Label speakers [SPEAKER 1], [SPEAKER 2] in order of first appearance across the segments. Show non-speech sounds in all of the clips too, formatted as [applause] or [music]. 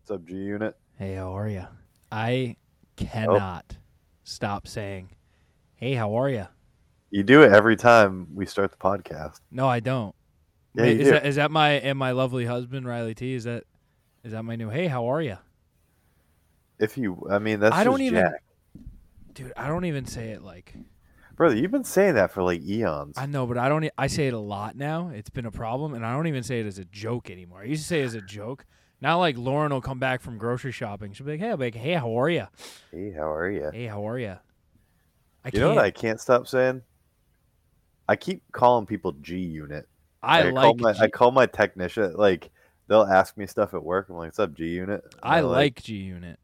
[SPEAKER 1] What's up, G Unit?
[SPEAKER 2] Hey, how are you? I cannot stop saying, "Hey, how are you?"
[SPEAKER 1] You do it every time we start the podcast.
[SPEAKER 2] No, I don't.
[SPEAKER 1] Yeah,
[SPEAKER 2] Wait,
[SPEAKER 1] you
[SPEAKER 2] is
[SPEAKER 1] do.
[SPEAKER 2] that is that my and my lovely husband Riley T? Is that is that my new? Hey, how are you,
[SPEAKER 1] if you, I mean, that's
[SPEAKER 2] I don't
[SPEAKER 1] just
[SPEAKER 2] even-
[SPEAKER 1] Jack.
[SPEAKER 2] dude? I don't even say it like
[SPEAKER 1] brother. You've been saying that for like eons.
[SPEAKER 2] I know, but I don't. e- I say it a lot now. It's been a problem, and I don't even say it as a joke anymore. I used to say it as a joke. Now, like Lauren will come back from grocery shopping, she'll be like, "Hey, I'll be like, hey, how are you?
[SPEAKER 1] hey, how are you?
[SPEAKER 2] Hey, how are you?" I
[SPEAKER 1] you know what I can't stop saying? I keep calling people G Unit.
[SPEAKER 2] I
[SPEAKER 1] I call
[SPEAKER 2] like
[SPEAKER 1] my,
[SPEAKER 2] G-
[SPEAKER 1] I call my technician like they'll ask me stuff at work. I'm like, "What's up, G Unit?"
[SPEAKER 2] I like G Unit.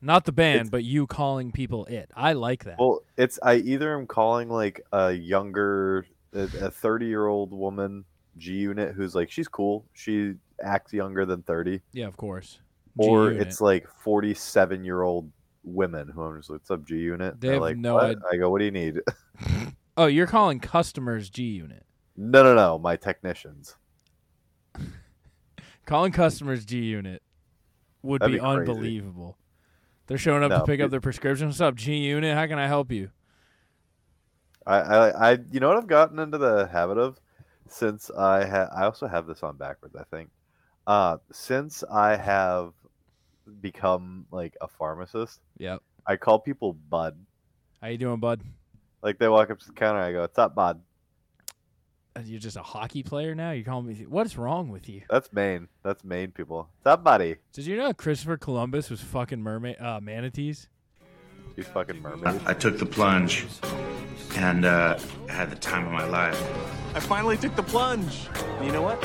[SPEAKER 2] Not the band, but you calling people it. I like that.
[SPEAKER 1] Well, it's I either am calling like a younger, a thirty year old woman G Unit who's like she's cool, she acts younger than thirty,
[SPEAKER 2] yeah, of course.
[SPEAKER 1] or
[SPEAKER 2] G-Unit.
[SPEAKER 1] it's like forty seven year old women who I'm just like, "What's up, G Unit?"
[SPEAKER 2] They
[SPEAKER 1] They're
[SPEAKER 2] have
[SPEAKER 1] like,
[SPEAKER 2] no
[SPEAKER 1] "What?"
[SPEAKER 2] id-
[SPEAKER 1] I go, "What do you need?" [laughs]
[SPEAKER 2] Oh, you're calling customers G Unit.
[SPEAKER 1] no, no, no, my technicians.
[SPEAKER 2] Calling customers G Unit would
[SPEAKER 1] That'd
[SPEAKER 2] be,
[SPEAKER 1] be crazy.
[SPEAKER 2] unbelievable. They're showing up
[SPEAKER 1] No,
[SPEAKER 2] to pick
[SPEAKER 1] it-
[SPEAKER 2] up their prescription. What's up, G Unit? How can I help you?
[SPEAKER 1] I, I, I, you know what I've gotten into the habit of since I ha- I also have this on backwards. I think uh, since I have become like a pharmacist,
[SPEAKER 2] Yep.
[SPEAKER 1] I call people bud.
[SPEAKER 2] How you doing, bud?
[SPEAKER 1] Like they walk up to the counter, I go, "What's up, bud?"
[SPEAKER 2] Uh, You're just a hockey player now. You're calling me. What's wrong with you?
[SPEAKER 1] That's Maine. That's Maine people. "What's up, buddy?"
[SPEAKER 2] Did you know Christopher Columbus was fucking mermaid uh, manatees?
[SPEAKER 1] You fucking mermaid.
[SPEAKER 3] I took the plunge and uh, had the time of my life.
[SPEAKER 4] I finally took the plunge. And you know what?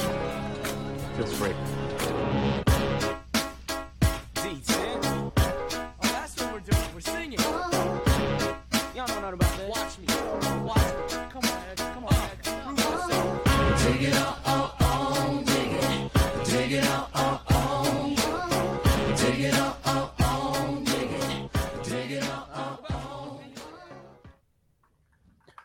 [SPEAKER 4] Feels great.
[SPEAKER 5] Oh, that's what we're doing. We're singing. Y'all know nothing about this. Watch me. Watch me. Come on, Ed. Come on, Ed. Prove yourself.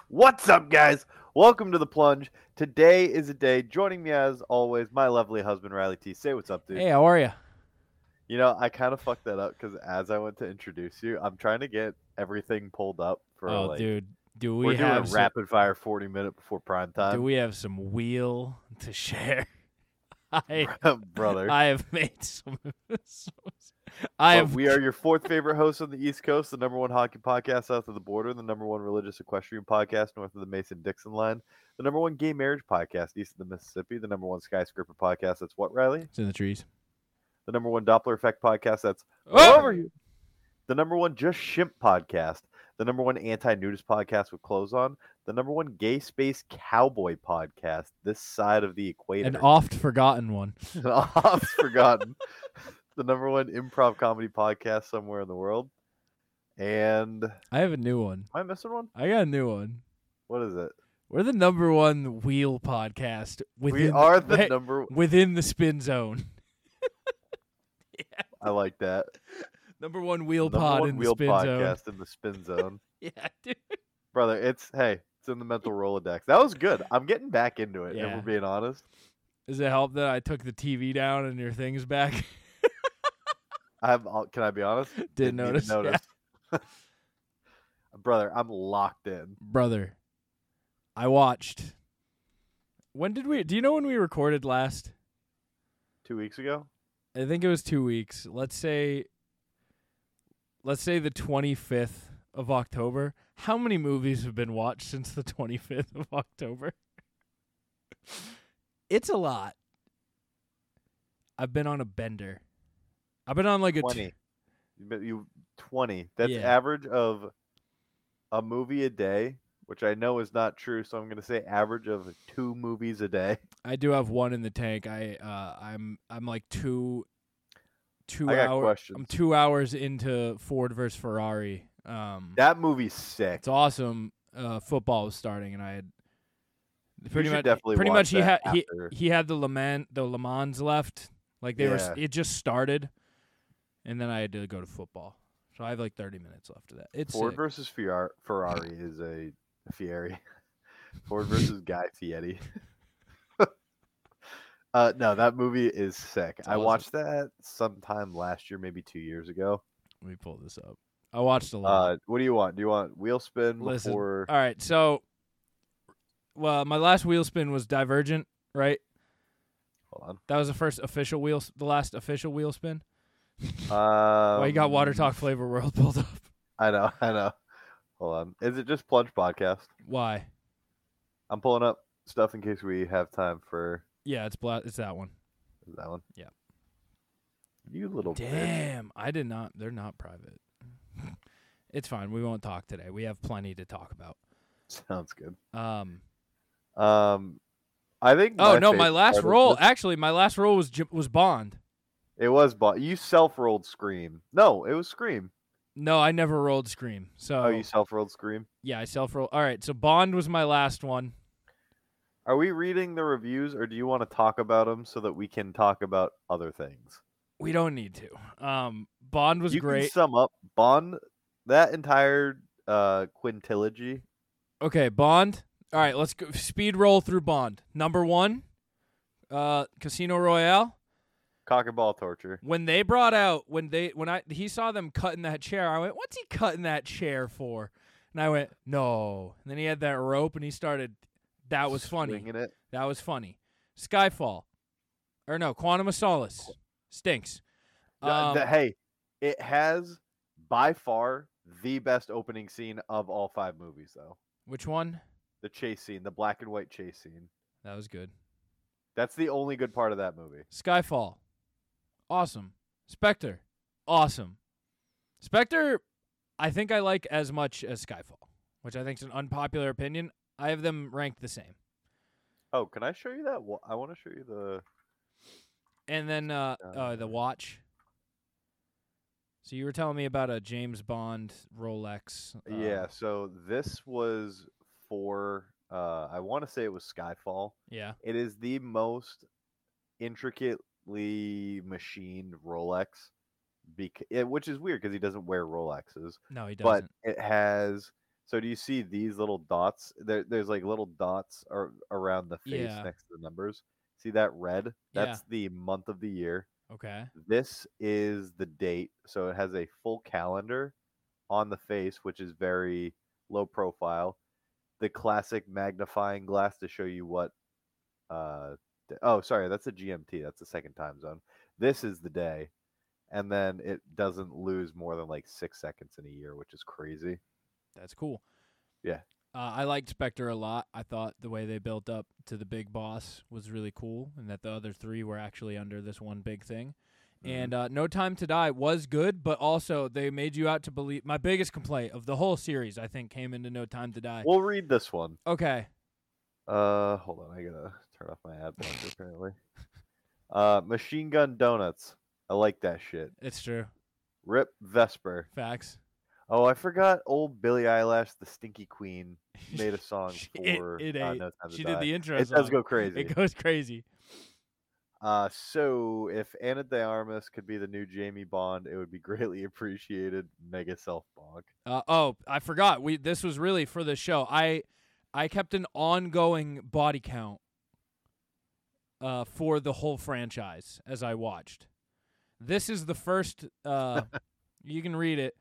[SPEAKER 1] What's up, guys? Welcome to the plunge. Today is a day. Joining me as always, my lovely husband Riley T. Say what's up, dude.
[SPEAKER 2] Hey, how are you?
[SPEAKER 1] You know, I kind of fucked that up because as I went to introduce you, I'm trying to get everything pulled up for
[SPEAKER 2] Oh,
[SPEAKER 1] like
[SPEAKER 2] dude, do
[SPEAKER 1] we
[SPEAKER 2] we
[SPEAKER 1] are doing a
[SPEAKER 2] have some,
[SPEAKER 1] rapid fire 40 minute before prime
[SPEAKER 2] do
[SPEAKER 1] time,
[SPEAKER 2] we have some wheel to share? [laughs]
[SPEAKER 1] [laughs]
[SPEAKER 2] I
[SPEAKER 1] brother.
[SPEAKER 2] I have made some. some- I
[SPEAKER 1] But
[SPEAKER 2] have.
[SPEAKER 1] we are your fourth favorite host on the East Coast, the number one hockey podcast south of the border, the number one religious equestrian podcast north of the Mason Dixon line, the number one gay marriage podcast east of the Mississippi, the number one skyscraper podcast. That's what, Riley?
[SPEAKER 2] It's in the trees.
[SPEAKER 1] The number one Doppler effect podcast. That's
[SPEAKER 2] Oh!
[SPEAKER 1] over you. The number one Just Shimp podcast. The number one anti nudist podcast with clothes on. The number one gay space cowboy podcast this side of the equator.
[SPEAKER 2] An oft forgotten one.
[SPEAKER 1] [laughs] and oft forgotten. [laughs] The number one improv comedy podcast somewhere in the world. And am
[SPEAKER 2] I have a new one.
[SPEAKER 1] I missing one?
[SPEAKER 2] I got a new one.
[SPEAKER 1] What is it?
[SPEAKER 2] We're the number one wheel podcast within
[SPEAKER 1] we are the
[SPEAKER 2] [laughs] hey,
[SPEAKER 1] number.
[SPEAKER 2] within the spin zone. [laughs]
[SPEAKER 1] I like that.
[SPEAKER 2] Number one wheel
[SPEAKER 1] number
[SPEAKER 2] pod
[SPEAKER 1] one
[SPEAKER 2] in the
[SPEAKER 1] wheel
[SPEAKER 2] spin zone.
[SPEAKER 1] podcast in the spin zone,
[SPEAKER 2] [laughs] Yeah, dude.
[SPEAKER 1] brother. It's hey, it's in the mental rolodex. That was good. I'm getting back into it. If
[SPEAKER 2] Yeah.
[SPEAKER 1] we're being honest,
[SPEAKER 2] Does it help that I took the TV down and your things back? [laughs]
[SPEAKER 1] I have. I'll- Can I be honest?
[SPEAKER 2] Didn't notice. [laughs]
[SPEAKER 1] Even
[SPEAKER 2] Yeah.
[SPEAKER 1] notice. [laughs] brother, I'm locked in.
[SPEAKER 2] Brother, I watched. When did we? Do you know when we recorded last?
[SPEAKER 1] Two weeks ago,
[SPEAKER 2] I think it was two weeks. Let's say, let's say the twenty fifth of October. How many movies have been watched since the twenty fifth of October? [laughs] it's a lot. I've been on a bender. I've been on like a
[SPEAKER 1] twenty. You bet- You twenty. That's
[SPEAKER 2] Yeah.
[SPEAKER 1] average of a movie a day, which I know is not true. So I'm going to say average of two movies a day.
[SPEAKER 2] I do have one in the tank. I uh, I'm I'm like two, two
[SPEAKER 1] I got
[SPEAKER 2] hour. um,
[SPEAKER 1] questions.
[SPEAKER 2] I'm two hours into Ford versus Ferrari. Um,
[SPEAKER 1] That movie's sick.
[SPEAKER 2] it's awesome. Uh, football was starting, and I had pretty
[SPEAKER 1] should
[SPEAKER 2] much
[SPEAKER 1] definitely
[SPEAKER 2] pretty
[SPEAKER 1] watch
[SPEAKER 2] much he had
[SPEAKER 1] that
[SPEAKER 2] he,
[SPEAKER 1] after.
[SPEAKER 2] he had the Le Mans the Le Mans left. Like they were, s-
[SPEAKER 1] Yeah.
[SPEAKER 2] it just started, and then I had to go to football. So I have like 30 minutes left of that. It's
[SPEAKER 1] Ford
[SPEAKER 2] sick.
[SPEAKER 1] versus
[SPEAKER 2] [laughs]
[SPEAKER 1] Ferrari, Ferrari is a [laughs] Fieri. Ford versus Guy Fieri. [laughs] Uh, no, that movie is sick. I
[SPEAKER 2] awesome.
[SPEAKER 1] watched that sometime last year, maybe two years ago.
[SPEAKER 2] Let me pull this up. I watched a lot.
[SPEAKER 1] Uh, what do you want? Do you want wheel spin
[SPEAKER 2] Listen, uh,
[SPEAKER 1] before?
[SPEAKER 2] All right, so well, my last wheel spin was Divergent, right?
[SPEAKER 1] Hold
[SPEAKER 2] That was the first official wheel, s- the last official wheel spin.
[SPEAKER 1] on. Um,
[SPEAKER 2] well, you got Water Talk Flavor World pulled up.
[SPEAKER 1] I know. [laughs] I know. Hold on. Is it just Plunge Podcast?
[SPEAKER 2] Why?
[SPEAKER 1] I'm pulling up stuff in case we have time for
[SPEAKER 2] Yeah, it's bla- It's that one.
[SPEAKER 1] that one.
[SPEAKER 2] Yeah.
[SPEAKER 1] You little Oh, bitch.
[SPEAKER 2] Damn, I did not. They're not private. [laughs] it's fine. We won't talk today. We have plenty to talk about.
[SPEAKER 1] [laughs] Sounds good.
[SPEAKER 2] Um.
[SPEAKER 1] Um, I think.
[SPEAKER 2] Oh no, my
[SPEAKER 1] favorite
[SPEAKER 2] last
[SPEAKER 1] part of
[SPEAKER 2] roll.
[SPEAKER 1] this-
[SPEAKER 2] Actually, my last roll was J- was Bond.
[SPEAKER 1] It was Bond. You self rolled Scream. No, it was Scream.
[SPEAKER 2] No, I never rolled Scream. So
[SPEAKER 1] Oh, you self rolled Scream.
[SPEAKER 2] yeah, I self roll. All right, so Bond was my last one.
[SPEAKER 1] Are we reading the reviews, or do you want to talk about them so that we can talk about other things?
[SPEAKER 2] We don't need to. Um, Bond was
[SPEAKER 1] you can
[SPEAKER 2] great.
[SPEAKER 1] sum up Bond that entire uh quintilogy.
[SPEAKER 2] Okay, Bond. All right, let's go speed roll through Bond. Number one, uh, Casino Royale.
[SPEAKER 1] Cock and ball torture.
[SPEAKER 2] When they brought out when they when I he saw them cutting that chair, I went, "What's he cutting that chair for?" And I went, "No." And then he had that rope, and he started. That was funny.
[SPEAKER 1] Swinging it.
[SPEAKER 2] That was funny. Skyfall, or no, Quantum of Solace stinks.
[SPEAKER 1] Th- th-
[SPEAKER 2] Um,
[SPEAKER 1] hey, it has by far the best opening scene of all five movies, though.
[SPEAKER 2] which one?
[SPEAKER 1] The chase scene, the black and white chase scene.
[SPEAKER 2] That was good.
[SPEAKER 1] That's the only good part of that movie.
[SPEAKER 2] Skyfall. Awesome. Spectre. Awesome. Spectre, I think I like as much as Skyfall, which I think is an unpopular opinion. I have them ranked the same.
[SPEAKER 1] Oh, can I show you that? wa- I want to show you the.
[SPEAKER 2] And then uh, uh, the watch. So you were telling me about a James Bond Rolex. uh,
[SPEAKER 1] yeah, so this was for. Uh, I want to say it was Skyfall.
[SPEAKER 2] Yeah.
[SPEAKER 1] It is the most intricately machined Rolex, bec- eh, which is weird because he doesn't wear Rolexes.
[SPEAKER 2] No, he doesn't.
[SPEAKER 1] but it has so do you see these little dots there, there's like little dots ar- around the face
[SPEAKER 2] Yeah.
[SPEAKER 1] next to the numbers see that red
[SPEAKER 2] Yeah.
[SPEAKER 1] that's the month of the year
[SPEAKER 2] okay.
[SPEAKER 1] this is the date so it has a full calendar on the face which is very low profile the classic magnifying glass to show you what uh d- oh sorry that's a gmt that's the second time zone this is the day and then it doesn't lose more than like six seconds in a year which is crazy
[SPEAKER 2] That's cool.
[SPEAKER 1] Yeah.
[SPEAKER 2] Uh, I liked Spectre a lot. I thought the way they built up to the big boss was really cool, and that the other three were actually under this one big thing. And
[SPEAKER 1] Mm-hmm.
[SPEAKER 2] uh, No Time to Die was good, but also they made you out to believe. My biggest complaint of the whole series, I think, came into No Time to Die.
[SPEAKER 1] we'll read this one
[SPEAKER 2] okay.
[SPEAKER 1] uh hold on i gotta turn off my ad blocker apparently uh machine gun donuts i like that shit
[SPEAKER 2] It's true.
[SPEAKER 1] rip vesper
[SPEAKER 2] Facts.
[SPEAKER 1] Oh, I forgot old Billie Eilish, the Stinky
[SPEAKER 2] [laughs]
[SPEAKER 1] Queen, made a song
[SPEAKER 2] She- it-
[SPEAKER 1] for
[SPEAKER 2] it
[SPEAKER 1] uh,
[SPEAKER 2] ain't-
[SPEAKER 1] No Time to
[SPEAKER 2] She
[SPEAKER 1] Die.
[SPEAKER 2] did the intro.
[SPEAKER 1] it does
[SPEAKER 2] song.
[SPEAKER 1] go crazy.
[SPEAKER 2] [laughs] It goes crazy.
[SPEAKER 1] uh, so, if Anna De Armas could be the new Jamie Bond, it would be [laughs] greatly appreciated. Mega self bonk.
[SPEAKER 2] Uh, oh, I forgot. We this was really for the show. I I kept an ongoing body count uh, for the whole franchise as I watched. This is the first.
[SPEAKER 1] [laughs]
[SPEAKER 2] Uh, you can read it.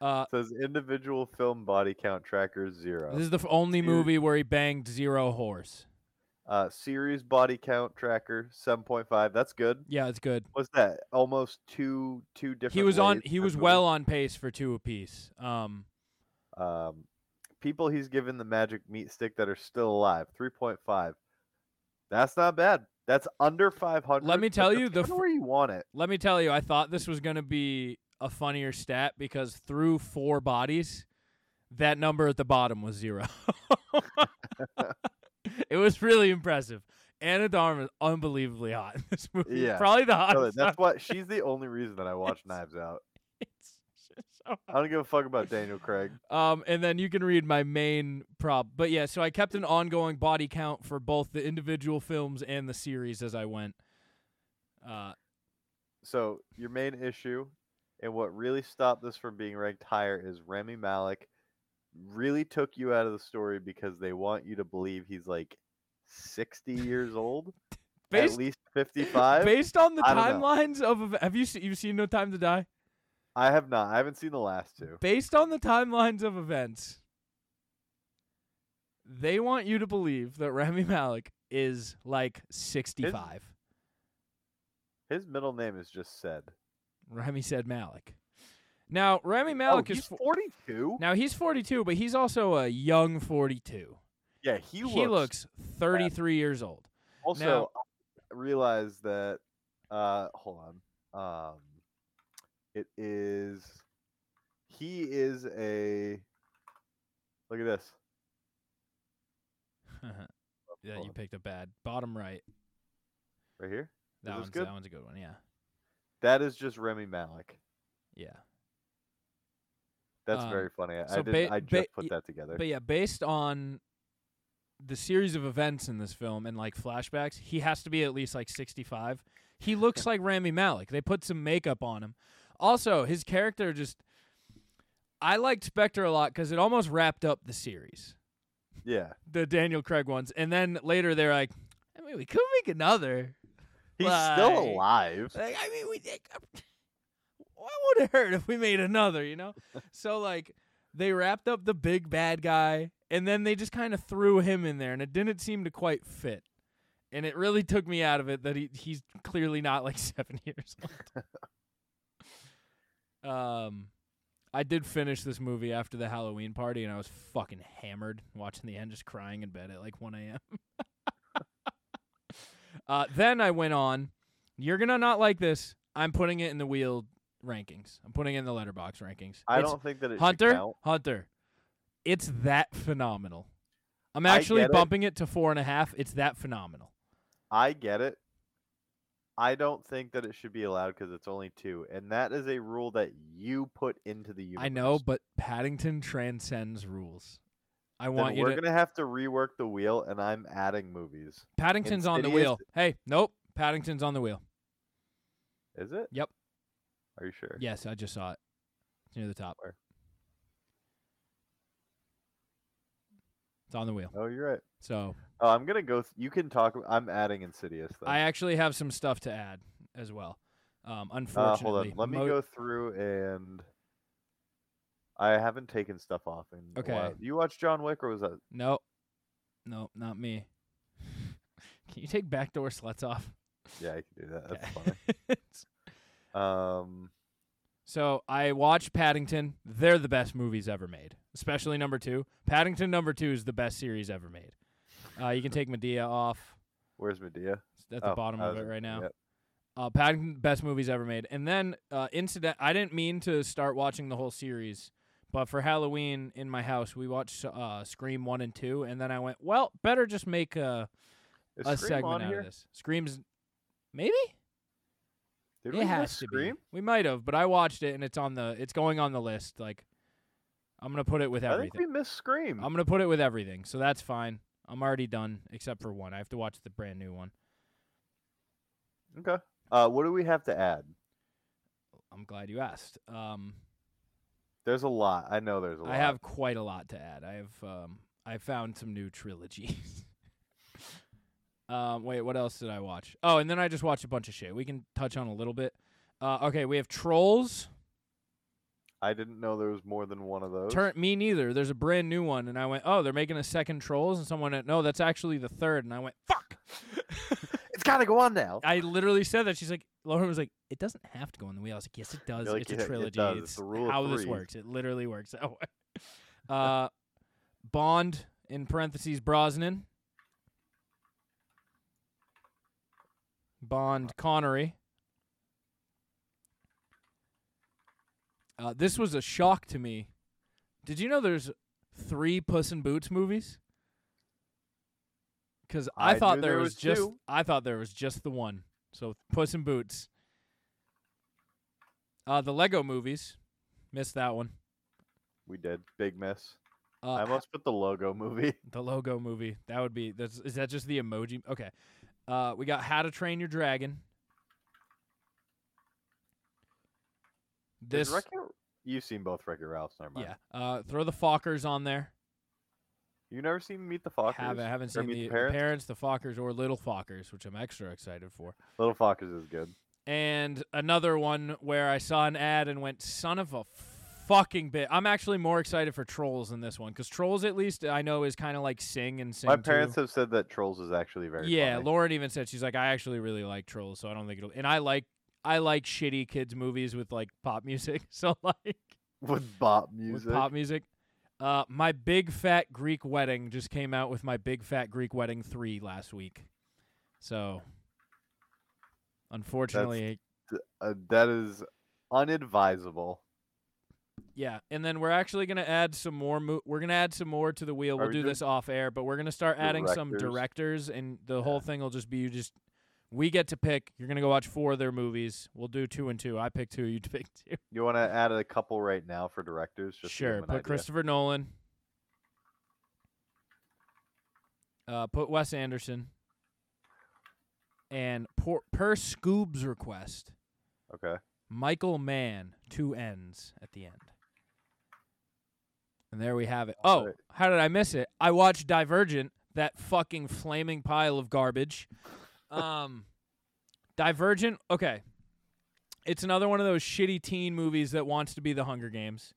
[SPEAKER 2] Uh,
[SPEAKER 1] It says individual film body count tracker zero.
[SPEAKER 2] this is the f- only
[SPEAKER 1] Dude.
[SPEAKER 2] movie where he banged zero whores.
[SPEAKER 1] Uh, series body count tracker seven point five. That's good.
[SPEAKER 2] Yeah, it's good.
[SPEAKER 1] What's that? Almost two two different.
[SPEAKER 2] He was on.
[SPEAKER 1] ways
[SPEAKER 2] He
[SPEAKER 1] per
[SPEAKER 2] was
[SPEAKER 1] movie.
[SPEAKER 2] well on pace for two apiece. Um,
[SPEAKER 1] Um, people he's given the magic meat stick that are still alive, three point five. That's not bad. That's under five hundred.
[SPEAKER 2] me tell you, the fir-
[SPEAKER 1] where you want
[SPEAKER 2] [laughs]
[SPEAKER 1] it.
[SPEAKER 2] Let me tell you, I thought this was going to be a funnier stat because through four bodies, that number at the bottom was zero. [laughs] it was really impressive. Anna Darm is unbelievably hot in this movie.
[SPEAKER 1] Yeah.
[SPEAKER 2] Probably the
[SPEAKER 1] Tell you,
[SPEAKER 2] hottest.
[SPEAKER 1] That's
[SPEAKER 2] I've-
[SPEAKER 1] why she's the only reason that I watch Knives Out.
[SPEAKER 2] it's just [laughs] so
[SPEAKER 1] I don't give a fuck about Daniel Craig.
[SPEAKER 2] Um, and then you can read my main prop. But yeah, so I kept an ongoing body count for both the individual films and the series as I went. Uh,
[SPEAKER 1] So your main issue, and what really stopped this from being ranked higher, is Rami Malik really took you out of the story because they want you to believe he's like sixty years old.
[SPEAKER 2] based
[SPEAKER 1] at least 55?
[SPEAKER 2] [laughs] Based on the
[SPEAKER 1] I don't know.
[SPEAKER 2] timelines of, ev- have you seen, you've seen No Time to Die?
[SPEAKER 1] I have not. I haven't seen the last two.
[SPEAKER 2] Based on the timelines of events, they want you to believe that Rami Malik is like 65.
[SPEAKER 1] His middle name is just said.
[SPEAKER 2] Rami said Malik. Now, Rami Malik
[SPEAKER 1] oh,
[SPEAKER 2] is
[SPEAKER 1] he's
[SPEAKER 2] fo-
[SPEAKER 1] 42?
[SPEAKER 2] now he's 42, but he's also a young 42.
[SPEAKER 1] Yeah, he looks.
[SPEAKER 2] he looks 33 years old. [laughs]
[SPEAKER 1] also,
[SPEAKER 2] now-
[SPEAKER 1] I realized that. Uh, hold on. Um, it is. He is a. Look at this. Oh,
[SPEAKER 2] yeah,
[SPEAKER 1] Hold
[SPEAKER 2] you
[SPEAKER 1] on.
[SPEAKER 2] picked a bad bottom right.
[SPEAKER 1] Right here.
[SPEAKER 2] That
[SPEAKER 1] this
[SPEAKER 2] one's
[SPEAKER 1] good?
[SPEAKER 2] that one's a good one. Yeah,
[SPEAKER 1] That is just Remy Malik.
[SPEAKER 2] yeah.
[SPEAKER 1] That's
[SPEAKER 2] Um,
[SPEAKER 1] very funny. I, I,
[SPEAKER 2] so
[SPEAKER 1] did,
[SPEAKER 2] ba-
[SPEAKER 1] I
[SPEAKER 2] ba-
[SPEAKER 1] just
[SPEAKER 2] y-
[SPEAKER 1] put that together.
[SPEAKER 2] But yeah, based on the series of events in this film and like flashbacks, he has to be at least like 65. He looks like Rami Malik. They put some makeup on him. Also, his character just I liked Spectre a lot cuz it almost wrapped up the series.
[SPEAKER 1] yeah.
[SPEAKER 2] The Daniel Craig ones. And then later they're like, I mean, we could make another.
[SPEAKER 1] He's still
[SPEAKER 2] Like-
[SPEAKER 1] alive.
[SPEAKER 2] Like, I mean, we. [laughs] What would it hurt if we made another? You know. so like, they wrapped up the big bad guy, and then they just kind of threw him in there, and it didn't seem to quite fit. And it really took me out of it that he he's clearly not like [laughs] seven years old. um, I did finish this movie after the Halloween party, and I was fucking hammered watching the end, just crying in bed at like one a.m. [laughs] uh, then I went on you're gonna not like this. I'm putting it in the wheel rankings. I'm putting it in the letterbox rankings.
[SPEAKER 1] I
[SPEAKER 2] It's-
[SPEAKER 1] don't think that it should
[SPEAKER 2] Hunter,
[SPEAKER 1] count.
[SPEAKER 2] Hunter. It's that phenomenal. I'm
[SPEAKER 1] I
[SPEAKER 2] actually
[SPEAKER 1] get it.
[SPEAKER 2] bumping it. to four and a half. It's that phenomenal.
[SPEAKER 1] I get it. I don't think that it should be allowed because it's only two, and that is a rule that you put into the universe.
[SPEAKER 2] I know, but Paddington transcends rules. I
[SPEAKER 1] Then
[SPEAKER 2] want you
[SPEAKER 1] we're
[SPEAKER 2] to.
[SPEAKER 1] gonna have to rework the wheel, and I'm adding movies.
[SPEAKER 2] Paddington's on the
[SPEAKER 1] Insidious-
[SPEAKER 2] wheel. Hey, nope. Paddington's on the wheel.
[SPEAKER 1] Is it?
[SPEAKER 2] Yep.
[SPEAKER 1] Are you sure?
[SPEAKER 2] Yes, I just saw it. It's near the top.
[SPEAKER 1] Where?
[SPEAKER 2] It's on the wheel.
[SPEAKER 1] Oh, you're right.
[SPEAKER 2] So
[SPEAKER 1] Oh, I'm gonna go. Th- you can talk. I'm adding Insidious. Uh, Then.
[SPEAKER 2] I actually have some stuff to add as well. Um,
[SPEAKER 1] uh,
[SPEAKER 2] unfortunately,
[SPEAKER 1] hold on. Let me
[SPEAKER 2] Mo-
[SPEAKER 1] go through and. I haven't taken stuff off in
[SPEAKER 2] Okay.
[SPEAKER 1] a while. You watch John Wick, or was that?
[SPEAKER 2] No, no, not me. [laughs] Can you take backdoor sluts off?
[SPEAKER 1] Yeah, I can do that.
[SPEAKER 2] [laughs]
[SPEAKER 1] That's
[SPEAKER 2] Okay.
[SPEAKER 1] funny. Um,
[SPEAKER 2] so I watched Paddington. They're the best movies ever made, especially number two. Paddington number two is the best series ever made. Uh, you can take Medea off.
[SPEAKER 1] where's Medea?
[SPEAKER 2] It's at the
[SPEAKER 1] Oh,
[SPEAKER 2] bottom
[SPEAKER 1] I
[SPEAKER 2] of
[SPEAKER 1] was-
[SPEAKER 2] it right now.
[SPEAKER 1] yep.
[SPEAKER 2] Uh, Paddington, best movies ever made. And then uh, incident. I didn't mean to start watching the whole series, but for Halloween in my house, we watched uh, Scream one and two, and then I went, well, better just make a,
[SPEAKER 1] Is
[SPEAKER 2] a
[SPEAKER 1] Scream on
[SPEAKER 2] segment out
[SPEAKER 1] here?
[SPEAKER 2] of this. Screams, maybe
[SPEAKER 1] Did
[SPEAKER 2] it
[SPEAKER 1] we do
[SPEAKER 2] has to
[SPEAKER 1] Scream?
[SPEAKER 2] be. We might have, but I watched it, and it's on the. It's going on the list. Like, I'm gonna put it with
[SPEAKER 1] I think we
[SPEAKER 2] everything. Um,
[SPEAKER 1] missed Scream.
[SPEAKER 2] I'm gonna put it with everything, so that's fine. I'm already done, except for one. I have to watch the brand new one.
[SPEAKER 1] Okay. Uh, what do we have to add?
[SPEAKER 2] I'm glad you asked. Um,
[SPEAKER 1] There's a lot. I know there's a lot.
[SPEAKER 2] I have quite a lot to add. I have um, I found some new trilogies. [laughs] um, wait, what else did I watch? Oh, and then I just watched a bunch of shit. We can touch on a little bit. Uh, okay, we have Trolls.
[SPEAKER 1] I didn't know there was more than one of those.
[SPEAKER 2] Turn me neither. There's a brand new one, and I went, oh, they're making a second Trolls, and someone went, no, that's actually the third, and I went, fuck.
[SPEAKER 1] [laughs]
[SPEAKER 2] [laughs]
[SPEAKER 1] It's gotta go on now.
[SPEAKER 2] I literally said that. She's like, Lauren was like, it doesn't have to go in the wheel. I was like, yes, it does.
[SPEAKER 1] like,
[SPEAKER 2] it's
[SPEAKER 1] "Yeah,
[SPEAKER 2] a
[SPEAKER 1] it
[SPEAKER 2] trilogy.
[SPEAKER 1] does.
[SPEAKER 2] It's
[SPEAKER 1] It's the rule of
[SPEAKER 2] how this
[SPEAKER 1] threes."
[SPEAKER 2] works. It literally works that way. [laughs] Uh, Bond in parentheses Brosnan. Bond Connery. Uh, this was a shock to me. Did you know there's three Puss in Boots movies? Because I,
[SPEAKER 1] I
[SPEAKER 2] thought
[SPEAKER 1] knew
[SPEAKER 2] there
[SPEAKER 1] there
[SPEAKER 2] was
[SPEAKER 1] was
[SPEAKER 2] just
[SPEAKER 1] two.
[SPEAKER 2] I thought there was just the one. So Puss in Boots. Uh, the Lego movies. Missed that one.
[SPEAKER 1] we did. Big miss.
[SPEAKER 2] Uh,
[SPEAKER 1] I must put the logo movie. [laughs]
[SPEAKER 2] the logo movie. That would be. That's, is that just the emoji? Okay. Uh, we got How to Train Your Dragon.
[SPEAKER 1] Is
[SPEAKER 2] This.
[SPEAKER 1] Wreck-It- You've seen both Wreck-It Ralphs, never mind.
[SPEAKER 2] yeah. Uh, throw the Fockers on there.
[SPEAKER 1] You've never seen Meet the Fockers?
[SPEAKER 2] Haven't, haven't
[SPEAKER 1] Or
[SPEAKER 2] seen
[SPEAKER 1] Meet
[SPEAKER 2] the, the
[SPEAKER 1] Parents?
[SPEAKER 2] parents, the Fockers, or Little Fockers, which I'm extra excited for.
[SPEAKER 1] Little Fockers is good.
[SPEAKER 2] and another one where I saw an ad and went, "Son of a fucking bit." I'm actually more excited for Trolls than this one because Trolls, at least I know, is kind of like Sing and Sing.
[SPEAKER 1] My
[SPEAKER 2] 2.
[SPEAKER 1] parents have said that Trolls is actually very
[SPEAKER 2] yeah,
[SPEAKER 1] funny.
[SPEAKER 2] Lauren even said she's like, "I actually really like Trolls, so I don't think it'll." And I like I like shitty kids movies with like pop music, [laughs] so like
[SPEAKER 1] [laughs] with bop music.
[SPEAKER 2] with pop music. Uh, my big fat Greek wedding just came out with my big fat Greek wedding three last week, so unfortunately,
[SPEAKER 1] Uh, that is unadvisable.
[SPEAKER 2] Yeah, and then we're actually gonna add some more. Mo- we're gonna add some more to the wheel.
[SPEAKER 1] Are
[SPEAKER 2] We'll
[SPEAKER 1] we
[SPEAKER 2] do
[SPEAKER 1] doing
[SPEAKER 2] this off air, but we're gonna start adding some directors, and the whole thing will just be you just we get to pick. You're gonna go watch four of their movies. We'll do two and two. I pick two. You [laughs] pick two.
[SPEAKER 1] You want to add a couple right now for directors? Just to give
[SPEAKER 2] sure.
[SPEAKER 1] them
[SPEAKER 2] Put
[SPEAKER 1] an idea?
[SPEAKER 2] Christopher Nolan. Uh, put Wes Anderson. And per, per Scoob's request,
[SPEAKER 1] Okay.
[SPEAKER 2] Michael Mann, two N's at the end. And there we have it. Oh,
[SPEAKER 1] right.
[SPEAKER 2] how did I miss it? I watched Divergent, that fucking flaming pile of garbage. Um, [laughs] Divergent, okay. It's another one of those shitty teen movies that wants to be the Hunger Games.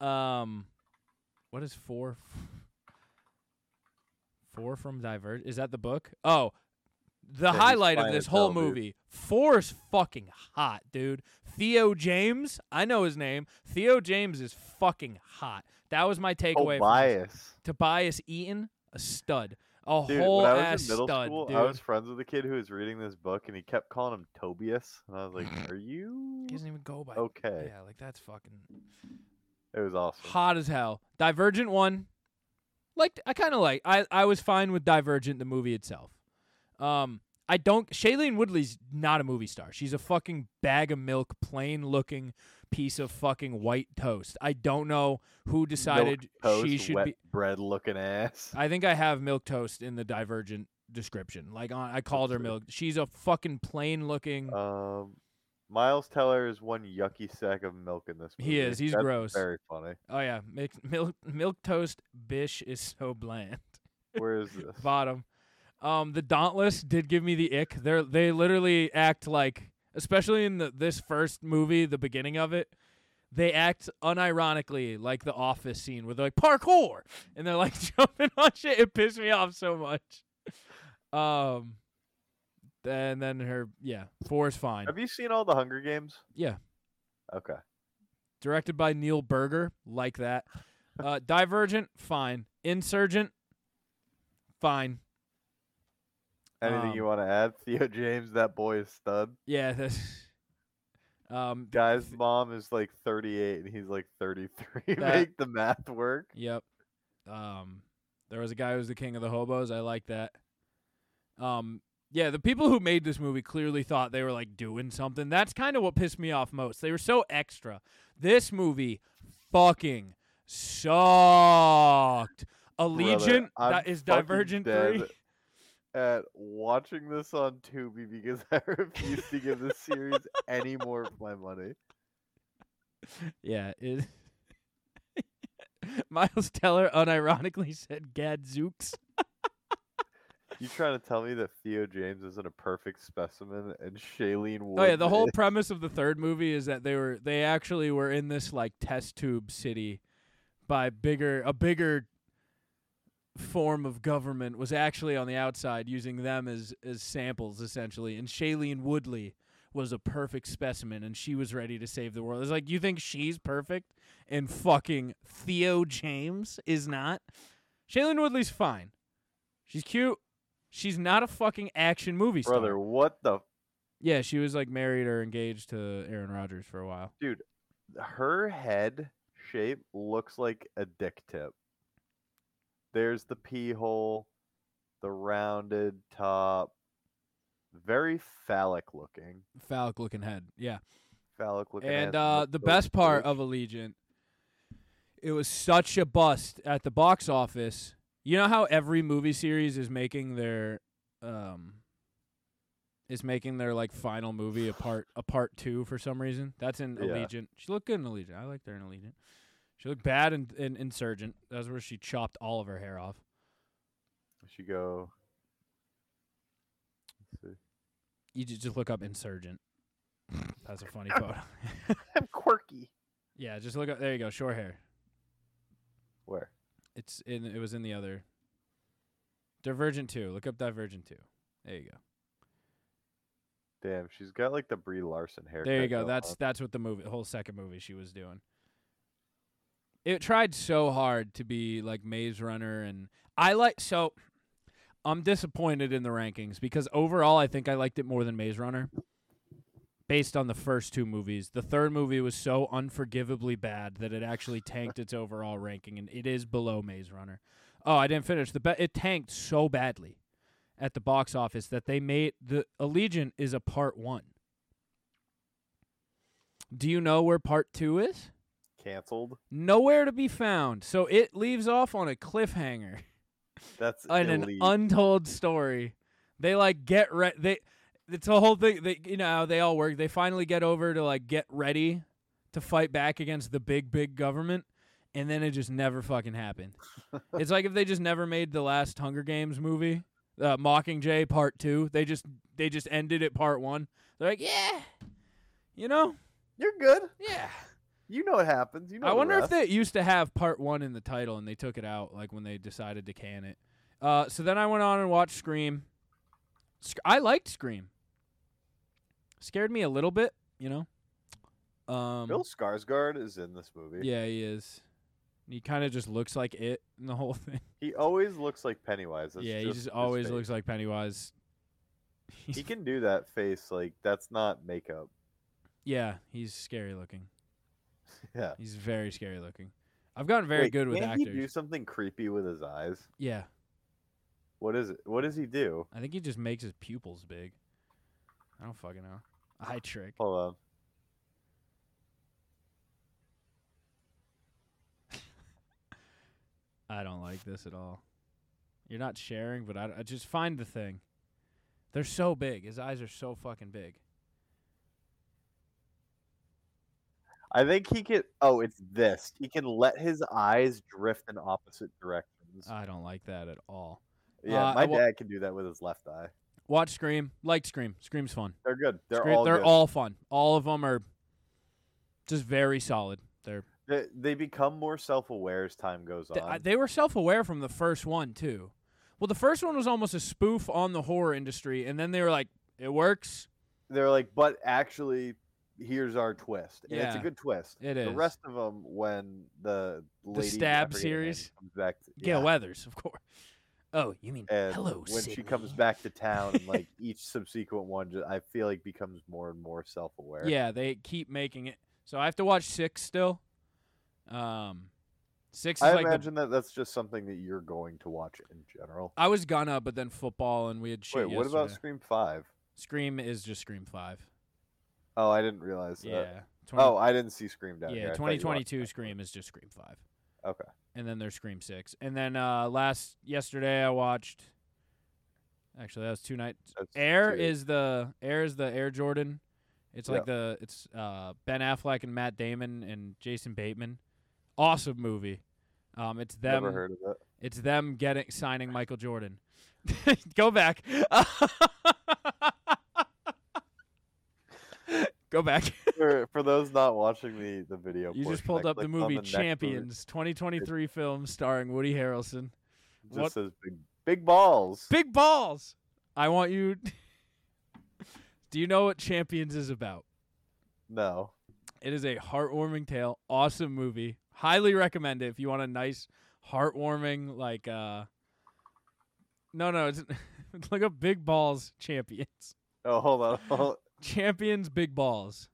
[SPEAKER 2] Um, what is four? Four from Divergent? Is that the book? Oh, the
[SPEAKER 1] Yeah, he's
[SPEAKER 2] highlight of
[SPEAKER 1] flying
[SPEAKER 2] this
[SPEAKER 1] as
[SPEAKER 2] whole
[SPEAKER 1] hell, dude.
[SPEAKER 2] movie. Four is fucking hot, dude. Theo James, I know his name. Theo James is fucking hot. That was my
[SPEAKER 1] Oh,
[SPEAKER 2] takeaway. from this.
[SPEAKER 1] Tobias.
[SPEAKER 2] Tobias Eaton, a stud, a
[SPEAKER 1] Dude,
[SPEAKER 2] whole
[SPEAKER 1] when I
[SPEAKER 2] ass
[SPEAKER 1] was in middle
[SPEAKER 2] stud,
[SPEAKER 1] school,
[SPEAKER 2] dude.
[SPEAKER 1] I was friends with a kid who was reading this book, and he kept calling him Tobias, and I was
[SPEAKER 2] [laughs]
[SPEAKER 1] like, "Are you
[SPEAKER 2] He doesn't even go by.
[SPEAKER 1] okay?"
[SPEAKER 2] Yeah, like that's fucking
[SPEAKER 1] It was awesome.
[SPEAKER 2] hot as hell. Divergent one, like I kind of like. I I was fine with Divergent the movie itself. Um, I don't. Shailene Woodley's not a movie star. She's a fucking bag of milk, plain looking piece of fucking white toast. I don't know who decided
[SPEAKER 1] Toast,
[SPEAKER 2] she should
[SPEAKER 1] wet
[SPEAKER 2] be.
[SPEAKER 1] bread looking ass.
[SPEAKER 2] I think I have milk toast in the Divergent description. Like on, I called her
[SPEAKER 1] Okay.
[SPEAKER 2] milk. She's a fucking plain looking.
[SPEAKER 1] Um, Miles Teller is one yucky sack of milk in this. Movie.
[SPEAKER 2] He is, he's
[SPEAKER 1] That's
[SPEAKER 2] gross.
[SPEAKER 1] Very funny.
[SPEAKER 2] oh yeah, milk, milk milk toast bish is so bland.
[SPEAKER 1] Where is this?
[SPEAKER 2] bottom. Um, the Dauntless did give me the ick. They they literally act like, especially in the, this first movie, the beginning of it, they act unironically like the Office scene where they're like parkour and they're like [laughs] jumping on shit. It pissed me off so much. Um, and then her yeah four is fine.
[SPEAKER 1] Have you seen all the Hunger Games?
[SPEAKER 2] Yeah.
[SPEAKER 1] Okay.
[SPEAKER 2] Directed by Neil Berger, like that. Uh, Divergent, fine. Insurgent, fine.
[SPEAKER 1] Anything
[SPEAKER 2] Um,
[SPEAKER 1] you want to add? [laughs] Theo James, that boy is stud.
[SPEAKER 2] Yeah, that's. [laughs] Um,
[SPEAKER 1] Guy's mom is like 38 and he's like [laughs] 33.
[SPEAKER 2] That-
[SPEAKER 1] Make the math work.
[SPEAKER 2] Yep. Um, there was a guy who was the king of the hobos. I like that. Um, yeah, the people who made this movie clearly thought they were like doing something. That's kind of what pissed me off most. They were so extra. This movie fucking sucked. Allegiant,
[SPEAKER 1] Brother,
[SPEAKER 2] that
[SPEAKER 1] I'm
[SPEAKER 2] is
[SPEAKER 1] fucking
[SPEAKER 2] Divergent
[SPEAKER 1] dead
[SPEAKER 2] 3.
[SPEAKER 1] At watching this on Tubi because [laughs] I refuse to give this series any more of my money.
[SPEAKER 2] [laughs] Yeah, it. [laughs] Miles Teller unironically said gadzooks.
[SPEAKER 1] You trying to tell me that Theo James isn't a perfect specimen and Shailene Wood?
[SPEAKER 2] Oh yeah, the whole
[SPEAKER 1] is-
[SPEAKER 2] premise of the third movie is that they were they actually were in this like test tube city by bigger a bigger form of government was actually on the outside using them as as samples essentially and Shailene Woodley was a perfect specimen and she was ready to save the world. It's like you think she's perfect and fucking Theo James is not. Shailene Woodley's fine. She's cute. She's not a fucking action movie star.
[SPEAKER 1] brother. What the
[SPEAKER 2] Yeah, she was like married or engaged to Aaron Rodgers for a while.
[SPEAKER 1] her head shape looks like a dick tip. There's the pee hole, the rounded top, very phallic looking.
[SPEAKER 2] Phallic looking head. Yeah.
[SPEAKER 1] Phallic looking. ass
[SPEAKER 2] And uh,
[SPEAKER 1] looks
[SPEAKER 2] the
[SPEAKER 1] so
[SPEAKER 2] best part
[SPEAKER 1] gross.
[SPEAKER 2] of Allegiant, it was such a bust at the box office. You know how every movie series is making their um is making their like final movie a part a part two for some reason? That's in
[SPEAKER 1] Yeah.
[SPEAKER 2] Allegiant. She looked good in Allegiant. I liked her in Allegiant. She looked bad in, in Insurgent. That's where she chopped all of her hair off.
[SPEAKER 1] We should go. Let's see.
[SPEAKER 2] You ju- just look up Insurgent. That's
[SPEAKER 1] [laughs]
[SPEAKER 2] a funny photo.
[SPEAKER 1] [laughs] I'm quirky.
[SPEAKER 2] yeah, just look up. There you go. Short hair.
[SPEAKER 1] Where?
[SPEAKER 2] It's in. It was in the other. Divergent two. Look up Divergent two. There you go.
[SPEAKER 1] Damn, she's got like the Brie Larson hair.
[SPEAKER 2] There you go. That's that's what the movie, the whole second movie, she was doing. It tried so hard to be like Maze Runner, and I like so. I'm disappointed in the rankings because overall, I think I liked it more than Maze Runner. Based on the first two movies, the third movie was so unforgivably bad that it actually tanked its overall ranking, and it is below Maze Runner. Oh, I didn't finish the bet. It tanked so badly at the box office that they made the Allegiant is a part one. Do you know where part two is?
[SPEAKER 1] canceled.
[SPEAKER 2] Nowhere to be found. So it leaves off on a cliffhanger
[SPEAKER 1] That's
[SPEAKER 2] and an
[SPEAKER 1] elite.
[SPEAKER 2] untold story. They like get re- they it's a whole thing they you know how they all work. They finally get over to like get ready to fight back against the big big government and then it just never fucking happened. it's like if they just never made the last Hunger Games movie, uh, Mockingjay part 2. They just they just ended at part 1. They're like, "Yeah. You know?
[SPEAKER 1] You're good.
[SPEAKER 2] Yeah."
[SPEAKER 1] You know what happens. You know.
[SPEAKER 2] I
[SPEAKER 1] the
[SPEAKER 2] wonder if
[SPEAKER 1] rest.
[SPEAKER 2] they used to have part one in the title and they took it out, like when they decided to can it. Uh, so then I went on and watched Scream. Sc- I liked Scream. Scared me a little bit, you know. Um,
[SPEAKER 1] Bill Skarsgård is in this movie.
[SPEAKER 2] yeah, he is. He kind of just looks like it in the whole [laughs] thing.
[SPEAKER 1] He always looks like Pennywise. That's
[SPEAKER 2] yeah, he
[SPEAKER 1] just
[SPEAKER 2] just
[SPEAKER 1] his
[SPEAKER 2] always
[SPEAKER 1] face.
[SPEAKER 2] looks like Pennywise. [laughs]
[SPEAKER 1] He can do that face. Like that's not makeup.
[SPEAKER 2] yeah, he's scary looking.
[SPEAKER 1] [laughs] Yeah.
[SPEAKER 2] He's very scary looking. I've gotten very
[SPEAKER 1] Wait,
[SPEAKER 2] good with
[SPEAKER 1] can't
[SPEAKER 2] actors.
[SPEAKER 1] He do something creepy with his eyes.
[SPEAKER 2] yeah,
[SPEAKER 1] What is it? What does he do?
[SPEAKER 2] I think he just makes his pupils big. I don't fucking know. Eye trick.
[SPEAKER 1] Hold on.
[SPEAKER 2] I don't like this at all. You're not sharing, but I, I just find the thing. They're so big. His eyes are so fucking big.
[SPEAKER 1] I think he can. Oh, it's this. He can let his eyes drift in opposite directions.
[SPEAKER 2] I don't like that at all.
[SPEAKER 1] yeah,
[SPEAKER 2] uh,
[SPEAKER 1] my
[SPEAKER 2] I wa-
[SPEAKER 1] dad can do that with his left eye.
[SPEAKER 2] Watch Scream. Like Scream. Scream's fun.
[SPEAKER 1] They're good. They're
[SPEAKER 2] Scream,
[SPEAKER 1] all.
[SPEAKER 2] they're
[SPEAKER 1] good.
[SPEAKER 2] all fun. All of them are just very solid. They're
[SPEAKER 1] They, they become more self-aware as time goes on.
[SPEAKER 2] th- I- they were self-aware from the first one too. Well, the first one was almost a spoof on the horror industry, and then they were like, "It works."
[SPEAKER 1] they're like, but actually, here's our twist, and it's a
[SPEAKER 2] Yeah.
[SPEAKER 1] good twist.
[SPEAKER 2] It
[SPEAKER 1] The
[SPEAKER 2] is.
[SPEAKER 1] rest of them, when the lady, I
[SPEAKER 2] stab
[SPEAKER 1] forget her name,
[SPEAKER 2] series?
[SPEAKER 1] comes back, to,
[SPEAKER 2] Gail
[SPEAKER 1] yeah,
[SPEAKER 2] Weathers, of course. Oh, you mean
[SPEAKER 1] and
[SPEAKER 2] hello?
[SPEAKER 1] when she comes
[SPEAKER 2] Sydney."
[SPEAKER 1] back to town, and
[SPEAKER 2] [laughs]
[SPEAKER 1] like each subsequent one, ju- I feel like becomes more and more self-aware.
[SPEAKER 2] Yeah, they keep making it. So I have to watch six still. Um, six is
[SPEAKER 1] I
[SPEAKER 2] like the,
[SPEAKER 1] imagine that that's just something that you're going to watch in general.
[SPEAKER 2] I was gonna, but then football and we had
[SPEAKER 1] Wait,
[SPEAKER 2] shit.
[SPEAKER 1] what about
[SPEAKER 2] yesterday.
[SPEAKER 1] Scream Five?
[SPEAKER 2] Scream? Is just Scream Five.
[SPEAKER 1] Oh, I didn't realize that.
[SPEAKER 2] Yeah. 20,
[SPEAKER 1] Oh, I didn't see Scream down here.
[SPEAKER 2] yeah.
[SPEAKER 1] I thought you
[SPEAKER 2] Twenty
[SPEAKER 1] watched
[SPEAKER 2] twenty two
[SPEAKER 1] that.
[SPEAKER 2] Scream is just Scream Five,
[SPEAKER 1] Okay.
[SPEAKER 2] and then there's Scream Six, and then uh last yesterday I watched. Actually, that was two nights.
[SPEAKER 1] That's
[SPEAKER 2] Air
[SPEAKER 1] two.
[SPEAKER 2] is the Air is the Air Jordan. It's
[SPEAKER 1] Yeah.
[SPEAKER 2] like the it's uh, Ben Affleck and Matt Damon and Jason Bateman. Awesome movie. Um, it's them.
[SPEAKER 1] Never heard of it.
[SPEAKER 2] It's them getting signing Michael Jordan. [laughs] Go back. [laughs] Go back.
[SPEAKER 1] for, for those not watching the, the video,
[SPEAKER 2] You just
[SPEAKER 1] portion,
[SPEAKER 2] pulled
[SPEAKER 1] I
[SPEAKER 2] up the
[SPEAKER 1] clicked on
[SPEAKER 2] movie
[SPEAKER 1] next
[SPEAKER 2] Champions, 2023 film starring Woody Harrelson.
[SPEAKER 1] It
[SPEAKER 2] What?
[SPEAKER 1] just says big, big balls.
[SPEAKER 2] Big balls. I want you. [laughs] Do you know what Champions is about?
[SPEAKER 1] No.
[SPEAKER 2] It is a heartwarming tale. Awesome movie. Highly recommend it if you want a nice, heartwarming like. uh No, no, it's [laughs] look up Big Balls Champions. [laughs]
[SPEAKER 1] Oh, hold on. hold-
[SPEAKER 2] Champions Big Balls.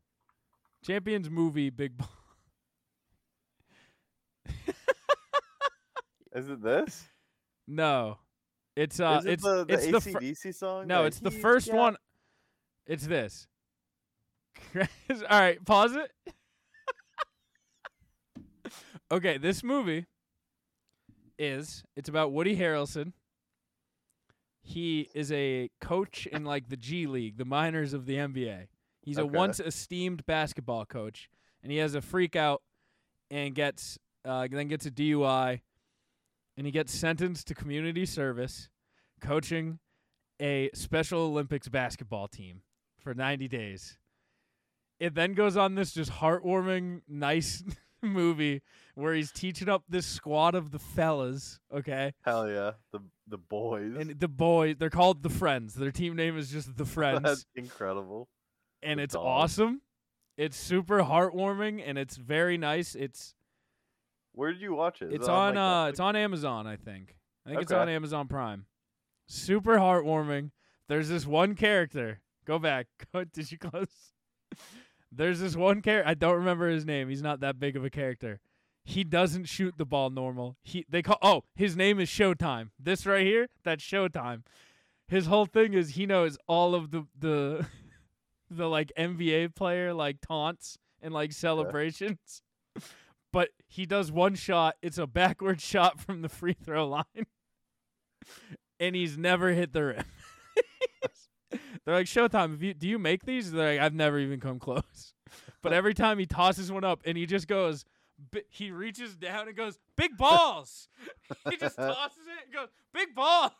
[SPEAKER 2] Champions movie Big Balls.
[SPEAKER 1] Is it this?
[SPEAKER 2] [laughs] No, it's uh,
[SPEAKER 1] Is it
[SPEAKER 2] it's
[SPEAKER 1] the, the
[SPEAKER 2] it's the fir-
[SPEAKER 1] ACDC song? E
[SPEAKER 2] no,
[SPEAKER 1] that
[SPEAKER 2] it's the
[SPEAKER 1] he's
[SPEAKER 2] first
[SPEAKER 1] got?
[SPEAKER 2] one. It's this. [laughs] All right, pause it. [laughs] okay, this movie is it's about Woody Harrelson. He is a coach in like the G League, the minors of the NBA. He's a
[SPEAKER 1] Okay.
[SPEAKER 2] once esteemed basketball coach, and he has a freak out and gets uh, then gets a DUI, and he gets sentenced to community service, coaching a Special Olympics basketball team for 90 days. It then goes on this just heartwarming, nice [laughs] movie where he's teaching up this squad of the fellas, okay?
[SPEAKER 1] Hell yeah, the the boys.
[SPEAKER 2] And the boys, they're called the Friends. Their team name is just the
[SPEAKER 1] [laughs]
[SPEAKER 2] Friends
[SPEAKER 1] That's incredible.
[SPEAKER 2] and
[SPEAKER 1] The
[SPEAKER 2] it's
[SPEAKER 1] dog.
[SPEAKER 2] awesome. It's super heartwarming and it's very nice. It's
[SPEAKER 1] Where did you watch it? Is
[SPEAKER 2] it's
[SPEAKER 1] it
[SPEAKER 2] on
[SPEAKER 1] like,
[SPEAKER 2] uh it's on Amazon, I think. I think it's
[SPEAKER 1] Okay.
[SPEAKER 2] on Amazon Prime. Super heartwarming. There's this one character. Go back. [laughs] Go- Did you close? There's this one character. I don't remember his name. He's not that big of a character. He doesn't shoot the ball normal. He they call oh his name is Showtime. This right here that's Showtime. His whole thing is he knows all of the the [laughs] the like NBA player like taunts and like celebrations. [laughs] But he does one shot. It's a backward [laughs] shot from the free throw line. And he's never hit the rim. [laughs] They're like, Showtime, if you, do you make these? They're like, I've never even come close. [laughs] But every time he tosses one up and he just goes, bi- he reaches down and goes, big balls. [laughs] he just tosses it and goes, big balls.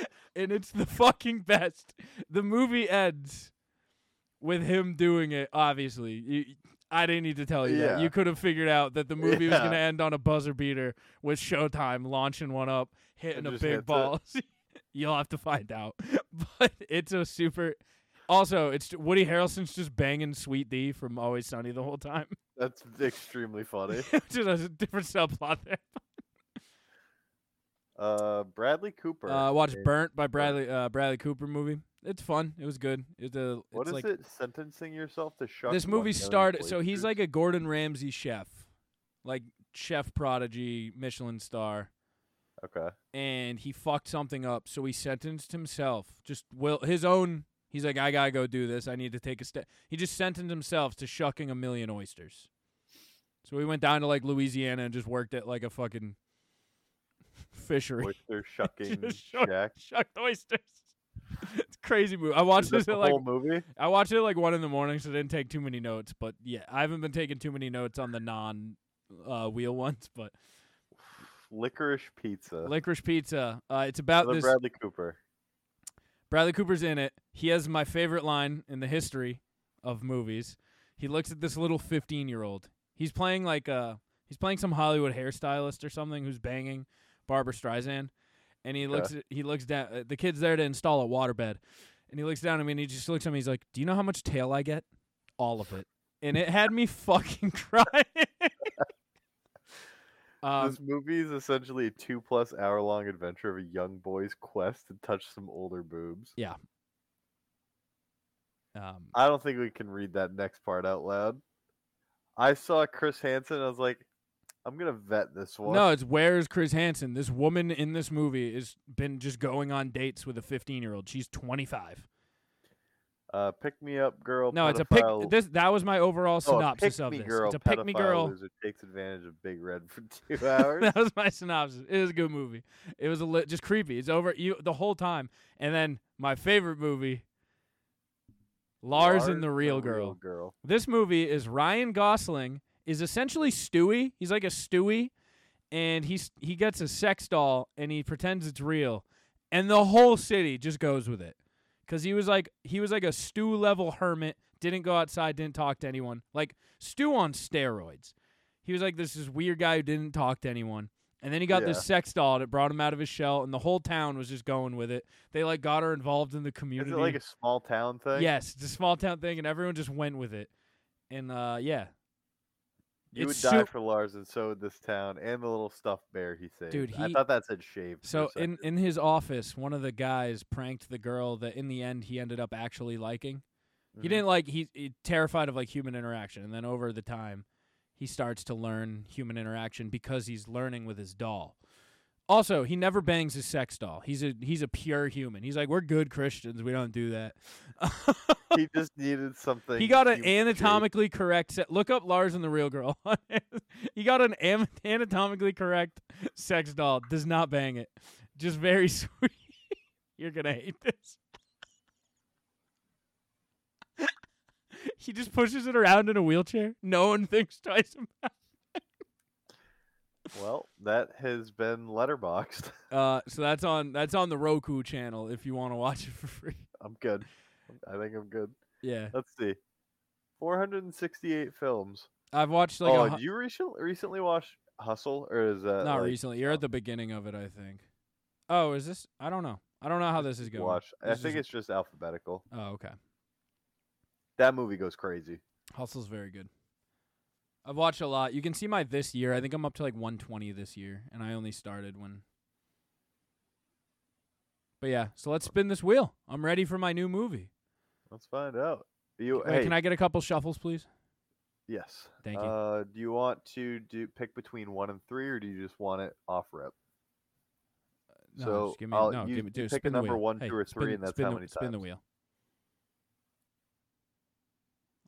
[SPEAKER 2] [laughs] and it's the fucking best. The movie ends with him doing it, obviously. You, I didn't need to tell you that.
[SPEAKER 1] Yeah.
[SPEAKER 2] You could have figured out that the movie was
[SPEAKER 1] Yeah.
[SPEAKER 2] going to end on a buzzer beater with Showtime launching one up, hitting
[SPEAKER 1] And
[SPEAKER 2] a
[SPEAKER 1] just hits
[SPEAKER 2] big
[SPEAKER 1] it.
[SPEAKER 2] ball. [laughs] You'll have to find out. [laughs] But it's a super. Also, it's j- Woody Harrelson's just banging Sweet D from Always Sunny the whole time. [laughs]
[SPEAKER 1] That's extremely funny.
[SPEAKER 2] just a different subplot there.
[SPEAKER 1] Uh, Bradley Cooper.
[SPEAKER 2] Uh, watch
[SPEAKER 1] in-
[SPEAKER 2] Burnt by Bradley uh, Bradley Cooper movie. It's fun. It was good. It's a. It's
[SPEAKER 1] What is
[SPEAKER 2] like,
[SPEAKER 1] it? Sentencing yourself to shock.
[SPEAKER 2] This
[SPEAKER 1] one
[SPEAKER 2] movie
[SPEAKER 1] million
[SPEAKER 2] started. So
[SPEAKER 1] boys
[SPEAKER 2] he's
[SPEAKER 1] groups?
[SPEAKER 2] like a Gordon Ramsay chef, like chef prodigy, Michelin star. [laughs]
[SPEAKER 1] Okay.
[SPEAKER 2] and he fucked something up, so he sentenced himself. Just will his own. He's like, I gotta go do this. I need to take a step. He just sentenced himself to shucking a million oysters. So he went down to like Louisiana and just worked at like a fucking [laughs] fishery.
[SPEAKER 1] Oyster shucking
[SPEAKER 2] Just show-
[SPEAKER 1] shack.
[SPEAKER 2] [laughs] Shucked oysters. it's a crazy movie. I watched
[SPEAKER 1] Is this
[SPEAKER 2] this
[SPEAKER 1] the
[SPEAKER 2] at like
[SPEAKER 1] whole movie?
[SPEAKER 2] I watched it at like one in the morning, so I didn't take too many notes. But yeah, I haven't been taking too many notes on the non uh, wheel ones. But
[SPEAKER 1] Licorice Pizza.
[SPEAKER 2] Licorice Pizza. Uh, it's about
[SPEAKER 1] Another
[SPEAKER 2] this.
[SPEAKER 1] Bradley Cooper.
[SPEAKER 2] Bradley Cooper's in it. He has my favorite line in the history of movies. He looks at this little 15-year-old. He's playing like a he's playing some Hollywood hairstylist or something who's banging Barbara Streisand, and he looks at, he looks down. uh, The kid's there to install a waterbed, and he looks down at me and he just looks at me. He's like, "Do you know how much tail I get? All of it." And it had me [laughs] fucking crying. um,
[SPEAKER 1] this movie is essentially a two plus hour long adventure of a young boy's quest to touch some older boobs.
[SPEAKER 2] um,
[SPEAKER 1] I don't think we can read that next part out loud. I saw Chris Hansen. I was like, I'm gonna vet this one.
[SPEAKER 2] No, it's where's Chris Hansen? This woman in this movie has been just going on dates with a 15 year old. She's 25.
[SPEAKER 1] uh, pick me up, girl.
[SPEAKER 2] No, it's a pick.
[SPEAKER 1] pedophile-
[SPEAKER 2] This that was my overall
[SPEAKER 1] Oh, a
[SPEAKER 2] synopsis of
[SPEAKER 1] pick-me
[SPEAKER 2] this.
[SPEAKER 1] Girl,
[SPEAKER 2] it's a pick me
[SPEAKER 1] pedophile
[SPEAKER 2] [laughs] girl.
[SPEAKER 1] Loser takes advantage of Big Red for [laughs] two
[SPEAKER 2] [laughs]
[SPEAKER 1] hours.
[SPEAKER 2] that was my synopsis. It was a good movie. It was a lit, just creepy. It's over you the whole time. And then my favorite movie, Lars, and the Real Girl.
[SPEAKER 1] girl.
[SPEAKER 2] This movie is Ryan Gosling is essentially Stewie. He's like a Stewie, and he's he gets a sex doll and he pretends it's real, and the whole city just goes with it, because he was like he was like a Stew level hermit. Didn't go outside. Didn't talk to anyone. Like Stew on steroids. He was like this this weird guy who didn't talk to anyone. And then he got
[SPEAKER 1] Yeah.
[SPEAKER 2] this sex doll that brought him out of his shell, and the whole town was just going with it. They like got her involved in the
[SPEAKER 1] Is
[SPEAKER 2] community.
[SPEAKER 1] it like a small town thing?
[SPEAKER 2] Yes, it's a small town thing, and everyone just went with it. And uh, yeah,
[SPEAKER 1] You would
[SPEAKER 2] it's
[SPEAKER 1] die
[SPEAKER 2] su-
[SPEAKER 1] for Lars, and so would this town, and the little stuffed bear he saved.
[SPEAKER 2] Dude,
[SPEAKER 1] I
[SPEAKER 2] he-
[SPEAKER 1] thought that said shaved. for a
[SPEAKER 2] so
[SPEAKER 1] second.
[SPEAKER 2] in in his office, one of the guys pranked the girl that in the end he ended up actually liking. He
[SPEAKER 1] Mhm.
[SPEAKER 2] didn't like he, he terrified of like human interaction, and then over the time, he starts to learn human interaction because he's learning with his doll. Also, he never bangs his sex doll. He's a he's a pure human. He's like we're good Christians. We don't do that. [laughs]
[SPEAKER 1] he just needed something.
[SPEAKER 2] He got an
[SPEAKER 1] would shave.
[SPEAKER 2] anatomically correct set. Look up Lars and the Real Girl. [laughs] he got an am- anatomically correct sex doll. Does not bang it. Just very [laughs] sweet. You're gonna hate this. [laughs] He just pushes it around in a wheelchair. No one thinks twice about.
[SPEAKER 1] Well, that has been letterboxed. [laughs]
[SPEAKER 2] Uh, so that's on that's on the Roku channel if you want to watch it for free.
[SPEAKER 1] I'm good. I think I'm good.
[SPEAKER 2] Yeah,
[SPEAKER 1] Let's see. 468 films.
[SPEAKER 2] I've watched like
[SPEAKER 1] oh,
[SPEAKER 2] a,
[SPEAKER 1] did
[SPEAKER 2] hu-
[SPEAKER 1] you recent, recently watch Hustle, or is that
[SPEAKER 2] not
[SPEAKER 1] like,
[SPEAKER 2] recently. You're at the beginning of it, I think. Oh, is this? I don't know. I don't know how this is going.
[SPEAKER 1] Watch. I
[SPEAKER 2] This
[SPEAKER 1] think
[SPEAKER 2] is-
[SPEAKER 1] it's just alphabetical.
[SPEAKER 2] Oh, okay.
[SPEAKER 1] That movie goes crazy.
[SPEAKER 2] Hustle's very good. I've watched a lot. You can see my this year. I think I'm up to like 120 this year, and I only started when. But yeah, so let's spin this wheel. I'm ready for my new movie.
[SPEAKER 1] Let's find out. You
[SPEAKER 2] Wait,
[SPEAKER 1] Oh, hey,
[SPEAKER 2] can I get a couple shuffles, please?
[SPEAKER 1] Yes.
[SPEAKER 2] Thank you.
[SPEAKER 1] Uh, do you want to do pick between one and three, or do you just want it off rip?
[SPEAKER 2] No,
[SPEAKER 1] So,
[SPEAKER 2] just give me
[SPEAKER 1] I'll-
[SPEAKER 2] no.
[SPEAKER 1] you-
[SPEAKER 2] give me
[SPEAKER 1] you
[SPEAKER 2] dude,
[SPEAKER 1] pick a
[SPEAKER 2] spin the
[SPEAKER 1] number
[SPEAKER 2] wheel.
[SPEAKER 1] one,
[SPEAKER 2] Hey,
[SPEAKER 1] two, or three,
[SPEAKER 2] spin-
[SPEAKER 1] and that's
[SPEAKER 2] spin
[SPEAKER 1] how
[SPEAKER 2] the,
[SPEAKER 1] many
[SPEAKER 2] Spin the
[SPEAKER 1] times.
[SPEAKER 2] wheel.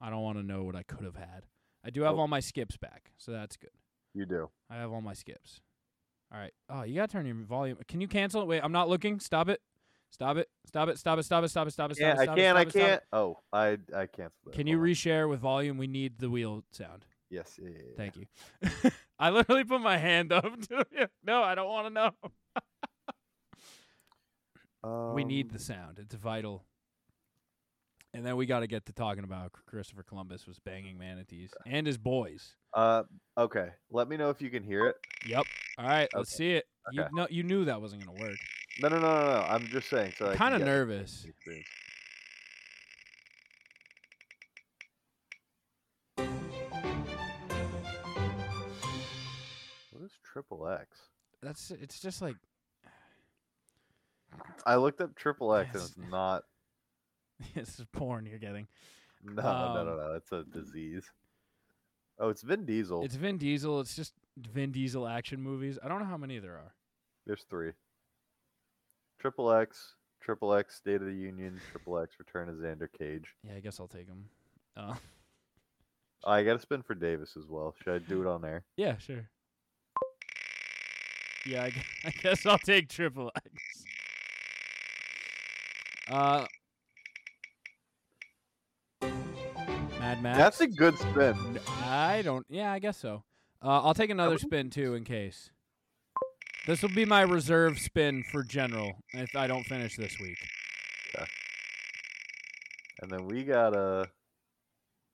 [SPEAKER 2] I don't want to know what I could have had. I do have
[SPEAKER 1] Nope.
[SPEAKER 2] all my skips back, so that's good.
[SPEAKER 1] You do.
[SPEAKER 2] I have all my skips. All right. Oh, you gotta turn your volume. Can you cancel it? Wait, I'm not looking. Stop it. Stop it. Stop it. Stop it. Stop it. Stop it. Stop it. Stop
[SPEAKER 1] Yeah,
[SPEAKER 2] it.
[SPEAKER 1] I
[SPEAKER 2] Stop it.
[SPEAKER 1] can't.
[SPEAKER 2] Stop
[SPEAKER 1] I
[SPEAKER 2] it. Stop it.
[SPEAKER 1] can't. Oh, I I canceled. it.
[SPEAKER 2] Can you
[SPEAKER 1] Hold on.
[SPEAKER 2] reshare with volume? We need the wheel sound.
[SPEAKER 1] Yes. Yeah, yeah, yeah.
[SPEAKER 2] Thank you. [laughs] I literally put my hand up [laughs] to you. No, I don't want to know. we need
[SPEAKER 1] Um,
[SPEAKER 2] the sound. It's vital. And then we got to get to talking about how Christopher Columbus was banging manatees and his boys.
[SPEAKER 1] Uh, okay. Let me know if you can hear it.
[SPEAKER 2] Yep. All right, let's
[SPEAKER 1] Okay.
[SPEAKER 2] see it. You
[SPEAKER 1] Okay.
[SPEAKER 2] know, you knew that wasn't gonna work.
[SPEAKER 1] No, no, no, no, no. I'm just saying. So I can
[SPEAKER 2] Kind of
[SPEAKER 1] get
[SPEAKER 2] nervous.
[SPEAKER 1] the experience. What is triple X?
[SPEAKER 2] That's it's just like
[SPEAKER 1] I looked up triple X and
[SPEAKER 2] Yes.
[SPEAKER 1] it's not.
[SPEAKER 2] [laughs] this is porn you're getting.
[SPEAKER 1] No, no, no,
[SPEAKER 2] Um,
[SPEAKER 1] no. It's a disease. Oh, it's Vin Diesel.
[SPEAKER 2] It's Vin Diesel. It's just Vin Diesel action movies. I don't know how many there are.
[SPEAKER 1] There's three. Triple X, Triple X, State of the Union, Triple X, Return of Xander Cage. Oh,
[SPEAKER 2] Yeah, I guess I'll take them. Uh,
[SPEAKER 1] I got to spin for Davis as well. Should I do it on there?
[SPEAKER 2] yeah, sure. Yeah, I, gu- [laughs] I guess I'll take triple X. Uh, Mad Max.
[SPEAKER 1] That's a good spin.
[SPEAKER 2] N- I don't. Yeah, I guess so. Uh, I'll take another
[SPEAKER 1] wouldn't-
[SPEAKER 2] spin too in case. This will be my reserve spin for general if I don't finish this week.
[SPEAKER 1] And then we got a.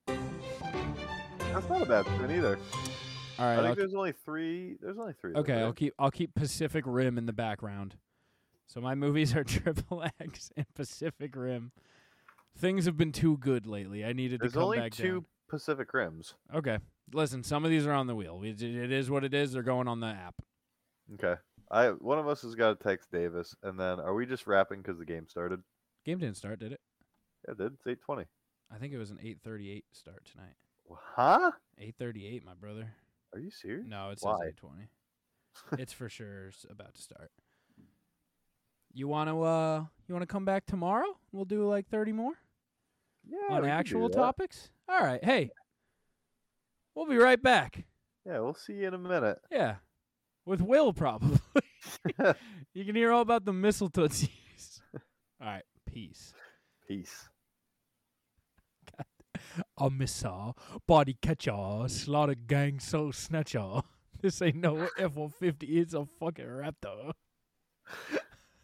[SPEAKER 1] That's not a bad spin either.
[SPEAKER 2] All
[SPEAKER 1] I
[SPEAKER 2] right.
[SPEAKER 1] think
[SPEAKER 2] I'll,
[SPEAKER 1] there's only three. There's only three. though,
[SPEAKER 2] okay, I'll
[SPEAKER 1] right?
[SPEAKER 2] keep I'll keep Pacific Rim in the background. So my movies are [laughs] Triple X and Pacific Rim. Things have been too good lately. I needed
[SPEAKER 1] There's
[SPEAKER 2] to come
[SPEAKER 1] only
[SPEAKER 2] back
[SPEAKER 1] two Pacific Rims.
[SPEAKER 2] down. Okay. Listen, some of these are on the wheel. We- It is what it is. They're going on the app.
[SPEAKER 1] Okay. I one of us has got to text Davis, and then are we just wrapping because the game started?
[SPEAKER 2] Game didn't start, did it?
[SPEAKER 1] Yeah, it did. It's eight twenty.
[SPEAKER 2] I think it was an 8:38 start tonight.
[SPEAKER 1] Huh?
[SPEAKER 2] 8:38, my brother.
[SPEAKER 1] Are you serious?
[SPEAKER 2] No, it says
[SPEAKER 1] Why?
[SPEAKER 2] eight twenty. it's for sure s- about to start. You wanna uh you wanna come back tomorrow? We'll do like thirty more
[SPEAKER 1] Yeah. we
[SPEAKER 2] on
[SPEAKER 1] can do
[SPEAKER 2] actual
[SPEAKER 1] that.
[SPEAKER 2] topics. All right, hey, we'll be right back.
[SPEAKER 1] Yeah, we'll see you in a minute.
[SPEAKER 2] Yeah, with Will probably. [laughs] you can hear all about the missile tootsies. [laughs] all right, peace.
[SPEAKER 1] Peace.
[SPEAKER 2] A missile, body catcher, slaughter gang soul snatcher. [laughs] This ain't no F one fifty. It's a fucking raptor.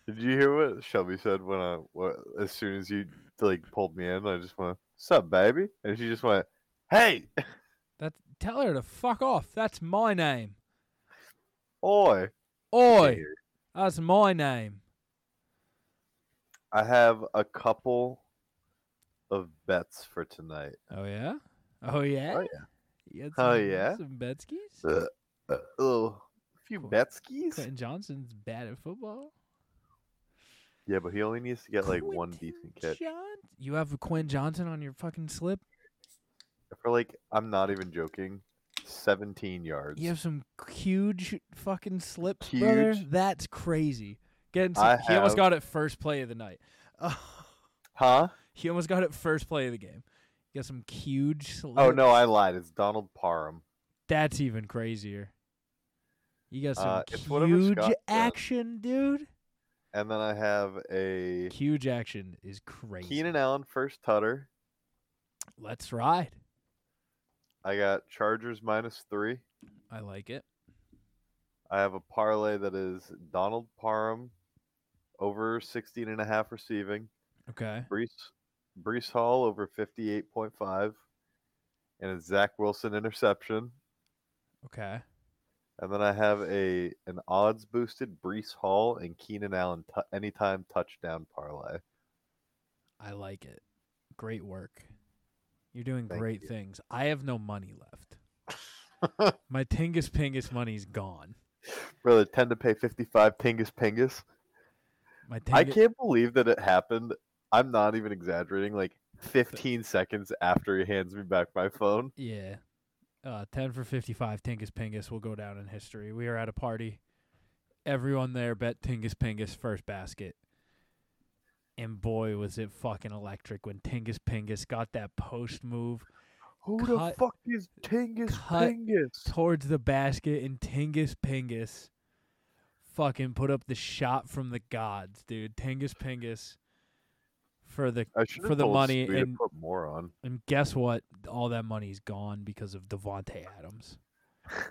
[SPEAKER 1] Did you hear what Shelby said when I what, as soon as you like pulled me in? I just went, "Sup, baby," and she just went, "Hey,
[SPEAKER 2] That tell her to fuck off. That's my name.
[SPEAKER 1] oi,
[SPEAKER 2] Oi,
[SPEAKER 1] Hey.
[SPEAKER 2] that's my name.
[SPEAKER 1] I have a couple of bets for tonight."
[SPEAKER 2] Oh yeah, oh yeah,
[SPEAKER 1] Oh,
[SPEAKER 2] yeah.
[SPEAKER 1] Oh, yeah?
[SPEAKER 2] some Betskis.
[SPEAKER 1] Uh, uh, oh, a few
[SPEAKER 2] Cool.
[SPEAKER 1] betskis.
[SPEAKER 2] Clinton Johnson's bad at football.
[SPEAKER 1] Yeah, but he only needs to get like one
[SPEAKER 2] Quentin
[SPEAKER 1] decent catch.
[SPEAKER 2] John- you have Quinn Johnson on your fucking slip.
[SPEAKER 1] For like, I'm not even joking, 17 yards.
[SPEAKER 2] You have some huge fucking slips, brother.
[SPEAKER 1] Huge.
[SPEAKER 2] That's crazy. Getting
[SPEAKER 1] I
[SPEAKER 2] some, he almost
[SPEAKER 1] have-
[SPEAKER 2] got it first play of the night. [laughs]
[SPEAKER 1] Huh?
[SPEAKER 2] he almost got it first play of the game. You got some huge slips.
[SPEAKER 1] Oh no, I lied. It's Donald Parham.
[SPEAKER 2] That's even crazier. You got some
[SPEAKER 1] Uh, it's whatever
[SPEAKER 2] huge
[SPEAKER 1] Scott said.
[SPEAKER 2] action, dude.
[SPEAKER 1] And then I have a
[SPEAKER 2] Huge action is crazy.
[SPEAKER 1] Keenan Allen first tutter.
[SPEAKER 2] Let's ride.
[SPEAKER 1] I got Chargers minus three.
[SPEAKER 2] I like it.
[SPEAKER 1] I have a parlay that is Donald Parham over 16 and a half receiving,
[SPEAKER 2] Okay.
[SPEAKER 1] Brees, Brees Hall over 58.5, and a Zach Wilson interception.
[SPEAKER 2] Okay.
[SPEAKER 1] And then I have a an odds boosted Brees Hall and Keenan Allen t- anytime touchdown parlay.
[SPEAKER 2] I like it. Great work. You're doing
[SPEAKER 1] Thank
[SPEAKER 2] great
[SPEAKER 1] you.
[SPEAKER 2] things. I have no money left.
[SPEAKER 1] [laughs]
[SPEAKER 2] My Tingus Pingus money's gone.
[SPEAKER 1] Brother, tend to pay 55 pingus pingus.
[SPEAKER 2] My
[SPEAKER 1] I
[SPEAKER 2] Tingu-
[SPEAKER 1] can't believe that it happened. I'm not even exaggerating. Like 15 seconds after he hands me back my phone.
[SPEAKER 2] Yeah. Uh, 10 for 55, Tingus Pingus will go down in history. We are at a party. Everyone there bet Tingus Pingus first basket. And boy, was it fucking electric when Tingus Pingus got that post move
[SPEAKER 1] Who
[SPEAKER 2] Cut-
[SPEAKER 1] the fuck is Tingus
[SPEAKER 2] cut
[SPEAKER 1] Pingus?
[SPEAKER 2] towards the basket. And Tingus Pingus fucking put up the shot from the gods, dude. Tingus Pingus for the
[SPEAKER 1] I should
[SPEAKER 2] for the money
[SPEAKER 1] Stu to
[SPEAKER 2] and-
[SPEAKER 1] put more on.
[SPEAKER 2] and guess what? All that money's gone because of Devonte Adams.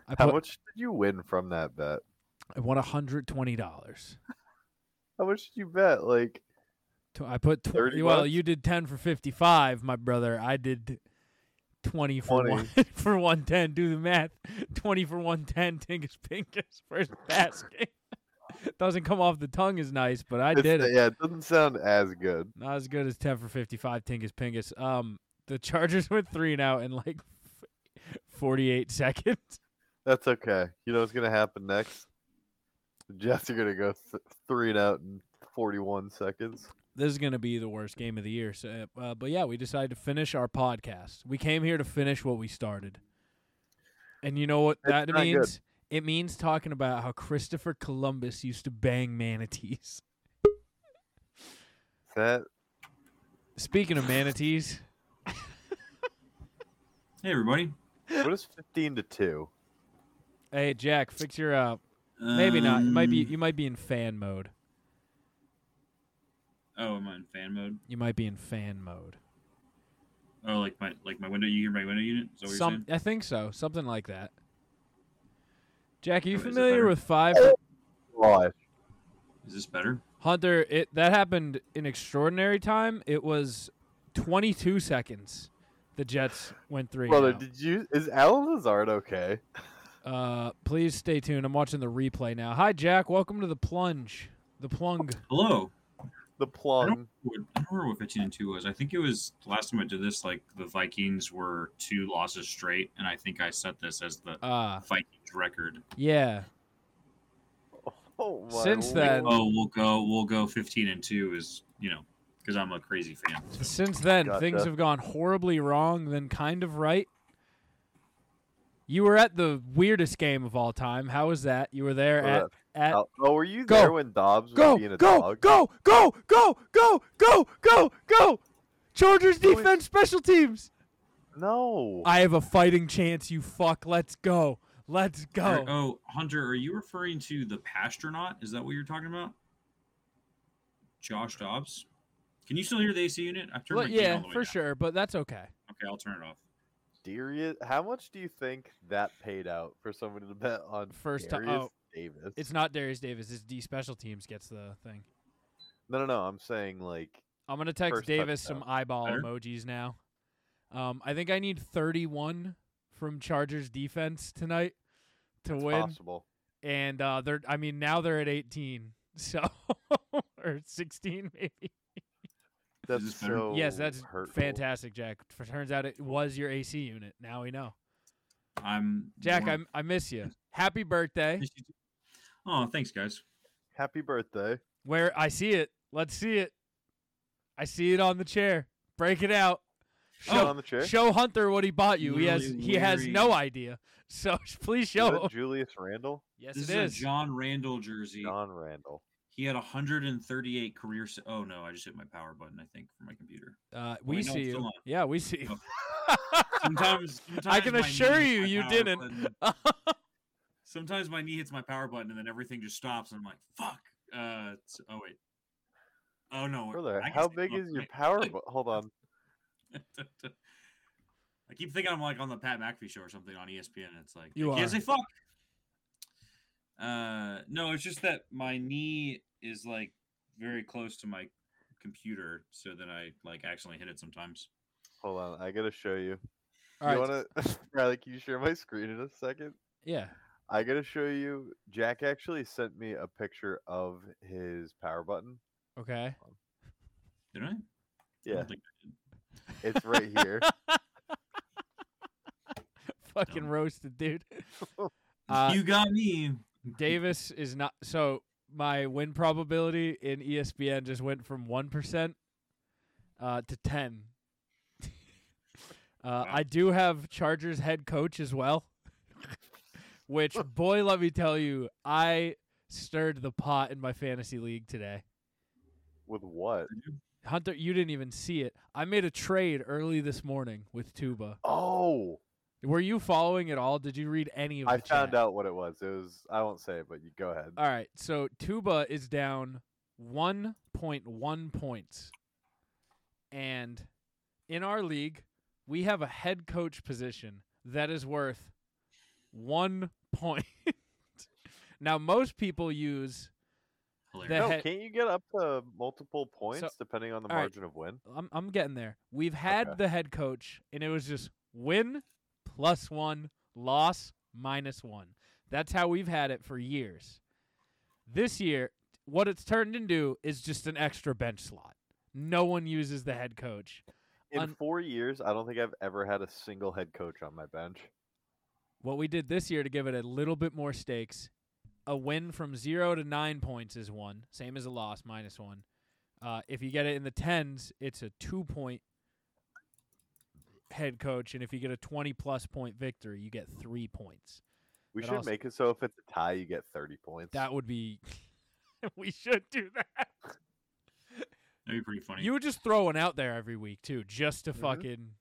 [SPEAKER 2] I
[SPEAKER 1] How
[SPEAKER 2] put
[SPEAKER 1] much did you win from that bet?
[SPEAKER 2] I won hundred twenty dollars.
[SPEAKER 1] How much did you bet? Like
[SPEAKER 2] Tw- I put
[SPEAKER 1] 30
[SPEAKER 2] twenty. Well,
[SPEAKER 1] bucks?
[SPEAKER 2] you did ten for fifty-five, my brother. I did twenty for
[SPEAKER 1] 20. [laughs]
[SPEAKER 2] one [laughs] for one ten. Do the math. Twenty for one ten. Tingus pinkus first basket. [laughs] Doesn't come off the tongue as nice, but I
[SPEAKER 1] it's-
[SPEAKER 2] did it.
[SPEAKER 1] Yeah, it doesn't sound as good.
[SPEAKER 2] Not as good as ten for fifty-five. Tingus pinkus. Um, the [laughs] Chargers went three and out in like [laughs] forty-eight seconds. [laughs]
[SPEAKER 1] That's okay. You know what's gonna happen next? The Jets are gonna go th- three and out in 41 seconds.
[SPEAKER 2] this is going to be the worst game of the year. So, uh, but yeah, we decided to finish our podcast. We came here to finish what we started, and you know what
[SPEAKER 1] It's
[SPEAKER 2] that
[SPEAKER 1] not good.
[SPEAKER 2] means? It means talking about how Christopher Columbus used to bang manatees. [laughs]
[SPEAKER 1] That
[SPEAKER 2] Speaking of manatees,
[SPEAKER 6] Hey, everybody.
[SPEAKER 1] what is 15 to two?
[SPEAKER 2] hey Jack, fix your uh, maybe not. You might be
[SPEAKER 6] Um,
[SPEAKER 2] you might be in fan mode.
[SPEAKER 6] Oh, am I in fan mode?
[SPEAKER 2] You might be in fan mode.
[SPEAKER 6] Oh, like my like my window. You hear my window unit? Is that what you're
[SPEAKER 2] Some
[SPEAKER 6] saying?
[SPEAKER 2] I think so, something like that. Jack, are you
[SPEAKER 6] Oh, is it
[SPEAKER 2] familiar
[SPEAKER 6] better?
[SPEAKER 2] with five
[SPEAKER 1] Why?
[SPEAKER 6] Is this better?
[SPEAKER 2] Hunter, it that happened in extraordinary time. It was 22 seconds. The Jets went three. and
[SPEAKER 1] Brother,
[SPEAKER 2] out.
[SPEAKER 1] did you is Alan Lazard okay?
[SPEAKER 2] uh, please stay tuned. I'm watching the replay now. Hi, Jack. Welcome to the plunge. The plung.
[SPEAKER 6] Hello.
[SPEAKER 1] The plum.
[SPEAKER 6] What- I don't remember what 15 and 2 was. I think it was the last time I did this, like the Vikings were two losses straight, and I think I set this as the
[SPEAKER 2] Uh,
[SPEAKER 6] Vikings record.
[SPEAKER 2] yeah.
[SPEAKER 1] Oh my
[SPEAKER 2] Since then-
[SPEAKER 1] lord.
[SPEAKER 6] Oh, we'll go we'll go 15 and 2 is, you know, because I'm a crazy fan. So.
[SPEAKER 2] Since then, things
[SPEAKER 1] Gotcha.
[SPEAKER 2] have gone horribly wrong, then kind of right. You were at the weirdest game of all time. How was that? You were there at
[SPEAKER 1] Brother,
[SPEAKER 2] at
[SPEAKER 1] Al- oh, were you
[SPEAKER 2] Go.
[SPEAKER 1] there when Dobbs was
[SPEAKER 2] go,
[SPEAKER 1] being a
[SPEAKER 2] go,
[SPEAKER 1] dog?
[SPEAKER 2] go, go, go, go, go, go, go. Chargers
[SPEAKER 1] Who is-
[SPEAKER 2] defense, special teams.
[SPEAKER 1] No.
[SPEAKER 2] I have a fighting chance, you fuck. Let's go. Let's
[SPEAKER 6] Are-
[SPEAKER 2] go.
[SPEAKER 6] oh, Hunter, are you referring to the Pastronaut? Is that what you're talking about? Josh Dobbs? Can you still hear the AC unit? I've turned
[SPEAKER 2] Well,
[SPEAKER 6] my gain all
[SPEAKER 2] yeah,
[SPEAKER 6] the way
[SPEAKER 2] for
[SPEAKER 6] down.
[SPEAKER 2] sure, but that's okay.
[SPEAKER 6] Okay, I'll turn it off.
[SPEAKER 1] Darius, how much do you think that paid out for somebody to bet on
[SPEAKER 2] First ti-
[SPEAKER 1] Darius
[SPEAKER 2] oh,
[SPEAKER 1] Davis?
[SPEAKER 2] It's not Darius Davis. It's D special teams gets the thing.
[SPEAKER 1] No, no, no. I'm saying like
[SPEAKER 2] I'm gonna text
[SPEAKER 1] First
[SPEAKER 2] Davis
[SPEAKER 1] touchdown.
[SPEAKER 2] some eyeball
[SPEAKER 6] Better?
[SPEAKER 2] emojis now. Um, I think I need 31 from Chargers defense tonight to
[SPEAKER 1] it's
[SPEAKER 2] win.
[SPEAKER 1] possible.
[SPEAKER 2] and uh, they're I mean now they're at 18, [laughs] so or 16 maybe.
[SPEAKER 1] That's
[SPEAKER 6] this better?
[SPEAKER 1] so
[SPEAKER 2] yes, that's
[SPEAKER 1] hurtful.
[SPEAKER 2] fantastic, Jack. F- Turns out it was your AC unit. Now we know,
[SPEAKER 6] I'm
[SPEAKER 2] Jack.
[SPEAKER 6] more- [laughs]
[SPEAKER 2] I I miss you. Happy birthday.
[SPEAKER 6] Oh, thanks, guys.
[SPEAKER 1] Happy
[SPEAKER 2] Oh,
[SPEAKER 1] birthday.
[SPEAKER 2] Where I see it, let's see it. I see it on the chair. Break it out.
[SPEAKER 1] Sit
[SPEAKER 2] Show,
[SPEAKER 1] on the chair.
[SPEAKER 2] show Hunter what he bought you. He has
[SPEAKER 6] Literally
[SPEAKER 2] he has
[SPEAKER 6] wearing-
[SPEAKER 2] no idea. [laughs] So please
[SPEAKER 1] Is
[SPEAKER 2] show.
[SPEAKER 1] that
[SPEAKER 2] him.
[SPEAKER 1] Julius Randall?
[SPEAKER 2] Yes,
[SPEAKER 6] this
[SPEAKER 2] it
[SPEAKER 6] is,
[SPEAKER 2] is.
[SPEAKER 6] a John Randall jersey.
[SPEAKER 1] John
[SPEAKER 2] [laughs]
[SPEAKER 1] Randall.
[SPEAKER 6] He had 138 career. s oh no, I just hit my power button. I think for my computer.
[SPEAKER 2] Uh, we
[SPEAKER 6] Wait, no,
[SPEAKER 2] see
[SPEAKER 6] it's still
[SPEAKER 2] you.
[SPEAKER 6] on.
[SPEAKER 2] Yeah, we see you. [laughs]
[SPEAKER 6] Sometimes, sometimes
[SPEAKER 2] can
[SPEAKER 6] my knee
[SPEAKER 2] assure
[SPEAKER 6] hits
[SPEAKER 2] you,
[SPEAKER 6] my
[SPEAKER 2] you
[SPEAKER 6] power
[SPEAKER 2] didn't.
[SPEAKER 6] button.
[SPEAKER 2] [laughs]
[SPEAKER 6] Sometimes my knee hits my power button and then everything just stops. And I'm like, fuck. Uh, it's- oh wait. Oh no.
[SPEAKER 1] Brother,
[SPEAKER 6] I can
[SPEAKER 1] how
[SPEAKER 6] see-
[SPEAKER 1] big
[SPEAKER 6] oh,
[SPEAKER 1] is your
[SPEAKER 6] wait.
[SPEAKER 1] power? bu- Hold on.
[SPEAKER 6] I keep thinking I'm like on the Pat McAfee show or something on E ESPN. And it's like
[SPEAKER 2] You
[SPEAKER 6] I
[SPEAKER 2] are.
[SPEAKER 6] can't say fuck. Uh, no, it's just that my knee is like very close to my computer, so that I like accidentally hit it sometimes.
[SPEAKER 1] Hold on, I gotta show you.
[SPEAKER 2] All
[SPEAKER 1] you
[SPEAKER 2] right.
[SPEAKER 1] wanna [laughs] Riley, can you share my screen in a second?
[SPEAKER 2] Yeah.
[SPEAKER 1] I gotta show you. Jack actually sent me a picture of his power button.
[SPEAKER 2] Okay. [laughs]
[SPEAKER 6] Did I? I? don't
[SPEAKER 1] Yeah,
[SPEAKER 6] think I did.
[SPEAKER 1] it's right here.
[SPEAKER 2] Fucking
[SPEAKER 6] Dumb.
[SPEAKER 1] [laughs]
[SPEAKER 2] roasted, dude. Uh,
[SPEAKER 6] you got me.
[SPEAKER 2] Davis is not. So my win probability in E ESPN just went from one percent uh, to ten. [laughs] uh, I do have Chargers head coach as well, [laughs]
[SPEAKER 1] [laughs]
[SPEAKER 2] which boy, let me tell you, I stirred the pot in my fantasy league today.
[SPEAKER 1] With what?
[SPEAKER 2] Hunter, you didn't even see it. I made a trade early this morning with Tuba.
[SPEAKER 1] Oh,
[SPEAKER 2] Were you following at all? Did you read any of?
[SPEAKER 1] I
[SPEAKER 2] the
[SPEAKER 1] found
[SPEAKER 2] chat?
[SPEAKER 1] out what it was. It was. I won't say it, but you go ahead.
[SPEAKER 2] All right, so Tuba is down 1.1 points. And in our league, we have a head coach position that is worth 1 point. [laughs] now most people use
[SPEAKER 6] Hilarious.
[SPEAKER 1] no,
[SPEAKER 2] the head
[SPEAKER 1] can't you get up to multiple points depending on the
[SPEAKER 2] all right.
[SPEAKER 1] margin of win?
[SPEAKER 2] I'm I'm getting there. We've had
[SPEAKER 1] Okay.
[SPEAKER 2] the head coach and it was just win plus 1, loss minus 1. That's how we've had it for years. This year, what it's turned into is just an extra bench slot. No one uses the head coach.
[SPEAKER 1] In
[SPEAKER 2] Un-
[SPEAKER 1] four years, I don't think I've ever had a single head coach on my bench.
[SPEAKER 2] What we did this year to give it a little bit more stakes, a win from 0 to 9 points is 1, same as a loss minus 1. Uh, if you get it in the 10s, it's a 2 point head coach and if you get a 20 plus point victory, you get 3 points.
[SPEAKER 1] We
[SPEAKER 2] That
[SPEAKER 1] should
[SPEAKER 2] also-
[SPEAKER 1] make it so if it's a tie, you get thirty points.
[SPEAKER 2] That would be [laughs] we should do that.
[SPEAKER 6] That'd be pretty funny.
[SPEAKER 2] You were just throwing out there every week too, just to
[SPEAKER 1] Mhm.
[SPEAKER 2] fucking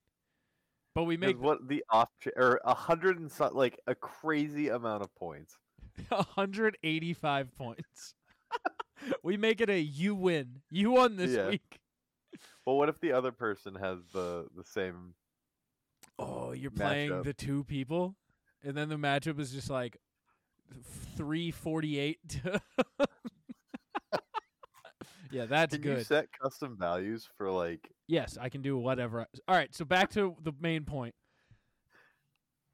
[SPEAKER 2] But we
[SPEAKER 1] Is
[SPEAKER 2] make
[SPEAKER 1] what the off or a hundred and so, like a crazy amount of points.
[SPEAKER 2] [laughs] 185 points. [laughs] we make it a you win. You won this
[SPEAKER 1] Yeah.
[SPEAKER 2] week.
[SPEAKER 1] But what if the other person has the the same?
[SPEAKER 2] Oh, you're playing
[SPEAKER 1] Matchup.
[SPEAKER 2] the two people, and then the matchup is just like three forty-eight. [laughs] to yeah, that's
[SPEAKER 1] Can
[SPEAKER 2] good.
[SPEAKER 1] you set custom values for like?
[SPEAKER 2] yes, I can do whatever. I- All right, so back to the main point.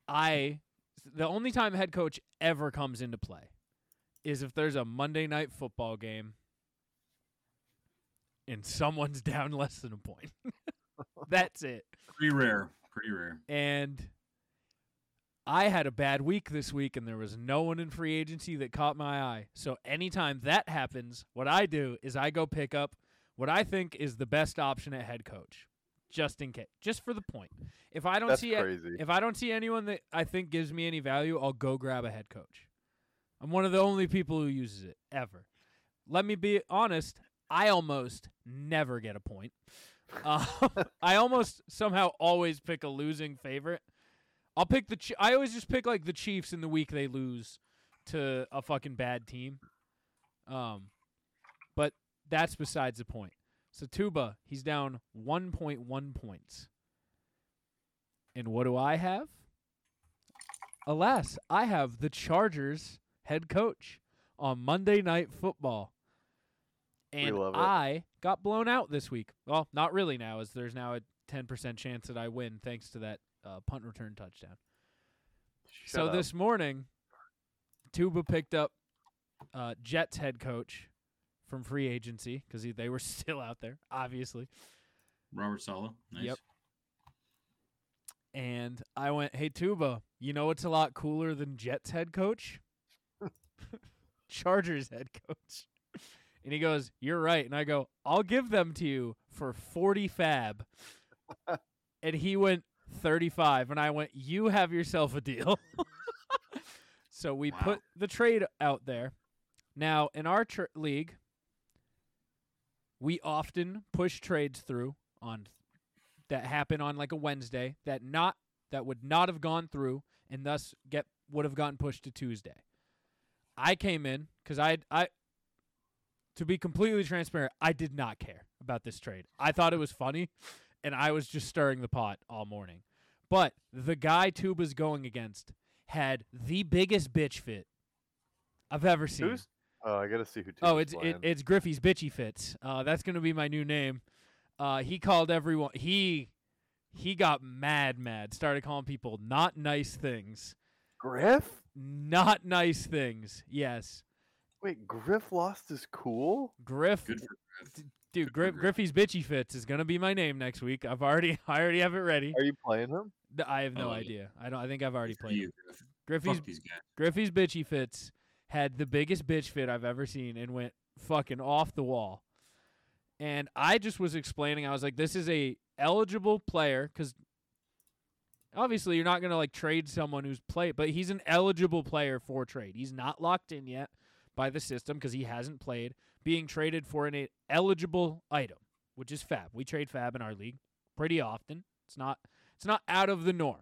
[SPEAKER 2] I the only time head coach ever comes into play is if there's a Monday night football game and someone's [laughs] down less than a point. [laughs] that's it.
[SPEAKER 6] pretty rare. Pretty rare.
[SPEAKER 2] And I had a bad week this week, and there was no one in free agency that caught my eye. So anytime that happens, what I do is I go pick up what I think is the best option at head coach, just in case, just for the point. If I don't
[SPEAKER 1] That's
[SPEAKER 2] see it,
[SPEAKER 1] crazy.
[SPEAKER 2] if I don't see anyone that I think gives me any value, I'll go grab a head coach. I'm one of the only people who uses it ever. Let me be honest. I almost never get a point. [laughs] Uh, I almost somehow always pick a losing favorite. I'll pick the. Chi- I always just pick like the Chiefs in the week they lose to a fucking bad team. Um, but that's besides the point. So Tuba, he's down 1.1 points. And what do I have? Alas, I have the Chargers head coach on Monday Night Football. And
[SPEAKER 1] love it.
[SPEAKER 2] I got blown out this week. Well, not really now, as there's now a 10% chance that I win thanks to that uh, punt return touchdown. so
[SPEAKER 1] shut up?
[SPEAKER 2] this morning, Tuba picked up uh, Jets head coach from free agency because they were [laughs] still out there, obviously.
[SPEAKER 6] Robert Sala. Nice.
[SPEAKER 2] Yep. And I went, "Hey Tuba, you know what's a lot cooler than Jets head coach? Chargers head coach." And he goes, "You're right." And I go, "I'll give them to you for 40 fab." and he went 35 and I went, "You have yourself a deal." [laughs] so we
[SPEAKER 6] Wow.
[SPEAKER 2] put the trade out there. Now, in our tr- league, we often push trades through on that happen on like a Wednesday that not that would not have gone through and thus get would have gotten pushed to Tuesday. I came in because I I to be completely transparent, I did not care about this trade. I thought it was funny, and I was just stirring the pot all morning. But the guy Tuba's going against had the biggest bitch fit I've ever seen.
[SPEAKER 1] Who's? Oh, I gotta see who.
[SPEAKER 2] Oh,
[SPEAKER 1] Tuba's
[SPEAKER 2] it's it,
[SPEAKER 1] playing.
[SPEAKER 2] it's Griffey's bitchy fits. Uh, that's gonna be my new name. Uh, he called everyone. He he got mad, mad. Started calling people not nice things,
[SPEAKER 1] Griff.
[SPEAKER 2] not nice things. Yes,
[SPEAKER 1] Wait, Griff lost his cool.
[SPEAKER 2] Griff,
[SPEAKER 6] Good for Griff.
[SPEAKER 2] dude,
[SPEAKER 6] good for
[SPEAKER 2] Griff,
[SPEAKER 6] Griff.
[SPEAKER 2] Griffey's bitchy fits is gonna be my name next week. I've already [laughs] I already have it ready.
[SPEAKER 1] Are you playing him?
[SPEAKER 2] Th- I have no
[SPEAKER 6] Oh, yeah.
[SPEAKER 2] idea. I don't. I think I've already
[SPEAKER 6] Good for
[SPEAKER 2] played.
[SPEAKER 6] you,
[SPEAKER 2] it.
[SPEAKER 6] Griff.
[SPEAKER 2] Griffey's
[SPEAKER 6] Fuck these guys.
[SPEAKER 2] Griffey's bitchy fits had the biggest bitch fit I've ever seen and went fucking off the wall. And I just was explaining, I was like, this is a eligible player because obviously you're not gonna like trade someone who's played, but he's an eligible player for trade. He's not locked in yet by the system because he hasn't played. Being traded for an eligible item, which is Fab. We trade Fab in our league pretty often. It's not it's not out of the norm.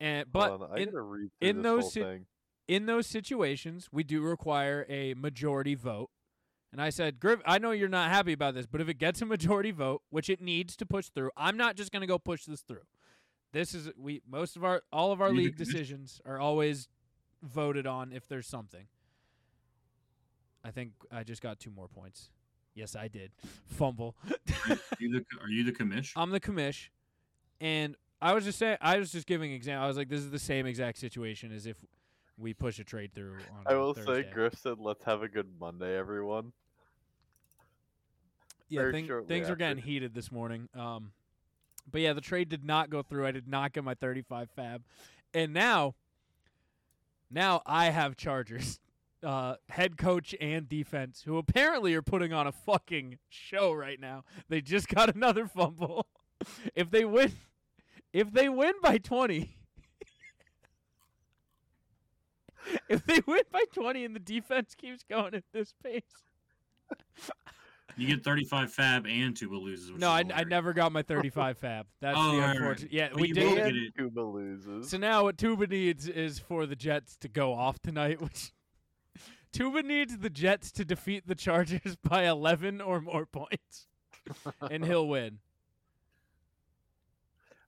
[SPEAKER 2] And but
[SPEAKER 1] Hold on, I
[SPEAKER 2] in,
[SPEAKER 1] gotta read through
[SPEAKER 2] in
[SPEAKER 1] this
[SPEAKER 2] those
[SPEAKER 1] whole
[SPEAKER 2] si-
[SPEAKER 1] thing.
[SPEAKER 2] in those situations, we do require a majority vote. And I said, Griff, I know you're not happy about this, but if it gets a majority vote, which it needs to push through, I'm not just going to go push this through. This is we most of our all of our
[SPEAKER 6] Neither
[SPEAKER 2] league
[SPEAKER 6] can I.
[SPEAKER 2] decisions are always voted on if there's something. I think I just got two more points. Yes, I did. Fumble. [laughs]
[SPEAKER 6] Are you the, are you the commish?
[SPEAKER 2] I'm the commish, and I was just saying, I was just giving example. I was like, this is the same exact situation as if we push a trade through. On
[SPEAKER 1] I will
[SPEAKER 2] Oh, Thursday.
[SPEAKER 1] say, Griff said, "Let's have a good Monday, everyone."
[SPEAKER 2] yeah,
[SPEAKER 1] very
[SPEAKER 2] thing-
[SPEAKER 1] shortly
[SPEAKER 2] things were getting
[SPEAKER 1] after.
[SPEAKER 2] heated this morning. Um, but yeah, the trade did not go through. I did not get my 35 fab, and now, now I have Chargers. [laughs] Uh, head coach and defense, who apparently are putting on a fucking show right now. They just got [laughs] another fumble. if they win, if they win by 20, [laughs] if they win by 20 and the defense keeps going at this pace,
[SPEAKER 6] You get 35 fab and Tuba loses. Which
[SPEAKER 2] No,
[SPEAKER 6] is
[SPEAKER 2] I, I
[SPEAKER 6] hilarious.
[SPEAKER 2] never got my 35 fab. That's
[SPEAKER 6] Oh,
[SPEAKER 2] the
[SPEAKER 6] right, right.
[SPEAKER 2] unfortunate. Yeah,
[SPEAKER 6] But
[SPEAKER 2] we
[SPEAKER 6] you
[SPEAKER 2] did.
[SPEAKER 6] will
[SPEAKER 1] And
[SPEAKER 6] it.
[SPEAKER 1] Tuba loses.
[SPEAKER 2] So now what Tuba needs is for the Jets to go off tonight, [laughs] which Tuba needs the Jets to defeat the Chargers [laughs] by 11 or more points, and he'll win.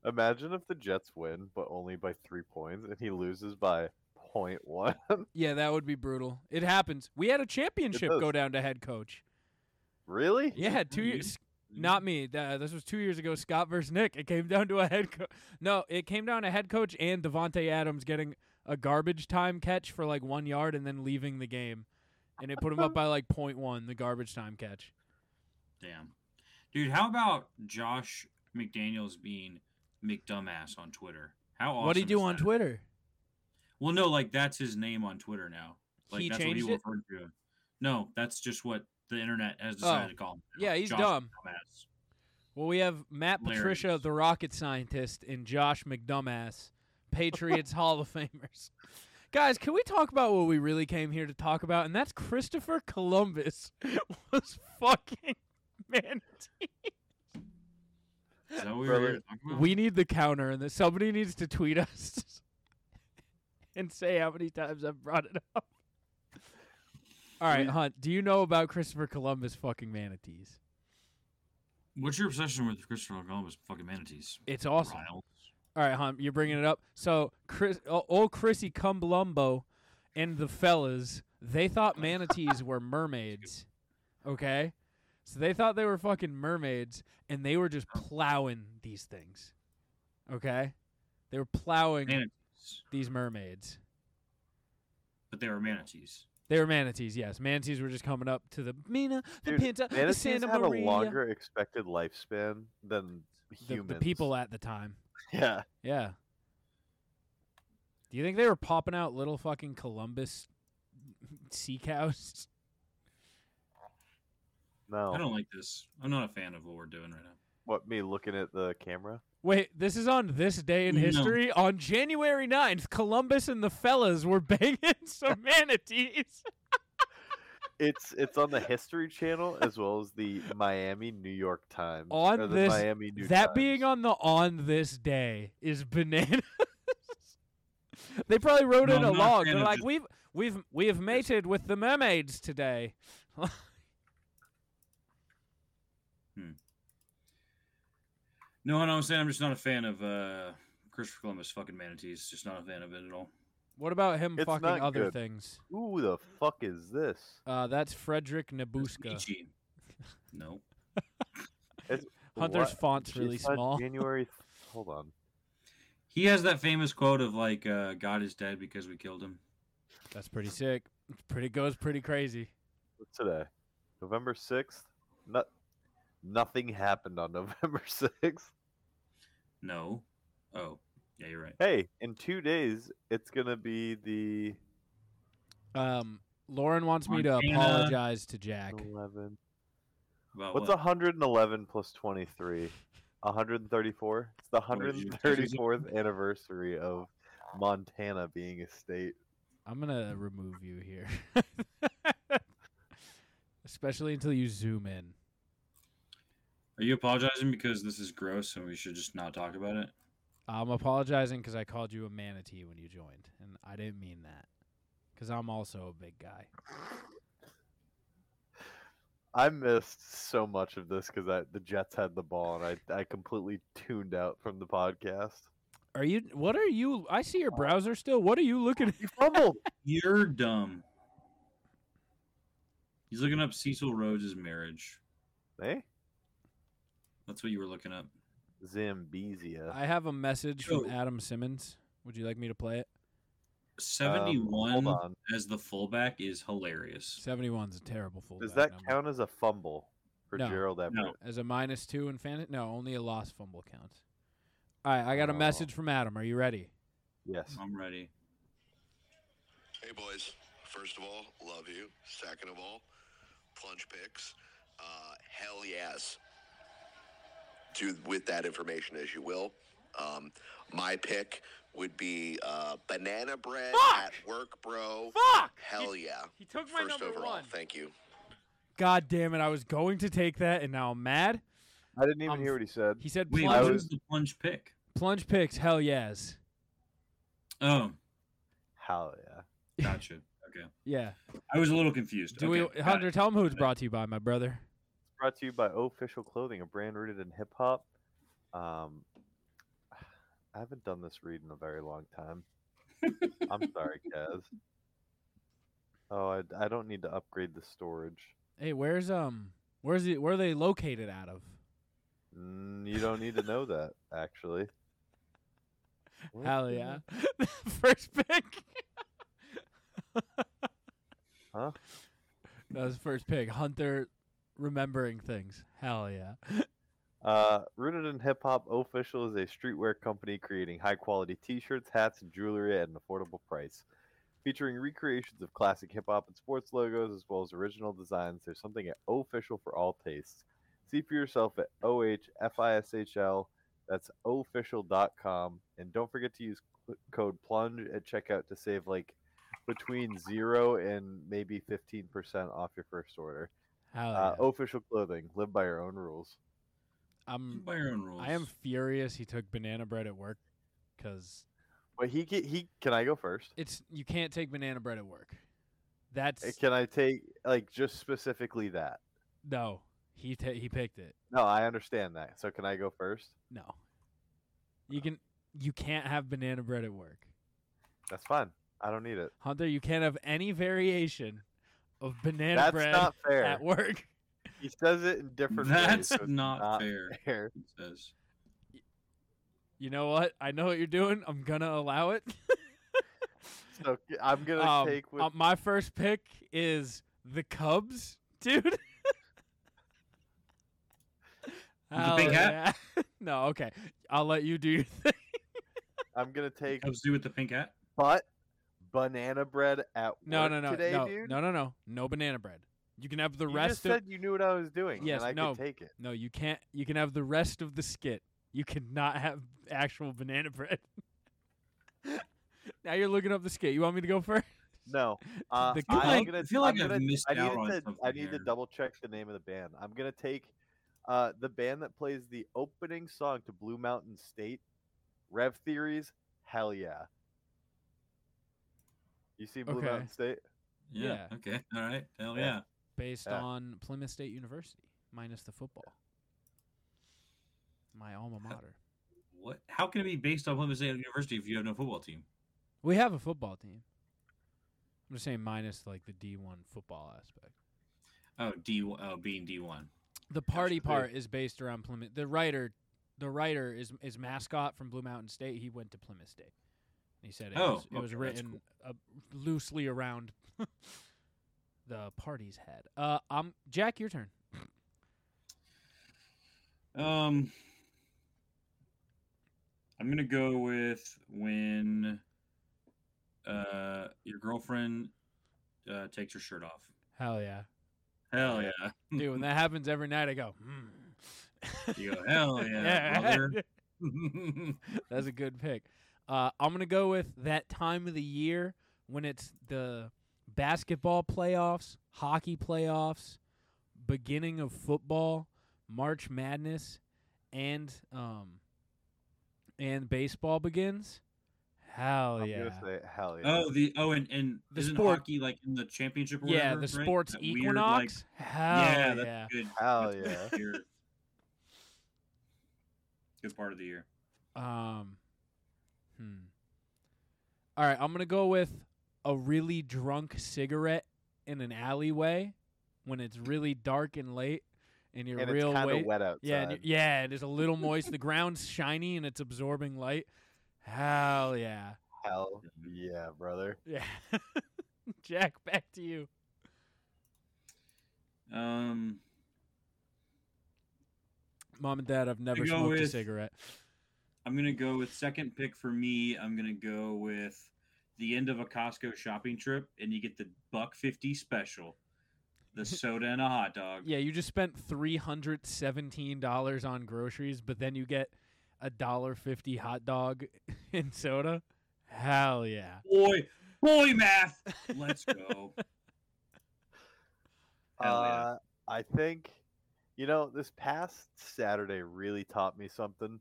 [SPEAKER 1] Imagine if the Jets win, but only by three points, and he loses by point one.
[SPEAKER 2] [laughs]
[SPEAKER 1] [laughs]
[SPEAKER 2] Yeah, that would be brutal. It happens. We had a championship
[SPEAKER 1] does.
[SPEAKER 2] go down to head coach.
[SPEAKER 1] really?
[SPEAKER 2] Yeah, two
[SPEAKER 6] you?
[SPEAKER 2] years. Not me. Th- uh, this was two years ago. Scott versus Nick. It came down to a head coach. No, it came down to head coach and Devonte Adams getting a garbage time catch for like one yard and then leaving the game, and it put him up by like point one. The garbage time catch.
[SPEAKER 6] Damn. Dude, how about Josh McDaniels being McDumbass on Twitter? How awesome.
[SPEAKER 2] what do you do
[SPEAKER 6] is
[SPEAKER 2] on
[SPEAKER 6] that?
[SPEAKER 2] Twitter?
[SPEAKER 6] Well, no, like that's his name on Twitter now. Like
[SPEAKER 2] He
[SPEAKER 6] that's
[SPEAKER 2] changed
[SPEAKER 6] what he
[SPEAKER 2] it?
[SPEAKER 6] referred to. him. No, that's just what the internet has decided
[SPEAKER 2] Oh.
[SPEAKER 6] to call him. now.
[SPEAKER 2] Yeah, he's
[SPEAKER 6] Josh
[SPEAKER 2] dumb.
[SPEAKER 6] McDumbass.
[SPEAKER 2] Well, we have Matt Patricia,
[SPEAKER 6] Hilarious.
[SPEAKER 2] the rocket scientist, and Josh McDumbass, [laughs] Patriots Hall of Famers. Guys, can we talk about what we really came here to talk about? And that's Christopher Columbus [laughs] was fucking [laughs] man.
[SPEAKER 6] Is that what we
[SPEAKER 1] Brother,
[SPEAKER 6] were here to talk about?
[SPEAKER 2] We need the counter, and that somebody needs to tweet us [laughs] and say how many times I've brought it up. All right, Hunt. Do you know about Christopher Columbus fucking manatees?
[SPEAKER 6] What's your obsession with Christopher Columbus fucking manatees?
[SPEAKER 2] It's awesome.
[SPEAKER 6] Riles.
[SPEAKER 2] All right, Hunt. You're bringing it up. So, Chris, o- old Chrissy Cumblumbo and the fellas, they [laughs] thought manatees were mermaids. Okay, so they thought they were fucking mermaids, and they were just plowing these things. Okay, they were plowing
[SPEAKER 6] Manatees.
[SPEAKER 2] these mermaids.
[SPEAKER 6] But they were manatees.
[SPEAKER 2] They were manatees, yes. Manatees were just coming up to the Mina, the
[SPEAKER 1] Dude,
[SPEAKER 2] Pinta, the
[SPEAKER 1] Manatees
[SPEAKER 2] Santa
[SPEAKER 1] have a
[SPEAKER 2] Maria,
[SPEAKER 1] longer expected lifespan than
[SPEAKER 2] the,
[SPEAKER 1] humans.
[SPEAKER 2] the people at the time.
[SPEAKER 1] [laughs] Yeah.
[SPEAKER 2] Yeah. Do you think they were popping out little fucking Columbus sea cows? [laughs]
[SPEAKER 6] I
[SPEAKER 1] No.
[SPEAKER 6] don't like this. I'm not a fan of what we're doing right now.
[SPEAKER 1] What me looking at the camera?
[SPEAKER 2] Wait, this is on this day in
[SPEAKER 6] No.
[SPEAKER 2] history. On January 9th, Columbus and the fellas were [laughs] banging some manatees.
[SPEAKER 1] It's it's on the History Channel as well as the Miami New York Times.
[SPEAKER 2] On
[SPEAKER 1] or the
[SPEAKER 2] this-
[SPEAKER 1] Miami New
[SPEAKER 2] that
[SPEAKER 1] Times.
[SPEAKER 2] being on the on this day is bananas. [laughs] they probably wrote
[SPEAKER 6] No,
[SPEAKER 2] in
[SPEAKER 6] I'm
[SPEAKER 2] a
[SPEAKER 6] not a
[SPEAKER 2] log.
[SPEAKER 6] fan
[SPEAKER 2] They're
[SPEAKER 6] of
[SPEAKER 2] like,
[SPEAKER 6] just-
[SPEAKER 2] we've we've we've mated with the mermaids today.
[SPEAKER 6] No, no, I'm saying I'm just not a fan of uh, Christopher Columbus fucking manatees. Just not a fan of it at all.
[SPEAKER 2] What about him
[SPEAKER 1] It's
[SPEAKER 2] fucking
[SPEAKER 1] not
[SPEAKER 2] other
[SPEAKER 1] good.
[SPEAKER 2] things?
[SPEAKER 1] Who the fuck is this?
[SPEAKER 2] Uh, that's Frederick Nabuska.
[SPEAKER 6] Nietzsche. No.
[SPEAKER 2] Hunter's
[SPEAKER 1] What?
[SPEAKER 2] font's
[SPEAKER 1] She
[SPEAKER 2] really
[SPEAKER 1] signed
[SPEAKER 2] small. [laughs]
[SPEAKER 1] January. th- Hold on.
[SPEAKER 6] He has that famous quote of like, uh, "God is dead because we killed him."
[SPEAKER 2] That's pretty sick. It's Pretty goes pretty crazy.
[SPEAKER 1] What's today? November sixth. No, nothing happened on [laughs] November sixth.
[SPEAKER 6] No. Oh, yeah, you're right.
[SPEAKER 1] Hey, in two days it's gonna be the
[SPEAKER 2] Um, Lauren wants me to
[SPEAKER 6] Montana.
[SPEAKER 2] apologize to Jack.
[SPEAKER 1] eleven.
[SPEAKER 6] About
[SPEAKER 1] What's
[SPEAKER 6] what?
[SPEAKER 1] hundred and eleven plus twenty three? hundred and thirty four. It's the
[SPEAKER 6] What
[SPEAKER 1] hundred
[SPEAKER 6] did you-
[SPEAKER 1] and thirty fourth anniversary of Montana being a state.
[SPEAKER 2] I'm gonna remove you here, [laughs] especially until you zoom in.
[SPEAKER 6] Are you apologizing because this is gross and we should just not talk about it?
[SPEAKER 2] I'm apologizing because I called you a manatee when you joined, and I didn't mean that. Because I'm also a big guy.
[SPEAKER 1] I missed so much of this because I the Jets had the ball and I, I completely tuned out from the podcast.
[SPEAKER 2] Are you? What are you? I see your browser still. What are you looking at?
[SPEAKER 1] You fumbled.
[SPEAKER 6] You're dumb. He's looking up Cecil Rhodes' marriage.
[SPEAKER 1] hey,
[SPEAKER 6] That's what you were looking
[SPEAKER 1] Um,
[SPEAKER 6] up.
[SPEAKER 1] Zambesia.
[SPEAKER 2] I have a message from
[SPEAKER 6] Yo.
[SPEAKER 2] Adam Simmons. Would you like me to play it?
[SPEAKER 1] Um, hold
[SPEAKER 6] 71
[SPEAKER 1] on.
[SPEAKER 6] as the fullback is hilarious.
[SPEAKER 2] 71's a terrible full.
[SPEAKER 1] Does that count as a fumble for
[SPEAKER 2] No.
[SPEAKER 1] Gerald Everett?
[SPEAKER 6] No.
[SPEAKER 2] as a minus two in fantasy? No, only a lost fumble counts. All right, I got a
[SPEAKER 1] Oh.
[SPEAKER 2] message from Adam. Are you ready?
[SPEAKER 1] Yes.
[SPEAKER 6] I'm ready.
[SPEAKER 7] Hey, boys. First of all, love you. Second of all, plunge picks. Uh, hell yes. Do with that information as you will. Um, my pick would be uh, banana bread at work, bro.
[SPEAKER 2] Fuck!
[SPEAKER 7] Hell yeah.
[SPEAKER 2] He took
[SPEAKER 7] First overall, thank you.
[SPEAKER 2] God damn it! I was going to take that, and now I'm mad.
[SPEAKER 1] I didn't even
[SPEAKER 2] Um,
[SPEAKER 1] hear what he said.
[SPEAKER 2] He said
[SPEAKER 6] Wait,
[SPEAKER 1] I
[SPEAKER 6] what
[SPEAKER 2] plunge,
[SPEAKER 6] was the plunge pick?
[SPEAKER 2] plunge picks. Hell yes.
[SPEAKER 6] Oh,
[SPEAKER 1] Hell yeah. [laughs]
[SPEAKER 6] gotcha. Okay.
[SPEAKER 2] Yeah.
[SPEAKER 6] I was a little confused.
[SPEAKER 2] Do
[SPEAKER 6] Okay,
[SPEAKER 2] we,
[SPEAKER 6] got
[SPEAKER 2] Hunter?
[SPEAKER 6] it.
[SPEAKER 2] Tell him who it's brought to you by, my brother.
[SPEAKER 1] Brought to you by Official Clothing, a brand rooted in hip hop. Um, [sighs] I haven't done this read in a very long
[SPEAKER 2] [laughs]
[SPEAKER 1] time. I'm sorry, Kaz. Oh, I, I don't need to upgrade the storage.
[SPEAKER 2] Hey, where's um, where's it? Where are they located out of?
[SPEAKER 1] Mm, you don't need to know that, actually. Where
[SPEAKER 2] Hell
[SPEAKER 1] the-
[SPEAKER 2] yeah! [laughs] First pick.
[SPEAKER 1] Huh?
[SPEAKER 2] [laughs] That was the first pick. Hunter remembering things. Hell yeah!
[SPEAKER 1] Uh, Rooted in Hip Hop Official is a streetwear company creating high quality t shirts, hats, and jewelry at an affordable price. Featuring recreations of classic hip hop and sports logos as well as original designs, there's something at Official for all tastes. See for yourself at OHFISHL. That's official.com. And don't forget to use cl- code PLUNGE at checkout to save like between zero and maybe 15% off your first order.
[SPEAKER 2] Hell Oh, yeah!
[SPEAKER 1] Uh, official clothing. Live by your own rules.
[SPEAKER 6] You
[SPEAKER 2] I'm
[SPEAKER 6] By your own rules.
[SPEAKER 2] I am furious. He took banana bread at work because
[SPEAKER 1] But he ca- he can I go first?
[SPEAKER 2] it's you can't take banana bread at work. That's
[SPEAKER 1] Uh, Can I take like just specifically that?
[SPEAKER 2] no. He ta- he picked it.
[SPEAKER 1] No, I understand that. So can I go first?
[SPEAKER 2] No. You can you can't have banana bread at work.
[SPEAKER 1] That's fine. I don't need it.
[SPEAKER 2] Hunter, you can't have any variation of banana
[SPEAKER 1] That's
[SPEAKER 2] bread
[SPEAKER 1] not fair.
[SPEAKER 2] at work.
[SPEAKER 1] He says it
[SPEAKER 2] [laughs]
[SPEAKER 1] in
[SPEAKER 6] [laughs]
[SPEAKER 1] different ways.
[SPEAKER 6] That's
[SPEAKER 1] so it's
[SPEAKER 6] not, fair.
[SPEAKER 1] [laughs] fair.
[SPEAKER 6] It says.
[SPEAKER 2] You know what? I know what you're doing. I'm gonna
[SPEAKER 1] [laughs]
[SPEAKER 2] allow it.
[SPEAKER 1] So c- I'm gonna
[SPEAKER 2] Um,
[SPEAKER 1] take with
[SPEAKER 2] uh, my first pick is the Cubs, [laughs] dude.
[SPEAKER 6] With the big
[SPEAKER 2] Hell
[SPEAKER 6] hat?
[SPEAKER 2] Oh, yeah. [laughs] no, okay. I'll let you do your [laughs] thing.
[SPEAKER 1] I'm gonna take
[SPEAKER 6] Cubs do with the pink hat?
[SPEAKER 1] but banana bread at
[SPEAKER 2] No,
[SPEAKER 1] work
[SPEAKER 2] no, no,
[SPEAKER 1] today,
[SPEAKER 2] no,
[SPEAKER 1] dude.
[SPEAKER 2] no, no, no, no banana bread. You can have the
[SPEAKER 1] you just
[SPEAKER 2] rest of
[SPEAKER 1] said you knew what I was doing.
[SPEAKER 2] Yes,
[SPEAKER 1] and I
[SPEAKER 2] no.
[SPEAKER 1] could take it.
[SPEAKER 2] No, you can't. You can have the rest of the skit. You cannot have actual banana bread. [laughs] now you're looking up the skit. You want me to go first?
[SPEAKER 6] [laughs]
[SPEAKER 1] No, uh,
[SPEAKER 2] The
[SPEAKER 1] I'm
[SPEAKER 6] like-
[SPEAKER 1] gonna,
[SPEAKER 6] I feel like
[SPEAKER 1] I'm
[SPEAKER 6] I've
[SPEAKER 1] gonna,
[SPEAKER 6] missed
[SPEAKER 1] I need
[SPEAKER 6] out
[SPEAKER 1] to,
[SPEAKER 6] on
[SPEAKER 1] I
[SPEAKER 6] something
[SPEAKER 1] need to
[SPEAKER 6] here.
[SPEAKER 1] double check the name of the band. I'm gonna take uh, the band that plays the opening song to Blue Mountain State, Rev Theories. Hell yeah! You see Blue
[SPEAKER 2] Okay.
[SPEAKER 1] Mountain State?
[SPEAKER 6] Yeah.
[SPEAKER 2] Yeah.
[SPEAKER 6] Okay. All right. Hell
[SPEAKER 1] Yeah.
[SPEAKER 6] yeah.
[SPEAKER 2] Based
[SPEAKER 1] Yeah.
[SPEAKER 2] on Plymouth State University minus the football. my alma mater.
[SPEAKER 6] What? How can it be based on Plymouth State University if you have no football team?
[SPEAKER 2] We have a football team. I'm just saying, minus like the D1 football aspect.
[SPEAKER 6] Oh, D. Oh, being D one.
[SPEAKER 2] The party
[SPEAKER 6] the big-
[SPEAKER 2] part is based around Plymouth. The writer, the writer is is mascot from Blue Mountain State. He went to Plymouth State. He said it
[SPEAKER 6] Oh,
[SPEAKER 2] was, it was
[SPEAKER 6] okay, that's
[SPEAKER 2] written uh, loosely around [laughs] the party's head. Uh, um, Jack, your turn.
[SPEAKER 6] Um, I'm gonna go with when uh your girlfriend uh, takes her shirt off.
[SPEAKER 2] Hell
[SPEAKER 6] [laughs]
[SPEAKER 2] yeah,
[SPEAKER 6] Hell yeah!
[SPEAKER 2] dude! When that happens every night, I go. "Hmm." [laughs]
[SPEAKER 6] You go, hell
[SPEAKER 1] [laughs]
[SPEAKER 6] yeah, brother. [laughs]
[SPEAKER 2] That's a good pick. Uh, I'm gonna go with that time of the year when it's the basketball playoffs, hockey playoffs, beginning of football, March Madness, and um, and baseball begins. Hell
[SPEAKER 1] I'm
[SPEAKER 2] yeah!
[SPEAKER 1] gonna say hell yeah.
[SPEAKER 6] oh, the oh, and and
[SPEAKER 2] The
[SPEAKER 6] isn't
[SPEAKER 2] sport-
[SPEAKER 6] hockey like in the championship? Or
[SPEAKER 2] yeah,
[SPEAKER 6] whatever,
[SPEAKER 2] the
[SPEAKER 6] right?
[SPEAKER 2] sports
[SPEAKER 6] That weird, like-
[SPEAKER 2] equinox. Hell yeah!
[SPEAKER 6] that's good.
[SPEAKER 1] Hell
[SPEAKER 6] that's good year. Good part of the year.
[SPEAKER 2] Um, hmm. All right, I'm gonna go with a really drunk cigarette in an alleyway when it's really dark and late, and you're
[SPEAKER 1] and
[SPEAKER 2] real
[SPEAKER 1] it's kind of
[SPEAKER 2] wait-
[SPEAKER 1] wet outside.
[SPEAKER 2] Yeah, and you- yeah, it is
[SPEAKER 1] [laughs]
[SPEAKER 2] a little moist. the ground's shiny and it's absorbing light. Hell yeah,
[SPEAKER 1] Hell yeah, brother.
[SPEAKER 2] yeah. [laughs] Jack, back to you.
[SPEAKER 6] Um,
[SPEAKER 2] Mom and Dad, I've never
[SPEAKER 6] go
[SPEAKER 2] smoked a
[SPEAKER 6] with-
[SPEAKER 2] cigarette.
[SPEAKER 6] I'm gonna go with second pick for me. I'm gonna go with the end of a Costco shopping trip, and you get the buck fifty special,
[SPEAKER 2] [laughs]
[SPEAKER 6] the soda and a hot dog.
[SPEAKER 2] Yeah, you just spent three hundred seventeen dollars on groceries, but then you get a dollar fifty hot dog [laughs] and soda. Hell yeah!
[SPEAKER 6] Boy,
[SPEAKER 2] [laughs]
[SPEAKER 6] boy, math. Let's go. Hell yeah.
[SPEAKER 1] Uh, I think, you know, this past Saturday really taught me something.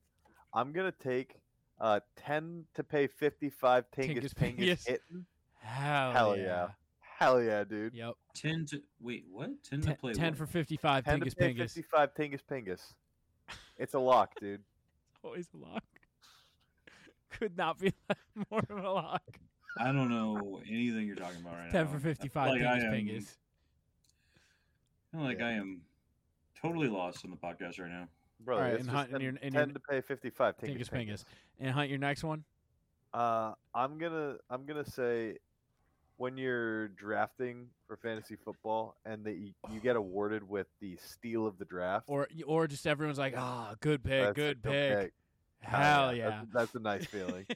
[SPEAKER 1] I'm gonna take uh ten to pay fifty five Tingus
[SPEAKER 2] Tingus
[SPEAKER 1] Pingus
[SPEAKER 2] Pingus.
[SPEAKER 1] hitting.
[SPEAKER 2] Hell,
[SPEAKER 1] Hell
[SPEAKER 2] yeah!
[SPEAKER 1] yeah. Hell yeah, dude.
[SPEAKER 2] Yep,
[SPEAKER 6] Ten to wait. What? Ten,
[SPEAKER 2] ten,
[SPEAKER 6] to play.
[SPEAKER 2] ten
[SPEAKER 6] what?
[SPEAKER 2] for fifty-five.
[SPEAKER 1] Ten
[SPEAKER 2] Pingus
[SPEAKER 1] to pay
[SPEAKER 2] pingus.
[SPEAKER 1] fifty five Tingus Pingus. It's a lock, dude.
[SPEAKER 2] Always a lock. [laughs] Could not be [laughs] more of a lock.
[SPEAKER 6] I don't know anything you're talking about right now.
[SPEAKER 2] ten for
[SPEAKER 6] I feel
[SPEAKER 2] fifty-five.
[SPEAKER 6] like I
[SPEAKER 2] pingus
[SPEAKER 6] am-
[SPEAKER 2] pingus.
[SPEAKER 6] I feel like
[SPEAKER 1] Yeah.
[SPEAKER 6] I am totally lost on the podcast right now.
[SPEAKER 1] Brother,
[SPEAKER 2] Alright,
[SPEAKER 1] it's
[SPEAKER 2] and
[SPEAKER 1] just
[SPEAKER 2] hunt- and
[SPEAKER 1] 10
[SPEAKER 2] you're- and
[SPEAKER 1] 10
[SPEAKER 2] you're-
[SPEAKER 1] to pay fifty five Tingus
[SPEAKER 2] Tingus
[SPEAKER 1] Pingus.
[SPEAKER 2] pingus. And hunt your next one.
[SPEAKER 1] Uh, I'm gonna I'm gonna say when you're drafting for fantasy football and that you, you get awarded with the steal of the draft.
[SPEAKER 2] Or or just everyone's like, ah, good pick,
[SPEAKER 1] that's a
[SPEAKER 2] good
[SPEAKER 1] good
[SPEAKER 2] pick.
[SPEAKER 1] pick.
[SPEAKER 2] Hell yeah!
[SPEAKER 1] That's, that's a nice feeling.
[SPEAKER 2] [laughs]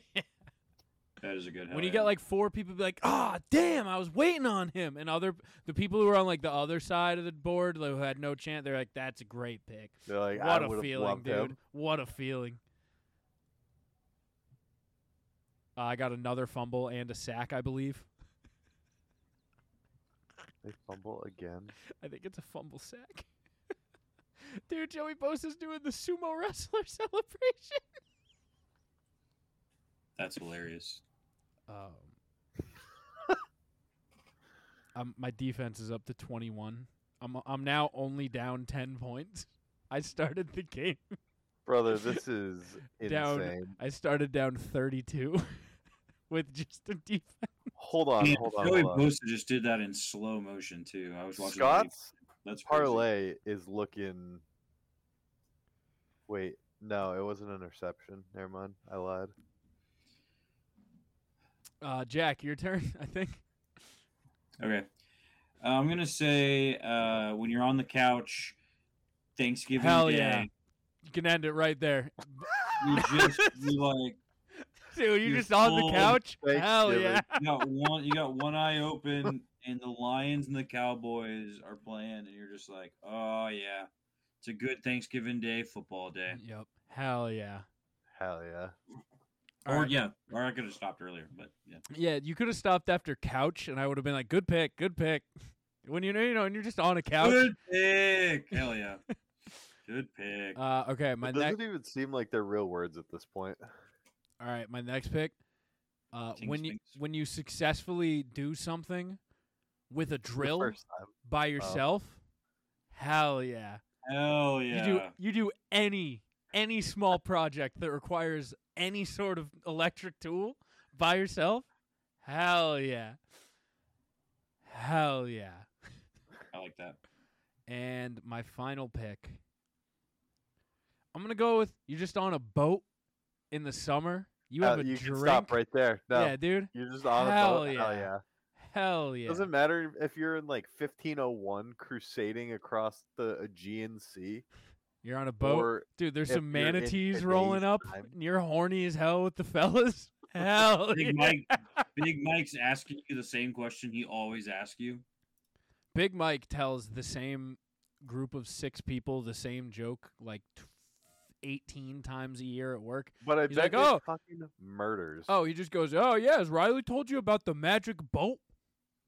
[SPEAKER 6] That is a good.
[SPEAKER 2] when
[SPEAKER 6] hell
[SPEAKER 2] you
[SPEAKER 6] yeah.
[SPEAKER 2] get like four people be like, ah, damn, I was waiting on him, and other the people who were on like the other side of the board like, who had no chance, they're like, that's a great pick.
[SPEAKER 1] They're
[SPEAKER 2] [laughs]
[SPEAKER 1] like,
[SPEAKER 2] what
[SPEAKER 1] I
[SPEAKER 2] a
[SPEAKER 1] would've
[SPEAKER 2] feeling,
[SPEAKER 1] loved
[SPEAKER 2] dude!
[SPEAKER 1] him.
[SPEAKER 2] What a feeling. Uh, I got another fumble and a sack, I believe.
[SPEAKER 1] They fumble again.
[SPEAKER 2] I think it's a fumble sack. [laughs] Dude, Joey Bosa's doing the sumo wrestler [laughs] celebration.
[SPEAKER 6] that's hilarious.
[SPEAKER 2] Um, [laughs] um, my defense is up to 21. I'm I'm now only down 10 points. I started the game.
[SPEAKER 1] Brother, this is insane.
[SPEAKER 2] [laughs] Down. I started down 32 [laughs] with just a defense.
[SPEAKER 1] Hold on,
[SPEAKER 6] Man,
[SPEAKER 1] hold on.
[SPEAKER 6] Joey
[SPEAKER 1] Hold on.
[SPEAKER 6] Bosa just did that in slow motion too. I was watching. the video.
[SPEAKER 1] Scott's
[SPEAKER 6] That's crazy.
[SPEAKER 1] parlay is looking. Wait, no, it was an interception. Never mind. I lied.
[SPEAKER 2] Uh, Jack, your turn, I think.
[SPEAKER 6] Okay. Uh, I'm gonna say uh, when you're on the couch, Thanksgiving
[SPEAKER 2] Hell
[SPEAKER 6] Day,
[SPEAKER 2] yeah. You can end it right there. [laughs]
[SPEAKER 6] you just you like
[SPEAKER 2] Dude, you
[SPEAKER 6] You're
[SPEAKER 2] just on the
[SPEAKER 6] full
[SPEAKER 2] couch? Hell
[SPEAKER 1] Thanksgiving.
[SPEAKER 2] yeah.
[SPEAKER 6] you got one you got one eye open, and the Lions and the Cowboys are playing, and you're just like, oh yeah, it's a good Thanksgiving Day
[SPEAKER 2] [laughs]
[SPEAKER 6] football day.
[SPEAKER 2] Yep. Hell yeah.
[SPEAKER 1] Hell yeah.
[SPEAKER 2] All
[SPEAKER 6] or
[SPEAKER 2] right.
[SPEAKER 6] yeah, or I could have stopped earlier, but yeah.
[SPEAKER 2] Yeah, you could have stopped after couch, and I would have been like, "Good pick, good pick." When you know, you know, and you're just on a couch.
[SPEAKER 6] Good pick. Hell
[SPEAKER 2] [laughs]
[SPEAKER 6] yeah. Good pick.
[SPEAKER 2] Uh, okay, my
[SPEAKER 1] It
[SPEAKER 2] next.
[SPEAKER 1] doesn't even seem like they're real words at this point. [laughs]
[SPEAKER 2] All right, my next pick. Uh,
[SPEAKER 6] Jinx,
[SPEAKER 2] when you
[SPEAKER 6] jinx.
[SPEAKER 2] when you successfully do something with a
[SPEAKER 1] The
[SPEAKER 2] drill
[SPEAKER 1] first uh, time.
[SPEAKER 2] by yourself, hell yeah.
[SPEAKER 6] Hell yeah.
[SPEAKER 2] You do you do any any small project that requires any sort of electric tool by yourself, hell yeah. Hell yeah.
[SPEAKER 6] I
[SPEAKER 2] [laughs]
[SPEAKER 6] like that.
[SPEAKER 2] And my final pick. I'm gonna go with you're just on a boat in the summer. You
[SPEAKER 1] Uh,
[SPEAKER 2] have a
[SPEAKER 1] you
[SPEAKER 2] drink.
[SPEAKER 1] can stop right there. No,
[SPEAKER 2] Yeah, dude.
[SPEAKER 1] you're just on
[SPEAKER 2] Hell
[SPEAKER 1] a boat. Hell
[SPEAKER 2] yeah.
[SPEAKER 1] yeah.
[SPEAKER 2] Hell yeah.
[SPEAKER 1] Doesn't matter if you're in like 1501 crusading across the Aegean Sea.
[SPEAKER 2] You're on a boat.
[SPEAKER 1] Or
[SPEAKER 2] Dude, there's
[SPEAKER 1] if
[SPEAKER 2] some
[SPEAKER 1] you're in
[SPEAKER 2] manatees
[SPEAKER 1] today's
[SPEAKER 2] rolling up,
[SPEAKER 1] time.
[SPEAKER 2] and you're horny as hell with the fellas. [laughs] Hell yeah.
[SPEAKER 6] Big Mike, Big Mike's asking you the same question he always asks you.
[SPEAKER 2] Big Mike tells the same group of six people the same joke like t- 18 times a year at work.
[SPEAKER 1] But I
[SPEAKER 2] He's
[SPEAKER 1] bet
[SPEAKER 2] like, "Oh."
[SPEAKER 1] it fucking murders.
[SPEAKER 2] Oh, he just goes, "Oh yeah, has Riley told you about the magic boat?"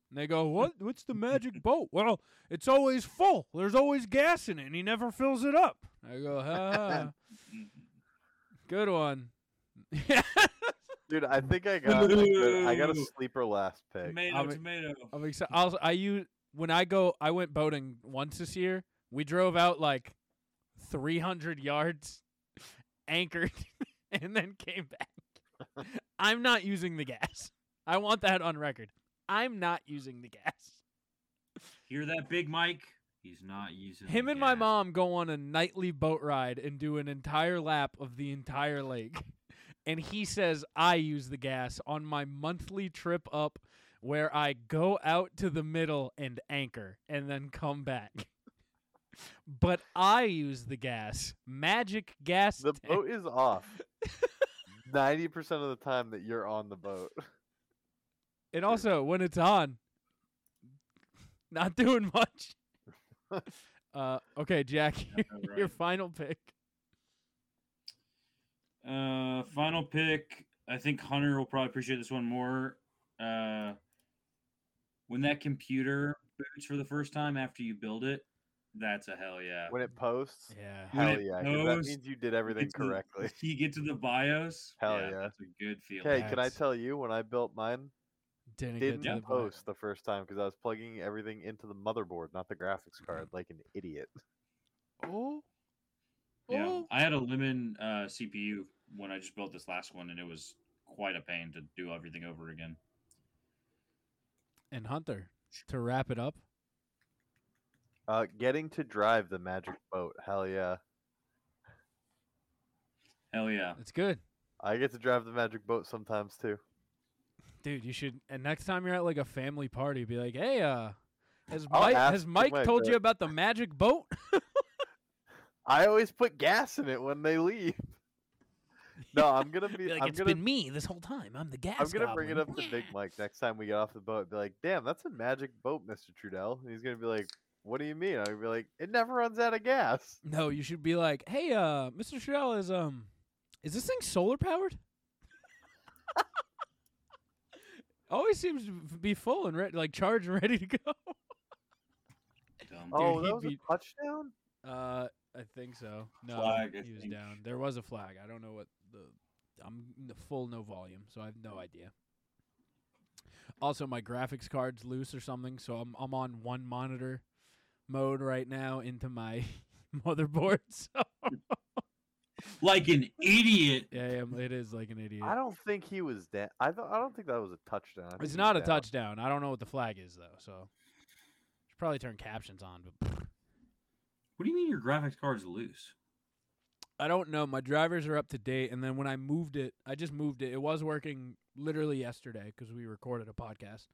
[SPEAKER 2] And they go, "What? What's the magic boat?" Well, it's always full. There's always gas in it, and he never fills it up. I go, "Ha,
[SPEAKER 1] [laughs]
[SPEAKER 2] "Ha, ha. good one." [laughs]
[SPEAKER 1] dude, I think I
[SPEAKER 6] [laughs]
[SPEAKER 1] got a good- I got a
[SPEAKER 6] Ooh.
[SPEAKER 1] sleeper last pick.
[SPEAKER 6] Tomato,
[SPEAKER 2] I'm-
[SPEAKER 6] tomato.
[SPEAKER 2] I'm excited. Also, I use when I go. I went boating once this year. We drove out like 300 yards, anchored, [laughs] and then came back. I'm not using the gas. I want that on record. I'm not using the gas.
[SPEAKER 6] Hear that, Big Mike? He's not using
[SPEAKER 2] Him
[SPEAKER 6] the
[SPEAKER 2] and my
[SPEAKER 6] gas.
[SPEAKER 2] mom go on a nightly boat ride and do an entire lap of the entire lake. [laughs] And he says, I use the gas on my monthly trip up where I go out to the middle and anchor and then come back. [laughs] But I use the gas. Magic gas.
[SPEAKER 1] The
[SPEAKER 2] tank.
[SPEAKER 1] boat is off. 90% of the time that you're on the boat.
[SPEAKER 2] And also, when it's on, [laughs] not doing much. uh, okay, Jack, [laughs] your, your
[SPEAKER 6] right.
[SPEAKER 2] final pick.
[SPEAKER 6] Uh, final pick. I think Hunter will probably appreciate this one more. Uh, when that computer boots for the first time after you build it, that's a hell yeah.
[SPEAKER 1] When it posts,
[SPEAKER 2] Yeah.
[SPEAKER 6] When
[SPEAKER 1] hell
[SPEAKER 6] it
[SPEAKER 1] yeah. 'cause That
[SPEAKER 6] goes,
[SPEAKER 1] means you did everything
[SPEAKER 6] Get to the- [laughs]
[SPEAKER 1] correctly.
[SPEAKER 6] You get to the BIOS.
[SPEAKER 1] Hell yeah.
[SPEAKER 6] that's a good feeling.
[SPEAKER 1] Hey, can I
[SPEAKER 2] That's-
[SPEAKER 1] tell you when I built mine,
[SPEAKER 2] Didn't, get
[SPEAKER 1] didn't
[SPEAKER 2] to the boat.
[SPEAKER 1] post the first time because I was plugging everything into the motherboard, not the
[SPEAKER 2] Mm-hmm.
[SPEAKER 1] graphics card, like an idiot.
[SPEAKER 2] Oh.
[SPEAKER 6] Yeah,
[SPEAKER 2] Oh.
[SPEAKER 6] I had a Lemon uh, CPU when I just built this last one, and it was quite a pain to do everything over again.
[SPEAKER 2] And Hunter, to wrap it up,
[SPEAKER 1] Uh, getting to drive the magic boat. Hell yeah.
[SPEAKER 6] Hell yeah!
[SPEAKER 2] it's good.
[SPEAKER 1] I get to drive the magic boat sometimes too.
[SPEAKER 2] Dude, you should and next time you're at like a family party, be like, "Hey, uh, has
[SPEAKER 1] I'll
[SPEAKER 2] Mike
[SPEAKER 1] ask
[SPEAKER 2] has
[SPEAKER 1] if
[SPEAKER 2] Mike
[SPEAKER 1] my
[SPEAKER 2] told
[SPEAKER 1] boat-
[SPEAKER 2] you about the magic boat?"
[SPEAKER 1] I always put gas in it when they
[SPEAKER 2] [laughs]
[SPEAKER 1] leave. [laughs] No, I'm gonna be.
[SPEAKER 2] Be like,
[SPEAKER 1] I'm
[SPEAKER 2] "It's
[SPEAKER 1] gonna.
[SPEAKER 2] been me this whole time. I'm the gas
[SPEAKER 1] I'm gonna bring it
[SPEAKER 2] goblin."
[SPEAKER 1] up to
[SPEAKER 2] [laughs]
[SPEAKER 1] Big Mike next time we get off the boat. Be like, "Damn, that's a magic boat, Mister Trudell." And he's gonna be like, "What do you mean?" I'm gonna be like, "It never runs out of gas."
[SPEAKER 2] No, you should be like, "Hey, uh, Mr. Sherrill is um, is this thing
[SPEAKER 1] [laughs]
[SPEAKER 2] solar powered?" Always seems to be full and ready, like charged and ready to go.
[SPEAKER 6] Dumb.
[SPEAKER 1] oh,
[SPEAKER 2] he'd
[SPEAKER 1] that was
[SPEAKER 2] be-
[SPEAKER 1] a touchdown.
[SPEAKER 2] Uh, I think so. No,
[SPEAKER 6] Flag, I
[SPEAKER 2] he was
[SPEAKER 6] think.
[SPEAKER 2] down. There was a flag. I don't know what the. I'm n- full no volume, so I have no idea. Also, my graphics card's loose or something, so I'm I'm on one monitor mode right now into my [laughs] motherboard. [laughs] So
[SPEAKER 6] Like an idiot.
[SPEAKER 2] yeah, I am- it is like an idiot.
[SPEAKER 1] I don't think he was down. I don't. I don't think that was a touchdown. I think
[SPEAKER 2] It's
[SPEAKER 1] he
[SPEAKER 2] not a
[SPEAKER 1] was down.
[SPEAKER 2] touchdown. I don't know what the flag is though, so should probably turn captions on. But [laughs]
[SPEAKER 6] What do you mean your graphics card's loose?
[SPEAKER 2] I don't know. My drivers are up to date, and then when I moved it, I just moved it. It was working literally yesterday because we recorded a podcast.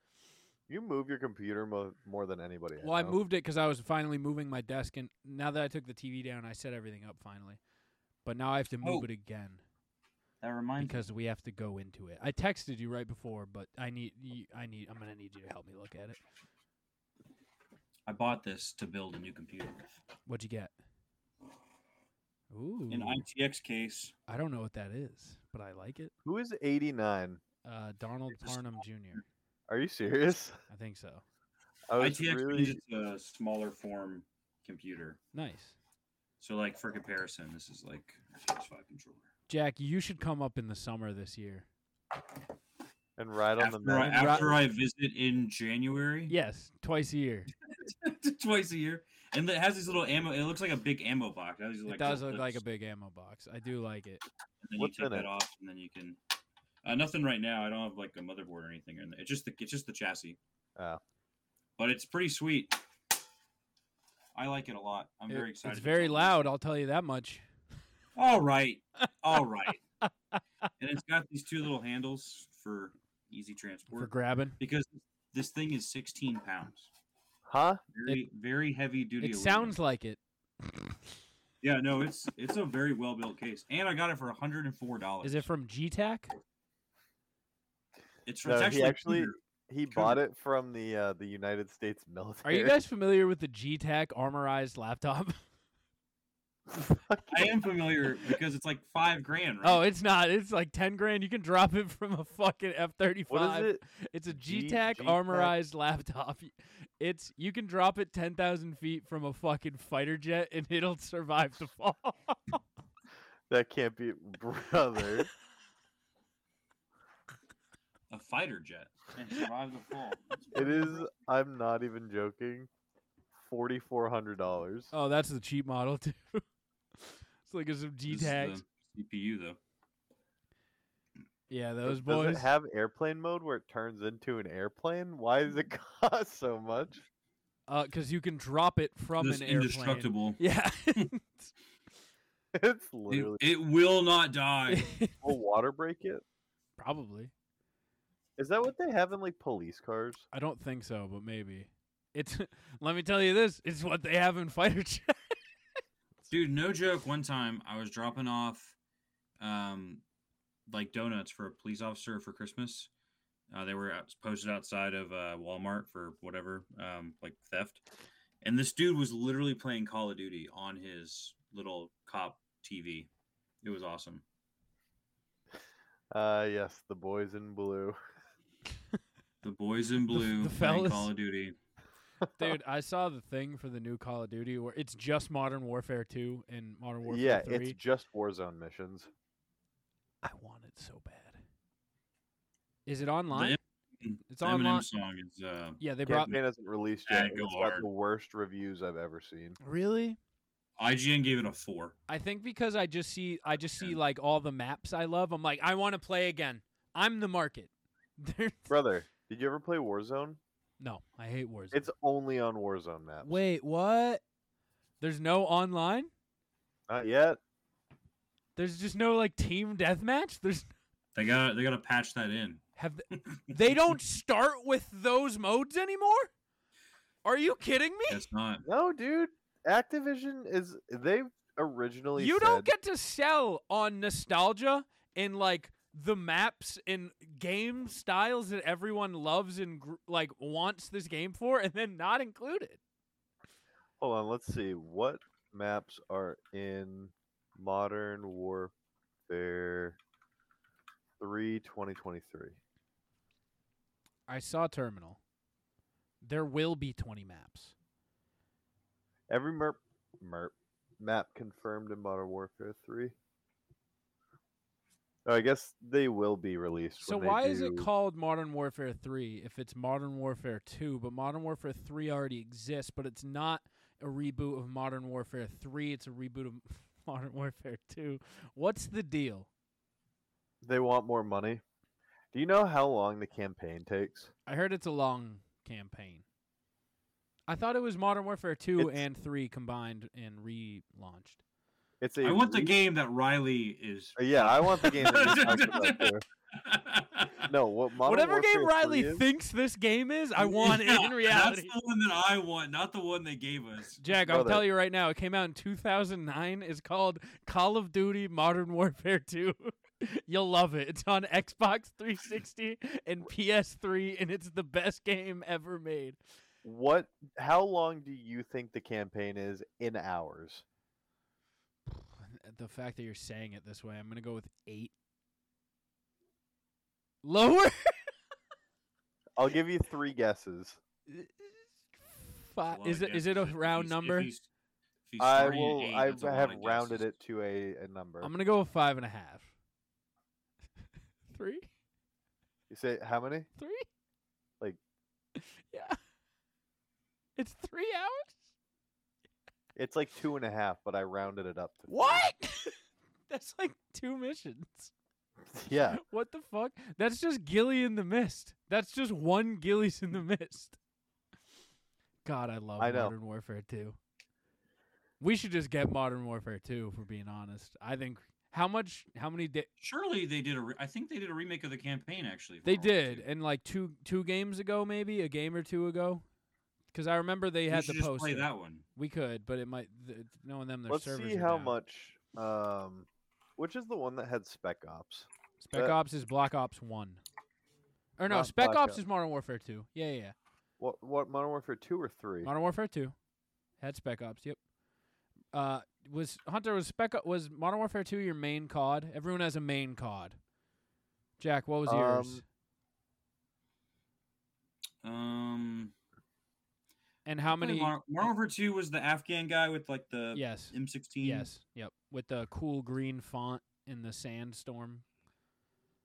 [SPEAKER 1] You move your computer mo- more than anybody.
[SPEAKER 2] Well, I
[SPEAKER 1] know.
[SPEAKER 2] moved it because I was finally moving my desk, and now that I took the TV down, I set everything up finally. But now I have to move
[SPEAKER 6] Oh.
[SPEAKER 2] it again
[SPEAKER 6] That reminds me.
[SPEAKER 2] because we have to go into it. I texted you right before, but I need you, I need I'm gonna need you to help me look at it.
[SPEAKER 6] I bought this to build a new computer.
[SPEAKER 2] What'd you get? Ooh,
[SPEAKER 6] An
[SPEAKER 2] Hmm.
[SPEAKER 6] ITX case.
[SPEAKER 2] I don't know what that is, but I like it.
[SPEAKER 1] Who is 89?
[SPEAKER 2] Uh, Donald
[SPEAKER 6] It's a
[SPEAKER 2] Parnum Jr.
[SPEAKER 1] Are you serious? [laughs]
[SPEAKER 2] I think so.
[SPEAKER 1] I was
[SPEAKER 6] ITX means
[SPEAKER 1] Oh, really.
[SPEAKER 6] it's a smaller form computer.
[SPEAKER 2] Nice.
[SPEAKER 6] So, like for comparison, this is like a PS5 controller.
[SPEAKER 2] Jack, you should come up in the summer this year.
[SPEAKER 1] And right on the
[SPEAKER 6] After, I,
[SPEAKER 1] map.
[SPEAKER 2] Ra-
[SPEAKER 6] after I visit in January,
[SPEAKER 2] Yes, twice a year.
[SPEAKER 6] [laughs] twice a year, and it has these little ammo. It looks like a big ammo box. It, has these, like,
[SPEAKER 2] it does
[SPEAKER 6] little
[SPEAKER 2] look like a
[SPEAKER 6] clips,
[SPEAKER 2] big ammo box. I do like it.
[SPEAKER 6] And then
[SPEAKER 1] What's
[SPEAKER 6] you
[SPEAKER 1] in
[SPEAKER 6] take that
[SPEAKER 1] it?
[SPEAKER 6] off, and then you can. Uh, nothing right now. I don't have like a motherboard or anything. In there. It's just the it's just the chassis.
[SPEAKER 1] Oh.
[SPEAKER 6] But it's pretty sweet. I like it a lot. I'm
[SPEAKER 2] It-
[SPEAKER 6] very excited.
[SPEAKER 2] It's very
[SPEAKER 6] about it.
[SPEAKER 2] loud. I'll tell you that much. [laughs]
[SPEAKER 6] All right. All right. and it's got these two little handles for easy transport
[SPEAKER 2] For grabbing,
[SPEAKER 6] because this thing is 16 pounds.
[SPEAKER 1] Huh?
[SPEAKER 6] Very very heavy duty.
[SPEAKER 2] it
[SPEAKER 6] aluminum.
[SPEAKER 2] sounds like it.
[SPEAKER 6] Yeah, no, it's it's a very well built case, and I got it for 104. dollars
[SPEAKER 2] Is it from GTAC?
[SPEAKER 6] It's,
[SPEAKER 1] No,
[SPEAKER 6] it's
[SPEAKER 1] he
[SPEAKER 6] actually,
[SPEAKER 1] actually-
[SPEAKER 6] Cougar.
[SPEAKER 1] He
[SPEAKER 6] Cougar.
[SPEAKER 1] bought it from the uh, the United States
[SPEAKER 2] Are
[SPEAKER 1] military.
[SPEAKER 2] you guys familiar with the GTAC armorized laptop? [laughs]
[SPEAKER 6] I am familiar because it's like five grand. Right?
[SPEAKER 2] Oh, it's not. It's like ten grand. You can drop it from a fucking F thirty
[SPEAKER 1] What
[SPEAKER 2] five.
[SPEAKER 1] is it?
[SPEAKER 2] It's a
[SPEAKER 1] G-
[SPEAKER 2] GTAC
[SPEAKER 1] GTAC?
[SPEAKER 2] armorized laptop. Y- It's you can drop it ten thousand feet from a fucking fighter jet and it'll survive the fall.
[SPEAKER 1] That can't be, brother.
[SPEAKER 6] a fighter jet and survive the fall. That's
[SPEAKER 1] [laughs] it
[SPEAKER 6] pretty
[SPEAKER 1] is.
[SPEAKER 6] impressive.
[SPEAKER 1] I'm not even joking. Forty four hundred dollars.
[SPEAKER 2] oh, that's the cheap model [laughs] too. it's like some
[SPEAKER 6] This is
[SPEAKER 2] GTACs.
[SPEAKER 6] the CPU though.
[SPEAKER 2] Yeah,
[SPEAKER 1] Does
[SPEAKER 2] those boys.
[SPEAKER 1] it have airplane mode where it turns into an airplane? Why does it [laughs] cost so much?
[SPEAKER 2] Uh, because you can drop it from
[SPEAKER 6] This
[SPEAKER 2] an airplane. [laughs]
[SPEAKER 6] indestructible.
[SPEAKER 2] Yeah.
[SPEAKER 1] It's
[SPEAKER 6] It,
[SPEAKER 1] literally.
[SPEAKER 6] it will
[SPEAKER 2] [laughs]
[SPEAKER 6] not die.
[SPEAKER 1] will water break it?
[SPEAKER 2] Probably.
[SPEAKER 1] Is that what they have in like police cars?
[SPEAKER 2] I don't think so, but maybe. It's [laughs] let me tell you this, it's what they have in fighter [laughs] jet.
[SPEAKER 6] Dude, no joke. One time I was dropping off um like donuts for a police officer for Christmas. Uh, they were out, posted outside of uh, Walmart for whatever, um, like theft. And this dude was literally playing Call of Duty on his little cop TV. It was awesome.
[SPEAKER 1] Uh, yes, the boys in
[SPEAKER 2] [laughs]
[SPEAKER 1] blue.
[SPEAKER 6] The boys in blue
[SPEAKER 2] the
[SPEAKER 6] playing
[SPEAKER 2] fellas.
[SPEAKER 6] Call of Duty.
[SPEAKER 2] Dude, I saw the thing for the new Call of Duty where it's just Modern Warfare 2 and Modern Warfare
[SPEAKER 1] yeah,
[SPEAKER 2] 3.
[SPEAKER 1] it's just Warzone missions.
[SPEAKER 2] I want it so bad. Is it online? [laughs] It's
[SPEAKER 6] The Eminem
[SPEAKER 2] online.
[SPEAKER 6] song is uh,
[SPEAKER 2] Yeah, they brought
[SPEAKER 1] Campaign isn't released
[SPEAKER 6] Yeah,
[SPEAKER 1] yet. and
[SPEAKER 6] go
[SPEAKER 1] It's got
[SPEAKER 6] hard.
[SPEAKER 1] the worst reviews I've ever seen.
[SPEAKER 2] Really?
[SPEAKER 6] IGN gave it a four.
[SPEAKER 2] I think because I just see I just see
[SPEAKER 6] Yeah.
[SPEAKER 2] like all the maps I love. I'm like, I want to play again. I'm the market. [laughs] There's-
[SPEAKER 1] Brother, did you ever play Warzone?
[SPEAKER 2] no, I hate Warzone.
[SPEAKER 1] It's only on Warzone maps.
[SPEAKER 2] Wait, what? There's no online?
[SPEAKER 1] Not yet.
[SPEAKER 2] There's just no like team deathmatch. There's
[SPEAKER 6] They got they got to patch that in. [laughs]
[SPEAKER 2] have th-
[SPEAKER 1] [laughs]
[SPEAKER 2] they don't start with those modes anymore? Are you kidding me?
[SPEAKER 6] That's not.
[SPEAKER 1] No, dude. Activision is they originally
[SPEAKER 2] You don't
[SPEAKER 1] said-
[SPEAKER 2] get to sell on nostalgia and like the maps and game styles that everyone loves and gr- like wants this game for and then not include it.
[SPEAKER 1] Hold on, let's see what maps are in Modern Warfare 3 2023.
[SPEAKER 2] I saw Terminal. There will be 20 maps.
[SPEAKER 1] Every merp merp map confirmed in Modern Warfare 3. Oh, I guess they will be released.
[SPEAKER 2] So
[SPEAKER 1] when they
[SPEAKER 2] why is it
[SPEAKER 1] do-
[SPEAKER 2] called Modern Warfare 3 if it's Modern Warfare 2, but Modern Warfare 3 already exists, but it's not a reboot of Modern Warfare 3, it's a reboot of [laughs] Modern Warfare 2. What's the deal?
[SPEAKER 1] They want more money. Do you know how long the campaign takes?
[SPEAKER 2] I heard it's a long campaign. I thought it was Modern Warfare 2
[SPEAKER 1] It's-
[SPEAKER 2] and 3 combined and relaunched.
[SPEAKER 1] It's a
[SPEAKER 6] I want the
[SPEAKER 1] re-
[SPEAKER 6] game that Riley is. [laughs]
[SPEAKER 1] Yeah, I want the game. That you talked about there. [laughs] No, what Modern
[SPEAKER 2] Whatever game
[SPEAKER 1] Warfare 3
[SPEAKER 2] Riley
[SPEAKER 1] is-
[SPEAKER 2] thinks this game is,
[SPEAKER 1] [laughs]
[SPEAKER 2] I want
[SPEAKER 6] Yeah,
[SPEAKER 2] it in reality.
[SPEAKER 6] [laughs] That's the one that I want, not the one they gave us.
[SPEAKER 2] Jack, I'll
[SPEAKER 1] Brother.
[SPEAKER 2] tell you right now, it came out in 2009. It's called Call of Duty Modern Warfare 2. [laughs] You'll love it. It's on Xbox 360 and PS3, and it's the best game ever made.
[SPEAKER 1] What? How long do you think the campaign is in hours?
[SPEAKER 2] [sighs] The fact that you're saying it this way, I'm going to go with eight. [laughs] Lower?
[SPEAKER 1] I'll give you three guesses.
[SPEAKER 2] Five.
[SPEAKER 6] That's a lot
[SPEAKER 2] Uh, Is
[SPEAKER 6] of
[SPEAKER 2] it, is it a
[SPEAKER 6] guesses. If
[SPEAKER 2] round
[SPEAKER 6] he's- if
[SPEAKER 2] number?
[SPEAKER 6] he's- if he's
[SPEAKER 1] I
[SPEAKER 6] three and
[SPEAKER 1] will.
[SPEAKER 6] eight,
[SPEAKER 1] I
[SPEAKER 6] that's a lot
[SPEAKER 1] have
[SPEAKER 6] of
[SPEAKER 1] rounded
[SPEAKER 6] guesses.
[SPEAKER 1] it to a, a number.
[SPEAKER 2] I'm going to go with five and a half. [laughs] Three?
[SPEAKER 1] You say how many?
[SPEAKER 2] Three? [laughs]
[SPEAKER 1] Like-
[SPEAKER 2] yeah. It's three hours?
[SPEAKER 1] It's like two and a half, but I rounded it up. To three.
[SPEAKER 2] What? [laughs] That's like two missions.
[SPEAKER 1] [laughs] Yeah.
[SPEAKER 2] What the fuck? That's just Gilly in the Mist. That's just one Gilly's in the Mist. God, I love
[SPEAKER 1] I know.
[SPEAKER 2] Modern Warfare 2. We should just get Modern Warfare 2 for being honest. I think how much how many da-
[SPEAKER 6] Surely they did a. Re- I think they did a remake of the campaign actually. if
[SPEAKER 2] they
[SPEAKER 6] I'm not
[SPEAKER 2] did
[SPEAKER 6] mistaken.
[SPEAKER 2] and like two two games ago maybe, a game or two ago. Cuz I remember they
[SPEAKER 6] We
[SPEAKER 2] had
[SPEAKER 6] should
[SPEAKER 2] the
[SPEAKER 6] just
[SPEAKER 2] poster.
[SPEAKER 6] play that one.
[SPEAKER 2] We could, but it might th- knowing them [laughs] their
[SPEAKER 1] Let's
[SPEAKER 2] servers
[SPEAKER 1] see
[SPEAKER 2] are
[SPEAKER 1] how
[SPEAKER 2] down.
[SPEAKER 1] much. Um, which is the one that had Spec Ops?
[SPEAKER 2] Spec
[SPEAKER 1] Uh,
[SPEAKER 2] Ops is Black Ops One. Or no,
[SPEAKER 1] Not
[SPEAKER 2] Spec
[SPEAKER 1] Black
[SPEAKER 2] Ops
[SPEAKER 1] Ops.
[SPEAKER 2] is Modern Warfare Two. Yeah, yeah,
[SPEAKER 1] What? What? Modern Warfare two or three?
[SPEAKER 2] yeah. Modern Warfare Two had Spec Ops. Yep. Uh, was Hunter was Spec O- was Modern Warfare Two your main COD? Everyone has a main COD. Jack, what was yours?
[SPEAKER 1] Um,
[SPEAKER 6] Um,
[SPEAKER 2] And how
[SPEAKER 6] I played
[SPEAKER 2] many?
[SPEAKER 6] Modern, Modern Warfare Two was the Afghan guy with like the
[SPEAKER 2] yes,
[SPEAKER 6] M16.
[SPEAKER 2] yes, yep. With the cool green font in the sandstorm.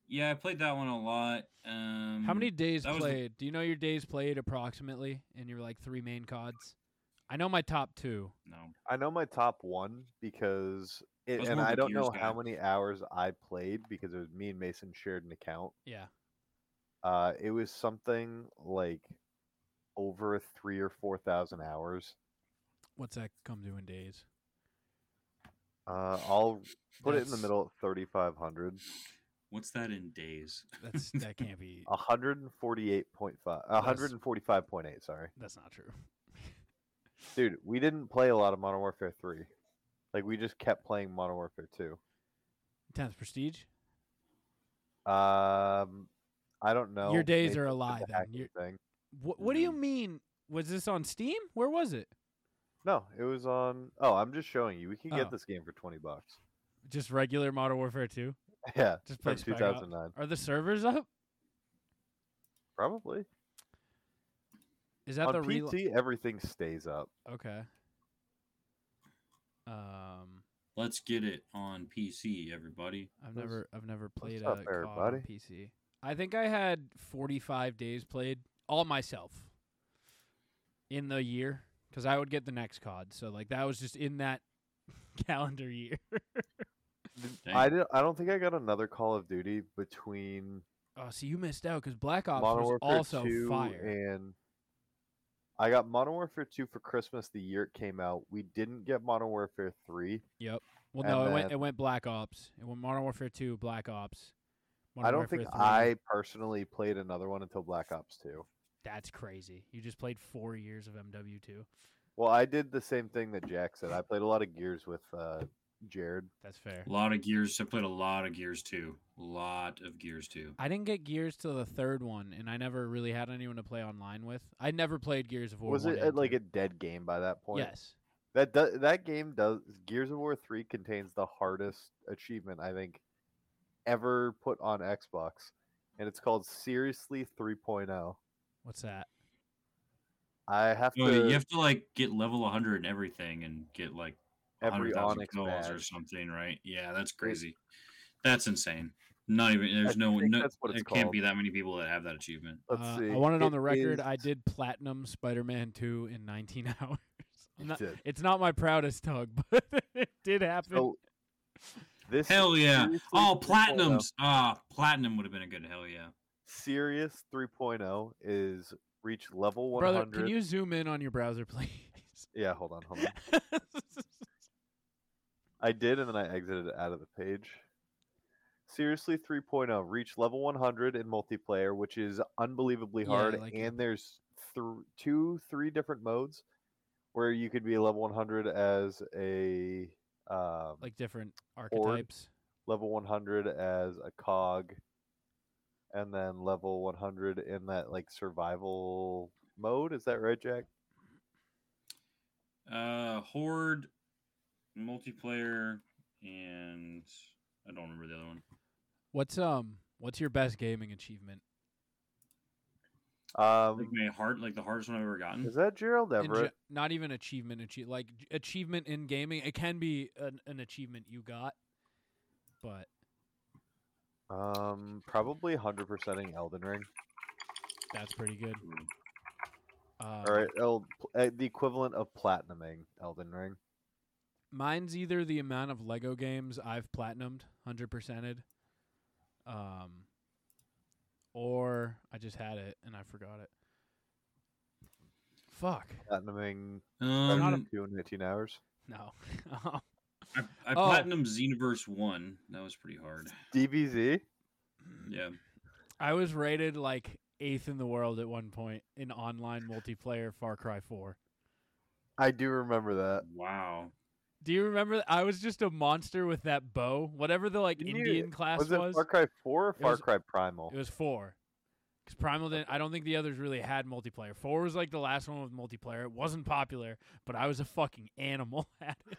[SPEAKER 6] Yeah, I played that one a lot. Um,
[SPEAKER 2] how many days
[SPEAKER 6] that was the-
[SPEAKER 2] played? Do you know your days played approximately? And your like three main CODs. I know my top two.
[SPEAKER 6] No.
[SPEAKER 1] I know my top one because, it,
[SPEAKER 6] was
[SPEAKER 1] and
[SPEAKER 6] more of
[SPEAKER 1] I
[SPEAKER 6] a
[SPEAKER 1] don't
[SPEAKER 6] Gears
[SPEAKER 1] know
[SPEAKER 6] guy.
[SPEAKER 1] how many hours I played because it was me and Mason shared an account.
[SPEAKER 2] Yeah.
[SPEAKER 1] Uh, it was something like over three or four thousand hours.
[SPEAKER 2] What's that come to in days?
[SPEAKER 1] Uh, I'll put it in the
[SPEAKER 2] That's-
[SPEAKER 1] middle at 3,500.
[SPEAKER 6] What's that in days?
[SPEAKER 2] That's that can't
[SPEAKER 1] [laughs]
[SPEAKER 2] be.
[SPEAKER 1] Uh, 148.5. 145.8, sorry.
[SPEAKER 2] That's not true.
[SPEAKER 1] Dude, we didn't play a lot of Modern Warfare 3. Like, we just kept playing Modern Warfare 2.
[SPEAKER 2] Tenth prestige.
[SPEAKER 1] Um, I don't know.
[SPEAKER 2] days
[SPEAKER 1] Maybe
[SPEAKER 2] are
[SPEAKER 1] it's the
[SPEAKER 2] a lie, then.
[SPEAKER 1] hacking
[SPEAKER 2] Your-
[SPEAKER 1] Thing.
[SPEAKER 2] What What do you
[SPEAKER 6] Mhm.
[SPEAKER 2] mean? Was this on Steam? Where was it?
[SPEAKER 1] No, it was on. Oh, I'm just showing you. We can get
[SPEAKER 2] Oh.
[SPEAKER 1] this game for 20 bucks. [laughs]
[SPEAKER 2] Just regular Modern Warfare Two.
[SPEAKER 1] Yeah,
[SPEAKER 2] Just play
[SPEAKER 1] from
[SPEAKER 2] Spec Ops.
[SPEAKER 1] 2009.
[SPEAKER 2] Are the servers up?
[SPEAKER 1] Probably.
[SPEAKER 2] Is that
[SPEAKER 1] on
[SPEAKER 2] the
[SPEAKER 1] PT,
[SPEAKER 2] real?
[SPEAKER 1] everything stays up.
[SPEAKER 2] Okay. Um,
[SPEAKER 6] Let's get it on PC, everybody.
[SPEAKER 2] I've
[SPEAKER 1] That's-
[SPEAKER 2] never I've never played
[SPEAKER 1] up,
[SPEAKER 2] a COD on
[SPEAKER 1] everybody?
[SPEAKER 2] PC. I think I had 45 days played all myself in the year because I would get the next COD. So like that was just in that [laughs] calendar year. [laughs]
[SPEAKER 6] Dang.
[SPEAKER 1] I, did, I don't think I got another Call of Duty between
[SPEAKER 2] Oh, see, you missed out because Black Ops
[SPEAKER 1] Modern
[SPEAKER 2] Oh, was
[SPEAKER 1] Warfare
[SPEAKER 2] also
[SPEAKER 1] 2
[SPEAKER 2] fire.
[SPEAKER 1] and I got Modern Warfare 2 for Christmas the year it came out. We didn't get Modern Warfare 3.
[SPEAKER 2] Well, no,
[SPEAKER 1] and
[SPEAKER 2] it went
[SPEAKER 1] then-
[SPEAKER 2] it went Black Ops. It went Modern Warfare Two, Black Ops.
[SPEAKER 1] I
[SPEAKER 2] Modern
[SPEAKER 1] don't
[SPEAKER 2] Warfare
[SPEAKER 1] think
[SPEAKER 2] 3.
[SPEAKER 1] I personally played another one until Black Ops 2.
[SPEAKER 2] That's crazy. You just played four years of MW Two.
[SPEAKER 1] Well, I did the same thing that Jack said. I played a lot of Gears with uh, Jared.
[SPEAKER 2] That's fair.
[SPEAKER 6] A lot of Gears. I played a lot of Gears too. A lot of Gears too.
[SPEAKER 2] I didn't get Gears till the third one, and I never really had anyone to play online with. I never played Gears of War.
[SPEAKER 1] Was
[SPEAKER 2] 1
[SPEAKER 1] it
[SPEAKER 2] and
[SPEAKER 1] uh, like
[SPEAKER 2] 2.
[SPEAKER 1] a dead game by that point?
[SPEAKER 2] Yes.
[SPEAKER 1] That does, that game does Gears of War 3 contains the hardest achievement I think ever put on Xbox and it's called Seriously 3.0.
[SPEAKER 2] What's that?
[SPEAKER 1] I have
[SPEAKER 6] Oh,
[SPEAKER 1] to
[SPEAKER 6] you have to like get level 100 and everything, and get like
[SPEAKER 1] every
[SPEAKER 6] 100,000
[SPEAKER 1] Onyx
[SPEAKER 6] kills or
[SPEAKER 1] badge.
[SPEAKER 6] something, right? Yeah, that's crazy. That's insane. Not even there's
[SPEAKER 1] I
[SPEAKER 6] no
[SPEAKER 1] think
[SPEAKER 6] no.
[SPEAKER 1] that's what it's
[SPEAKER 6] it can't
[SPEAKER 1] called.
[SPEAKER 6] be that many people that have that achievement.
[SPEAKER 1] Let's
[SPEAKER 2] Uh,
[SPEAKER 1] see.
[SPEAKER 2] I want it on the
[SPEAKER 1] It [laughs]
[SPEAKER 2] record.
[SPEAKER 1] is-
[SPEAKER 2] I did platinum Spider-Man Two in 19 [laughs]
[SPEAKER 1] [laughs]
[SPEAKER 2] hours. I'm
[SPEAKER 1] You
[SPEAKER 2] not- [laughs]
[SPEAKER 1] did.
[SPEAKER 2] It's not my proudest tug, [laughs] but it did happen.
[SPEAKER 1] So this
[SPEAKER 6] Hell yeah!
[SPEAKER 1] Seriously
[SPEAKER 6] Oh,
[SPEAKER 1] 3.0.
[SPEAKER 6] platinums. Ah, platinum would have been a good hell yeah.
[SPEAKER 1] Serious 3.0 is reach level 100.
[SPEAKER 2] Brother, can you zoom in on your browser, please?
[SPEAKER 1] Yeah, hold on, hold on. I did, and then I exited it out of the page. Seriously, 3.0 reach level 100 in multiplayer, which is unbelievably
[SPEAKER 2] Yeah,
[SPEAKER 1] hard.
[SPEAKER 2] like-
[SPEAKER 1] and there's thr two, three different modes where you could be level 100 as a um,
[SPEAKER 2] [laughs] like different archetypes.
[SPEAKER 1] level 100 as a cog, and then level 100 in that like survival mode. Is that right, Jack?
[SPEAKER 6] Uh, Horde, multiplayer, and I don't remember the other one.
[SPEAKER 2] What's um what's your best gaming achievement?
[SPEAKER 1] Um,
[SPEAKER 6] Like my heart, like the hardest one I've ever gotten.
[SPEAKER 1] is that Gerald
[SPEAKER 2] In ge-
[SPEAKER 1] Everett?
[SPEAKER 2] not even achievement achieve like j- achievement in gaming. It can be an, an achievement you got, but
[SPEAKER 1] Um, probably 100%ing Elden Ring.
[SPEAKER 2] that's pretty good. Uh,
[SPEAKER 1] All right, El, uh, the equivalent of platinuming Elden Ring.
[SPEAKER 2] Mine's either the amount of Lego games I've platinumed, hundred percented, um, or I just had it and I forgot it. Fuck
[SPEAKER 1] Platinuming
[SPEAKER 2] not a-
[SPEAKER 6] Um,
[SPEAKER 1] 2 in 18 hours.
[SPEAKER 2] no.
[SPEAKER 6] I, I
[SPEAKER 2] Oh.
[SPEAKER 6] platinum Xenoverse one. That was pretty hard.
[SPEAKER 1] DBZ.
[SPEAKER 6] Yeah.
[SPEAKER 2] [laughs] I was rated like eighth in the world at one point in online multiplayer Far Cry Four.
[SPEAKER 1] I do remember
[SPEAKER 2] Uh,
[SPEAKER 1] that.
[SPEAKER 6] Wow.
[SPEAKER 2] Do you remember? th- I was just a monster with that bow, whatever the like
[SPEAKER 1] Didn't you-
[SPEAKER 2] Indian class
[SPEAKER 1] Was
[SPEAKER 2] was.
[SPEAKER 1] it Far Cry 4 or Far
[SPEAKER 2] was-
[SPEAKER 1] Cry Primal?
[SPEAKER 2] It was four. Because Primal didn't. I don't think the others really had multiplayer. Four was like the last one with multiplayer. It wasn't popular, but I was a fucking animal [laughs] at it.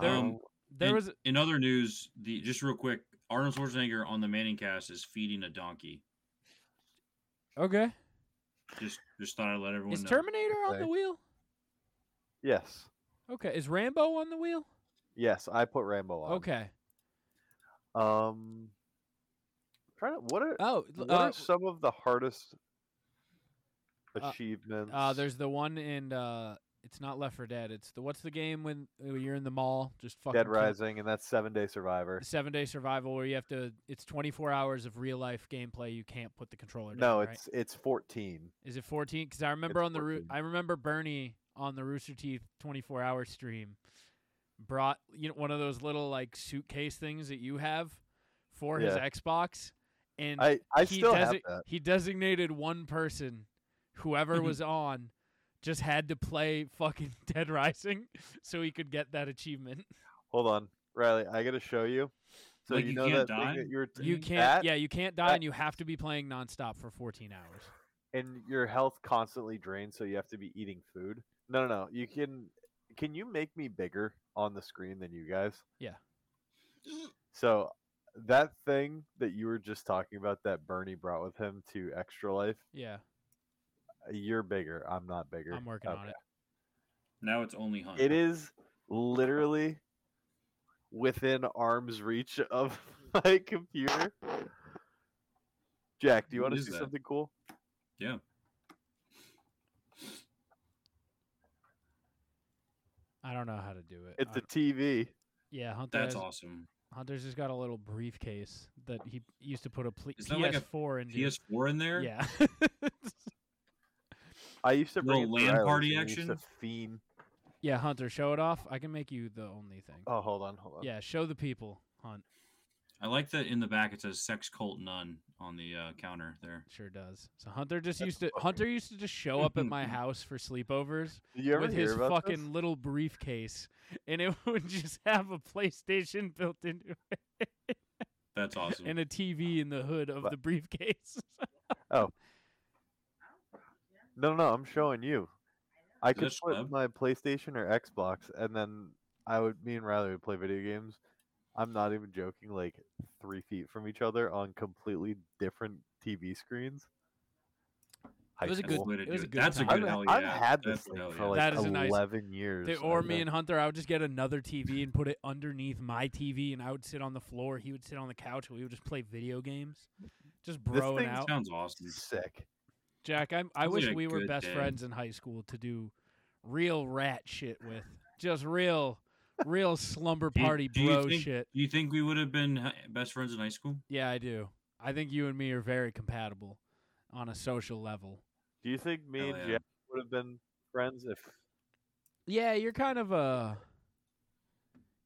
[SPEAKER 2] there-
[SPEAKER 1] Um,
[SPEAKER 2] There
[SPEAKER 6] in,
[SPEAKER 2] was
[SPEAKER 6] in other news. The just real quick, Arnold Schwarzenegger on the Manning cast is feeding a donkey.
[SPEAKER 2] okay.
[SPEAKER 6] Just just thought I'd let everyone
[SPEAKER 2] Is
[SPEAKER 6] know.
[SPEAKER 2] Terminator on
[SPEAKER 1] Okay.
[SPEAKER 2] the wheel?
[SPEAKER 1] yes.
[SPEAKER 2] Okay. Is Rambo on the wheel?
[SPEAKER 1] Yes, I put Rambo on.
[SPEAKER 2] Okay.
[SPEAKER 1] Um, trying to, what are
[SPEAKER 2] Oh, l-
[SPEAKER 1] what
[SPEAKER 2] uh,
[SPEAKER 1] are some of the hardest
[SPEAKER 2] uh,
[SPEAKER 1] achievements?
[SPEAKER 2] uh, there's the one in. Uh, it's not Left 4 Dead. It's the what's the game when uh, you're in the mall just fucking
[SPEAKER 1] Dead
[SPEAKER 2] kill-
[SPEAKER 1] Rising, and that's Seven Day Survivor.
[SPEAKER 2] the seven day survival where you have to. It's 24 hours of real life gameplay. You can't put the controller. down,
[SPEAKER 1] No,
[SPEAKER 2] right?
[SPEAKER 1] it's it's fourteen.
[SPEAKER 2] Is it 14? Because I remember
[SPEAKER 1] It's
[SPEAKER 2] on the Roo-
[SPEAKER 1] 14.
[SPEAKER 2] I remember Bernie on the Rooster Teeth 24 hour stream brought you know one of those little like suitcase things that you have for his
[SPEAKER 1] Yeah.
[SPEAKER 2] Xbox, and
[SPEAKER 1] I I
[SPEAKER 2] he
[SPEAKER 1] still have that.
[SPEAKER 2] desi-
[SPEAKER 1] Mm-hmm.
[SPEAKER 2] he designated one person, whoever was on, just had to play fucking [laughs] Dead Rising so he could get that achievement.
[SPEAKER 1] Hold on, Riley. I gotta show you. So
[SPEAKER 6] Like,
[SPEAKER 1] you
[SPEAKER 6] you
[SPEAKER 1] know
[SPEAKER 6] can't
[SPEAKER 1] that thing
[SPEAKER 6] die?
[SPEAKER 1] that you're
[SPEAKER 2] You
[SPEAKER 6] Dang.
[SPEAKER 2] can't,
[SPEAKER 1] That-
[SPEAKER 2] yeah, you can't die,
[SPEAKER 1] that-
[SPEAKER 2] and you have to be playing nonstop for 14 hours.
[SPEAKER 1] and your health constantly drains, so you have to be eating food. No, no, no. You can. Can you make me bigger on the screen than you guys?
[SPEAKER 2] Yeah.
[SPEAKER 1] So that thing that you were just talking about that Bernie brought with him to Extra Life,
[SPEAKER 2] Yeah,
[SPEAKER 1] you're bigger. I'm not bigger.
[SPEAKER 2] I'm working on
[SPEAKER 1] Okay.
[SPEAKER 2] it.
[SPEAKER 6] Now it's only Hunt.
[SPEAKER 1] It is literally within arm's reach of [laughs] my computer. Jack, do you
[SPEAKER 6] What
[SPEAKER 1] want to
[SPEAKER 6] is
[SPEAKER 1] see
[SPEAKER 6] that?
[SPEAKER 1] something cool?
[SPEAKER 6] Yeah.
[SPEAKER 2] I don't know how to do it.
[SPEAKER 1] It's
[SPEAKER 2] I
[SPEAKER 1] a TV.
[SPEAKER 2] Yeah, Hunter.
[SPEAKER 6] That's
[SPEAKER 2] has,
[SPEAKER 6] awesome.
[SPEAKER 2] Hunter's just got a little briefcase that he used to put a ple-
[SPEAKER 6] Is that like a
[SPEAKER 2] PS4 in. into.
[SPEAKER 6] PS4 in there.
[SPEAKER 2] Yeah. [laughs]
[SPEAKER 1] I used to bring
[SPEAKER 6] Little
[SPEAKER 1] it to Riley's
[SPEAKER 6] LAN party
[SPEAKER 1] and he used to
[SPEAKER 6] action?
[SPEAKER 1] fiend.
[SPEAKER 2] yeah, Hunter, show it off. I can make you the only thing.
[SPEAKER 1] Oh, hold on, hold on.
[SPEAKER 2] yeah, show the people, Hunt.
[SPEAKER 6] I like that in the back it says "sex cult nun" on the uh, counter there.
[SPEAKER 2] Sure does. So Hunter just
[SPEAKER 1] That's
[SPEAKER 2] used to
[SPEAKER 1] fucking-
[SPEAKER 2] Hunter used to just show up
[SPEAKER 1] [laughs]
[SPEAKER 2] at my house for sleepovers
[SPEAKER 1] Did you ever
[SPEAKER 2] with
[SPEAKER 1] hear
[SPEAKER 2] his
[SPEAKER 1] about
[SPEAKER 2] fucking
[SPEAKER 1] this?
[SPEAKER 2] little briefcase, and it [laughs] would just have a PlayStation built into it
[SPEAKER 6] That's awesome.
[SPEAKER 2] and a TV in the hood of
[SPEAKER 1] But-
[SPEAKER 2] the briefcase. [laughs]
[SPEAKER 1] No, no, I'm showing you. I could
[SPEAKER 6] this
[SPEAKER 1] put
[SPEAKER 6] web?
[SPEAKER 1] my PlayStation or Xbox, and then I would, me and Riley would play video games. I'm not even joking. Like three feet from each other on completely different TV screens. High
[SPEAKER 2] It was a
[SPEAKER 6] That's
[SPEAKER 2] good-
[SPEAKER 6] the way to
[SPEAKER 2] it
[SPEAKER 6] do
[SPEAKER 2] was a good
[SPEAKER 6] That's
[SPEAKER 2] time.
[SPEAKER 6] a good
[SPEAKER 1] I've,
[SPEAKER 6] hell yeah.
[SPEAKER 1] I've had this
[SPEAKER 6] That's a
[SPEAKER 1] thing
[SPEAKER 6] hell
[SPEAKER 1] for
[SPEAKER 6] yeah.
[SPEAKER 1] like
[SPEAKER 2] That is a nice-
[SPEAKER 1] 11 years.
[SPEAKER 2] Dude,
[SPEAKER 1] and
[SPEAKER 2] or
[SPEAKER 1] I've
[SPEAKER 2] me
[SPEAKER 1] been-
[SPEAKER 2] and Hunter, I would just get another TV and put it underneath my TV, and I would sit on the floor. He would sit on the couch, and we would just play video games, just broing
[SPEAKER 1] thing's
[SPEAKER 2] out.
[SPEAKER 6] sounds awesome.
[SPEAKER 1] sick.
[SPEAKER 2] Jack, I, I
[SPEAKER 6] Sounds
[SPEAKER 2] wish
[SPEAKER 6] like a
[SPEAKER 2] we were
[SPEAKER 6] good
[SPEAKER 2] best
[SPEAKER 6] day.
[SPEAKER 2] friends in high school to do real rat shit with, just real, real slumber
[SPEAKER 6] Do you-
[SPEAKER 2] party
[SPEAKER 6] do you
[SPEAKER 2] bro
[SPEAKER 6] think-
[SPEAKER 2] shit.
[SPEAKER 6] Do you think we would have been hi- best friends in high school?
[SPEAKER 2] Yeah, I do. I think you and me are very compatible on a social level.
[SPEAKER 1] Do you think me
[SPEAKER 6] Hell
[SPEAKER 1] and
[SPEAKER 6] yeah.
[SPEAKER 1] Jack would have been friends if
[SPEAKER 2] Yeah, you're kind of a.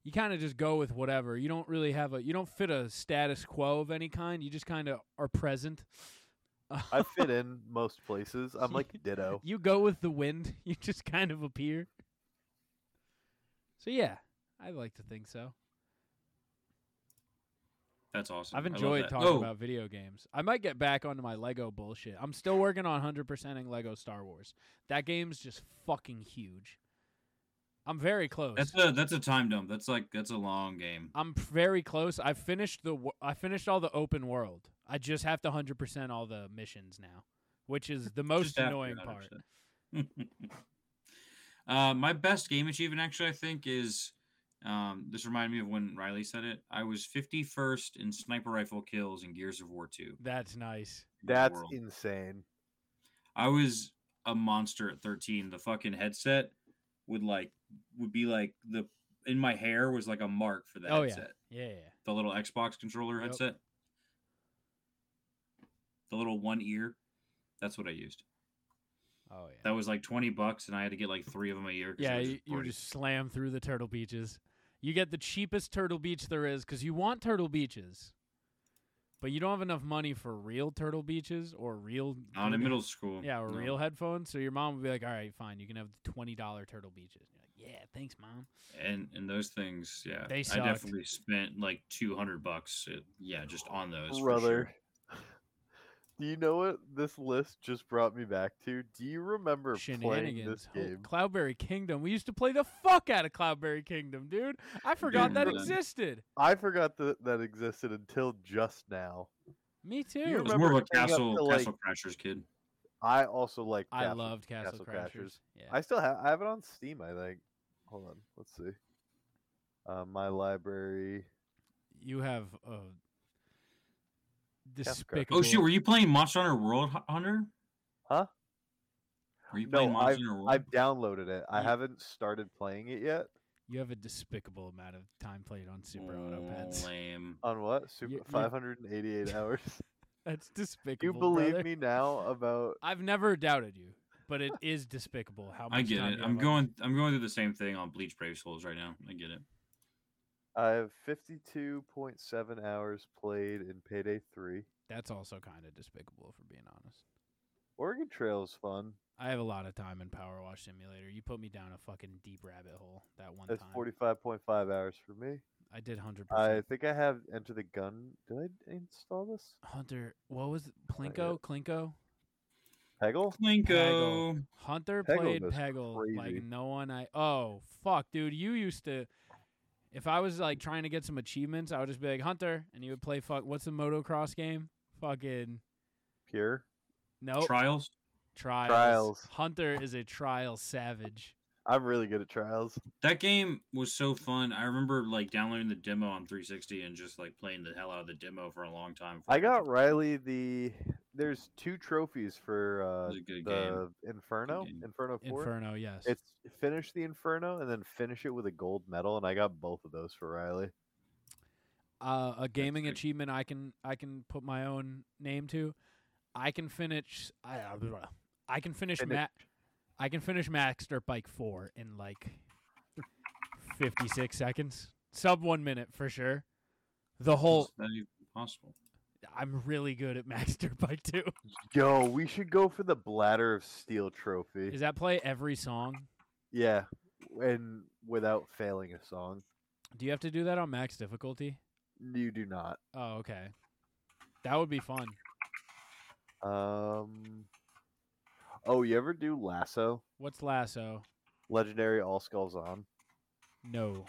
[SPEAKER 2] You kind of just go with whatever. You don't really have a. You don't fit a status quo of any kind. You just kind of are present. [laughs]
[SPEAKER 1] I fit in most places? I'm [laughs] like ditto.
[SPEAKER 2] you go with the wind. [laughs] You just kind of appear. So yeah, I like to think so.
[SPEAKER 6] That's awesome.
[SPEAKER 2] I've
[SPEAKER 6] I love
[SPEAKER 2] enjoyed
[SPEAKER 6] that.
[SPEAKER 2] talking
[SPEAKER 6] Oh,
[SPEAKER 2] about video games. I might get back onto my Lego bullshit. I'm still working on 100%ing Lego Star Wars. That game's just fucking huge. I'm very close.
[SPEAKER 6] That's a that's a time dump. That's like that's a long game.
[SPEAKER 2] I'm very close. I finished the wo- I finished all the open world. I just have to 100% all the missions now, which is the most
[SPEAKER 6] Just after
[SPEAKER 2] annoying
[SPEAKER 6] that,
[SPEAKER 2] part.
[SPEAKER 6] actually. [laughs] uh, my best game achievement, actually, I think is um, this reminded me of when Riley said it. I was 51st in sniper rifle kills in Gears of War 2.
[SPEAKER 2] That's nice.
[SPEAKER 1] That's
[SPEAKER 6] world.
[SPEAKER 1] insane.
[SPEAKER 6] I was a monster at 13. The fucking headset would like would be like the in my hair was like a mark for the
[SPEAKER 2] Oh, yeah.
[SPEAKER 6] headset.
[SPEAKER 2] Yeah, yeah.
[SPEAKER 6] The little Xbox controller
[SPEAKER 2] Yep.
[SPEAKER 6] headset. The little one ear. That's what I used.
[SPEAKER 2] Oh yeah.
[SPEAKER 6] That was like 20 bucks and I had to get like 3 of them a year. 'cause it
[SPEAKER 2] Yeah,
[SPEAKER 6] was
[SPEAKER 2] you, you would
[SPEAKER 6] 40.
[SPEAKER 2] just slam through the turtle beaches. You get the cheapest turtle beach there is because you want turtle beaches, but you don't have enough money for real turtle beaches or real.
[SPEAKER 6] not in
[SPEAKER 2] Bluetooth-
[SPEAKER 6] middle school.
[SPEAKER 2] Yeah, or
[SPEAKER 6] no.
[SPEAKER 2] real headphones. So your mom would be like, "All right, fine, you can have the twenty dollar turtle beaches." And you're like, yeah, thanks, mom.
[SPEAKER 6] And and those things, yeah.
[SPEAKER 2] They
[SPEAKER 6] I
[SPEAKER 2] sucked.
[SPEAKER 6] definitely spent like 200 bucks uh, yeah, just on those. for
[SPEAKER 1] Brother.
[SPEAKER 6] sure.
[SPEAKER 1] [laughs] Do you know what this list just brought me back to? Do you remember playing this
[SPEAKER 2] Shenanigans. Oh,
[SPEAKER 1] game?
[SPEAKER 2] Cloudberry Kingdom. We used to play the fuck out of Cloudberry Kingdom, dude. I forgot that
[SPEAKER 6] remember that?
[SPEAKER 2] existed.
[SPEAKER 1] I forgot that that existed until just now.
[SPEAKER 2] Me too.
[SPEAKER 6] It was
[SPEAKER 1] remember
[SPEAKER 6] more of a
[SPEAKER 1] staying up
[SPEAKER 6] castle
[SPEAKER 1] till,
[SPEAKER 6] castle
[SPEAKER 1] like-
[SPEAKER 6] crashers kid.
[SPEAKER 1] I also like.
[SPEAKER 2] I
[SPEAKER 1] Castle-
[SPEAKER 2] loved Castle, Crashers. Yeah.
[SPEAKER 1] I still have. I have it on Steam. I think. Hold on. Let's see. Uh, my library.
[SPEAKER 2] you have a
[SPEAKER 1] Castle Crashers.
[SPEAKER 2] despicable.
[SPEAKER 6] Oh shit, were you playing Monster Hunter World Hu- Hunter?
[SPEAKER 1] Huh?
[SPEAKER 6] Were you
[SPEAKER 1] No,
[SPEAKER 6] playing Monster Hunter World?
[SPEAKER 1] I've downloaded it. I
[SPEAKER 6] Yeah.
[SPEAKER 1] haven't started playing it yet.
[SPEAKER 2] You have a despicable amount of time played on Super Auto Pets.
[SPEAKER 1] [laughs]
[SPEAKER 6] Mm, Lame.
[SPEAKER 1] On what? Super
[SPEAKER 2] You- you-
[SPEAKER 1] 588 hours.
[SPEAKER 2] [laughs] That's
[SPEAKER 1] Do you
[SPEAKER 2] despicable.
[SPEAKER 1] believe
[SPEAKER 2] brother.
[SPEAKER 1] me now about
[SPEAKER 2] I've never doubted you, but it is despicable how much
[SPEAKER 6] I get
[SPEAKER 2] time
[SPEAKER 6] it.
[SPEAKER 2] you
[SPEAKER 6] I'm
[SPEAKER 2] have on-
[SPEAKER 6] going. I'm going through the same thing on Bleach Brave Souls right now. I get it.
[SPEAKER 1] I have 52.7 hours played in Payday 3.
[SPEAKER 2] That's also kind of despicable, for being honest.
[SPEAKER 1] Oregon Trail's fun.
[SPEAKER 2] I have a lot of time in Power Wash Simulator. You put me down a fucking deep rabbit hole that one
[SPEAKER 1] That's
[SPEAKER 2] time.
[SPEAKER 1] 45.5 hours for me.
[SPEAKER 2] I did hundred
[SPEAKER 1] I
[SPEAKER 2] percent.
[SPEAKER 1] think I have Enter the Gun. Did I install this?
[SPEAKER 2] Hunter, what was it?
[SPEAKER 1] Not
[SPEAKER 2] Plinko? Clinko?
[SPEAKER 1] Peggle?
[SPEAKER 6] Clinko.
[SPEAKER 2] Hunter
[SPEAKER 1] Peggle
[SPEAKER 2] played
[SPEAKER 1] was
[SPEAKER 2] Peggle
[SPEAKER 1] crazy.
[SPEAKER 2] like no one. I oh fuck, dude, you used to. If I was like trying to get some achievements, I would just be like Hunter, and you would play fuck. What's the motocross game? Fucking
[SPEAKER 1] Pure?
[SPEAKER 2] no
[SPEAKER 6] Trials.
[SPEAKER 2] trials.
[SPEAKER 1] Trials.
[SPEAKER 2] Hunter is a trial savage.
[SPEAKER 1] I'm really good at trials.
[SPEAKER 6] That game was so fun. I remember like downloading the demo on 360 and just like playing the hell out of the demo for a long time. before
[SPEAKER 1] I
[SPEAKER 6] could-
[SPEAKER 1] got Riley the. There's two trophies for
[SPEAKER 6] It
[SPEAKER 1] uh,
[SPEAKER 6] was a good game.
[SPEAKER 1] the Inferno.
[SPEAKER 6] game.
[SPEAKER 1] Inferno 4.
[SPEAKER 2] Inferno, yes.
[SPEAKER 1] It's finish the Inferno and then finish it with a gold medal, and I got both of those for Riley.
[SPEAKER 2] uh, a gaming
[SPEAKER 6] sick.
[SPEAKER 2] achievement I can I can put my own name to. I can finish. I, uh, I can finish.
[SPEAKER 1] Finish.
[SPEAKER 2] Ma- I can finish Max Dirt Bike Four in like fifty six seconds, sub one minute for sure. The whole.
[SPEAKER 6] How's that even possible?
[SPEAKER 2] I'm really good at Max Dirt Bike Two.
[SPEAKER 1] Yo, we should go for the Bladder of Steel trophy.
[SPEAKER 2] Does that play every song?
[SPEAKER 1] Yeah, and without failing a song,
[SPEAKER 2] Do you have to do that on max difficulty?
[SPEAKER 1] you do not.
[SPEAKER 2] Oh, okay. That would be fun.
[SPEAKER 1] Um. Oh, you ever do Lasso?
[SPEAKER 2] What's lasso?
[SPEAKER 1] Legendary All Skulls on.
[SPEAKER 2] No.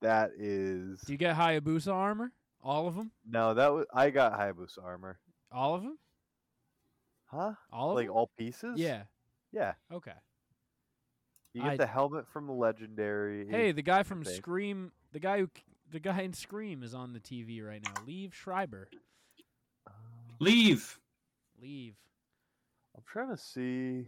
[SPEAKER 1] That is
[SPEAKER 2] Do you get Hayabusa armor? All of them?
[SPEAKER 1] no. That was I got Hayabusa armor.
[SPEAKER 2] All of them?
[SPEAKER 1] Huh?
[SPEAKER 2] All of
[SPEAKER 1] Like
[SPEAKER 2] 'em?
[SPEAKER 1] all pieces?
[SPEAKER 2] Oh, Yeah.
[SPEAKER 1] Yeah.
[SPEAKER 2] Okay.
[SPEAKER 1] You get
[SPEAKER 2] I-
[SPEAKER 1] the helmet from Legendary.
[SPEAKER 2] Hey, the guy from
[SPEAKER 1] think.
[SPEAKER 2] Scream, the guy who, c- the guy in Scream is on the TV right now. Leave Schreiber.
[SPEAKER 1] Uh,
[SPEAKER 6] Leave.
[SPEAKER 2] Leave.
[SPEAKER 1] I'm trying to see.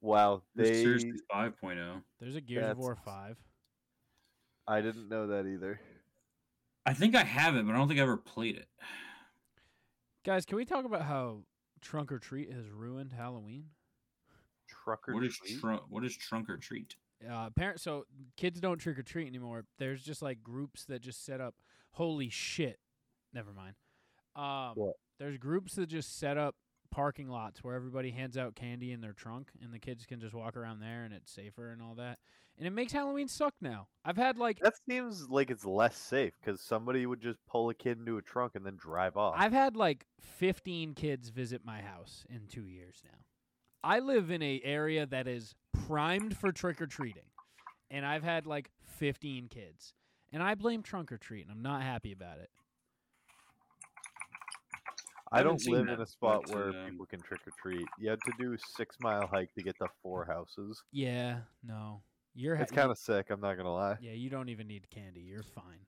[SPEAKER 1] Wow,
[SPEAKER 6] There's
[SPEAKER 1] they.
[SPEAKER 6] Seriously 5.0.
[SPEAKER 2] There's a Gears of
[SPEAKER 1] That's-
[SPEAKER 2] War five.
[SPEAKER 1] I didn't know that either.
[SPEAKER 6] I think I have it, but I don't think I ever played it.
[SPEAKER 2] Guys, can we talk about how Trunk or Treat has ruined Halloween?
[SPEAKER 1] Trucker.
[SPEAKER 6] What is
[SPEAKER 1] Treat?
[SPEAKER 6] tru- what is trunk or treat?
[SPEAKER 2] Uh, parent, so kids don't trick or treat anymore. There's just like groups that just set up. Holy shit! Never mind. Um,
[SPEAKER 1] What?
[SPEAKER 2] There's groups that just set up parking lots where everybody hands out candy in their trunk, and the kids can just walk around there, and it's safer and all that. And it makes Halloween suck now. I've had like
[SPEAKER 1] That seems like it's less safe because somebody would just pull a kid into a trunk and then drive off.
[SPEAKER 2] I've had like 15 kids visit my house in 2 years now. I live in a area that is primed for trick or treating and I've had like 15 kids. And I blame trunk or treat and I'm not happy about it.
[SPEAKER 1] I
[SPEAKER 6] haven't
[SPEAKER 1] don't
[SPEAKER 6] seen
[SPEAKER 1] live
[SPEAKER 6] that,
[SPEAKER 1] in a spot
[SPEAKER 6] but,
[SPEAKER 1] where
[SPEAKER 6] um,
[SPEAKER 1] people can trick or treat. You had to do a six mile hike to get to four houses.
[SPEAKER 2] Yeah, no. You're
[SPEAKER 1] It's kind of sick. I'm not gonna lie.
[SPEAKER 2] Yeah, you don't even need candy. You're fine.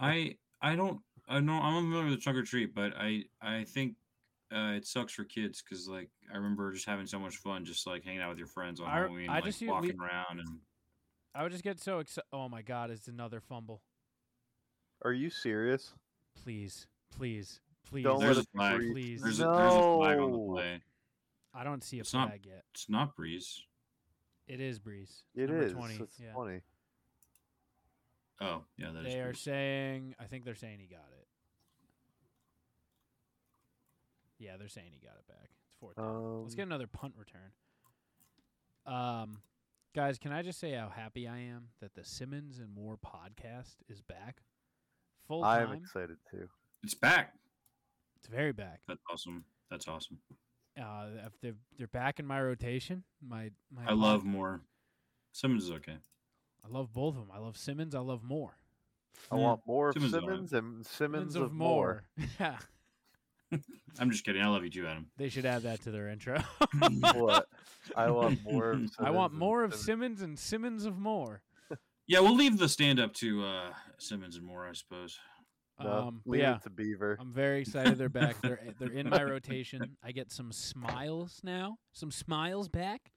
[SPEAKER 6] I I don't I know I'm familiar with trunk or treat, but I I think uh, it sucks for kids because like I remember just having so much fun, just like hanging out with your friends on
[SPEAKER 2] I-
[SPEAKER 6] Halloween,
[SPEAKER 2] I
[SPEAKER 6] like
[SPEAKER 2] just u- we-
[SPEAKER 6] walking around and
[SPEAKER 2] I would just get so excited. Oh my god, it's another fumble.
[SPEAKER 1] Are you serious?
[SPEAKER 2] Please, please, please.
[SPEAKER 1] Don't
[SPEAKER 6] There's
[SPEAKER 1] let it
[SPEAKER 6] a flag.
[SPEAKER 1] breathe.
[SPEAKER 2] Please.
[SPEAKER 6] there's a, there's a flag on the
[SPEAKER 1] No.
[SPEAKER 6] play.
[SPEAKER 2] I don't see a
[SPEAKER 6] It's not-
[SPEAKER 2] flag yet.
[SPEAKER 6] It's not breeze.
[SPEAKER 2] It is Breeze.
[SPEAKER 1] It
[SPEAKER 2] Number
[SPEAKER 1] is.
[SPEAKER 2] 20.
[SPEAKER 1] It's
[SPEAKER 2] yeah.
[SPEAKER 1] funny.
[SPEAKER 6] Oh yeah, that is.
[SPEAKER 2] They are
[SPEAKER 6] breeze.
[SPEAKER 2] saying, I think they're saying he got it. Yeah, they're saying he got it back. It's fourth. down.
[SPEAKER 1] Um,
[SPEAKER 2] Let's get another punt return. Um, guys, can I just say how happy I am that the Simmons and Moore podcast is back, full
[SPEAKER 1] I'm
[SPEAKER 2] time.
[SPEAKER 1] excited too.
[SPEAKER 6] It's back.
[SPEAKER 2] It's very back.
[SPEAKER 6] That's awesome. That's awesome.
[SPEAKER 2] Uh, if they're they're back in my rotation. My my.
[SPEAKER 6] I love
[SPEAKER 2] pod-
[SPEAKER 6] more. Simmons is okay.
[SPEAKER 2] I love both of them. I love Simmons. I love Moore.
[SPEAKER 1] I
[SPEAKER 2] Hmm.
[SPEAKER 1] want more of
[SPEAKER 6] Simmons
[SPEAKER 1] Simmons,
[SPEAKER 6] on it.
[SPEAKER 1] and Simmons, of, more.
[SPEAKER 2] Moore. [laughs] Yeah,
[SPEAKER 6] I'm just kidding. I love you too, Adam.
[SPEAKER 2] they should add that to their
[SPEAKER 6] [laughs]
[SPEAKER 2] intro. [laughs]
[SPEAKER 1] What? I want more. Of Simmons
[SPEAKER 2] I want
[SPEAKER 1] and
[SPEAKER 2] more of
[SPEAKER 1] Simmons.
[SPEAKER 2] Simmons and Simmons of Moore.
[SPEAKER 6] Yeah, we'll leave the stand up to uh, Simmons and Moore, I suppose.
[SPEAKER 1] No,
[SPEAKER 2] um, but
[SPEAKER 1] leave
[SPEAKER 2] yeah,
[SPEAKER 1] it to Beaver.
[SPEAKER 2] I'm very excited they're back.
[SPEAKER 1] [laughs]
[SPEAKER 2] They're they're in my rotation. I get some smiles now. Some smiles back.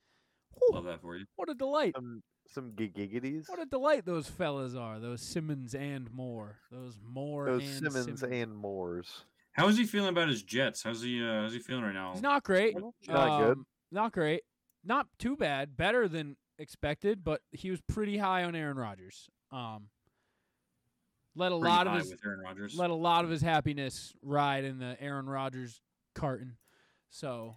[SPEAKER 2] Whew,
[SPEAKER 6] Love that for you.
[SPEAKER 2] what a delight!
[SPEAKER 1] Some some giggigities.
[SPEAKER 2] What a delight those fellas are. Those Simmons and Moore. Those Moore
[SPEAKER 1] Those
[SPEAKER 2] and
[SPEAKER 1] Simmons, and Moores.
[SPEAKER 6] How is he feeling about his Jets? How's he? Uh, how's he feeling right now?
[SPEAKER 2] He's not great.
[SPEAKER 1] Not good.
[SPEAKER 2] Um, Not great. Not too bad. Better than expected, but he was pretty high on Aaron Rodgers. Um, let a
[SPEAKER 6] pretty
[SPEAKER 2] lot of
[SPEAKER 6] high
[SPEAKER 2] his
[SPEAKER 6] with Aaron Rodgers.
[SPEAKER 2] let a lot of his happiness ride in the Aaron Rodgers carton. So,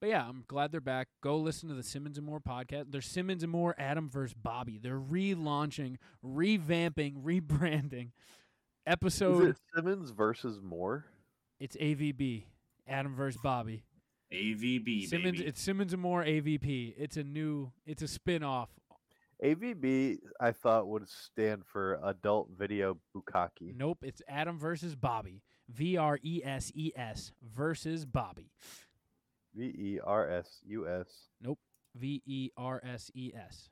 [SPEAKER 2] but yeah, I'm glad they're back. Go listen to the Simmons and Moore podcast. They're Simmons and Moore, Adam versus Bobby. They're relaunching, revamping, [laughs] rebranding.
[SPEAKER 1] Is
[SPEAKER 2] Episode
[SPEAKER 1] it Simmons versus Moore?
[SPEAKER 2] it's AVB, Adam versus Bobby.
[SPEAKER 6] AVB
[SPEAKER 2] Simmons,
[SPEAKER 6] baby.
[SPEAKER 2] it's Simmons and Moore AVP. It's a new, it's a spin off.
[SPEAKER 1] AVB, I thought would stand for Adult Video Bukaki.
[SPEAKER 2] Nope, it's Adam versus Bobby. V R E S E S versus Bobby.
[SPEAKER 1] V e r s u s.
[SPEAKER 2] V E R S E S.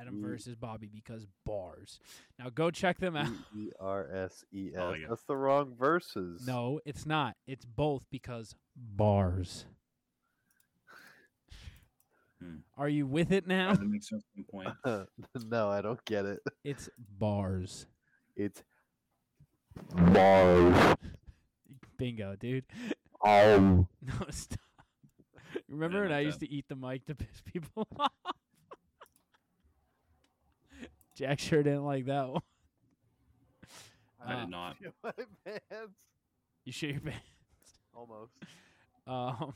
[SPEAKER 2] Adam
[SPEAKER 1] Mm.
[SPEAKER 2] versus Bobby because bars. Now go check them out.
[SPEAKER 1] V e r s e
[SPEAKER 6] Oh,
[SPEAKER 1] s.
[SPEAKER 6] yeah.
[SPEAKER 1] That's the wrong verses.
[SPEAKER 2] No, it's not. It's both because bars.
[SPEAKER 6] Hmm.
[SPEAKER 2] Are you with it now?
[SPEAKER 6] That makes sense at some point.
[SPEAKER 1] [laughs] no, I don't get it.
[SPEAKER 2] It's bars.
[SPEAKER 1] It's
[SPEAKER 2] Bingo, dude. [laughs]
[SPEAKER 1] oh.
[SPEAKER 2] No, stop. Remember when
[SPEAKER 6] like
[SPEAKER 2] I
[SPEAKER 6] that.
[SPEAKER 2] used to eat the mic to piss people [laughs] off? Jack sure didn't like that one.
[SPEAKER 6] I
[SPEAKER 2] Uh,
[SPEAKER 6] did not.
[SPEAKER 1] [laughs] My pants.
[SPEAKER 2] You shit your pants.
[SPEAKER 1] Almost.
[SPEAKER 2] Um,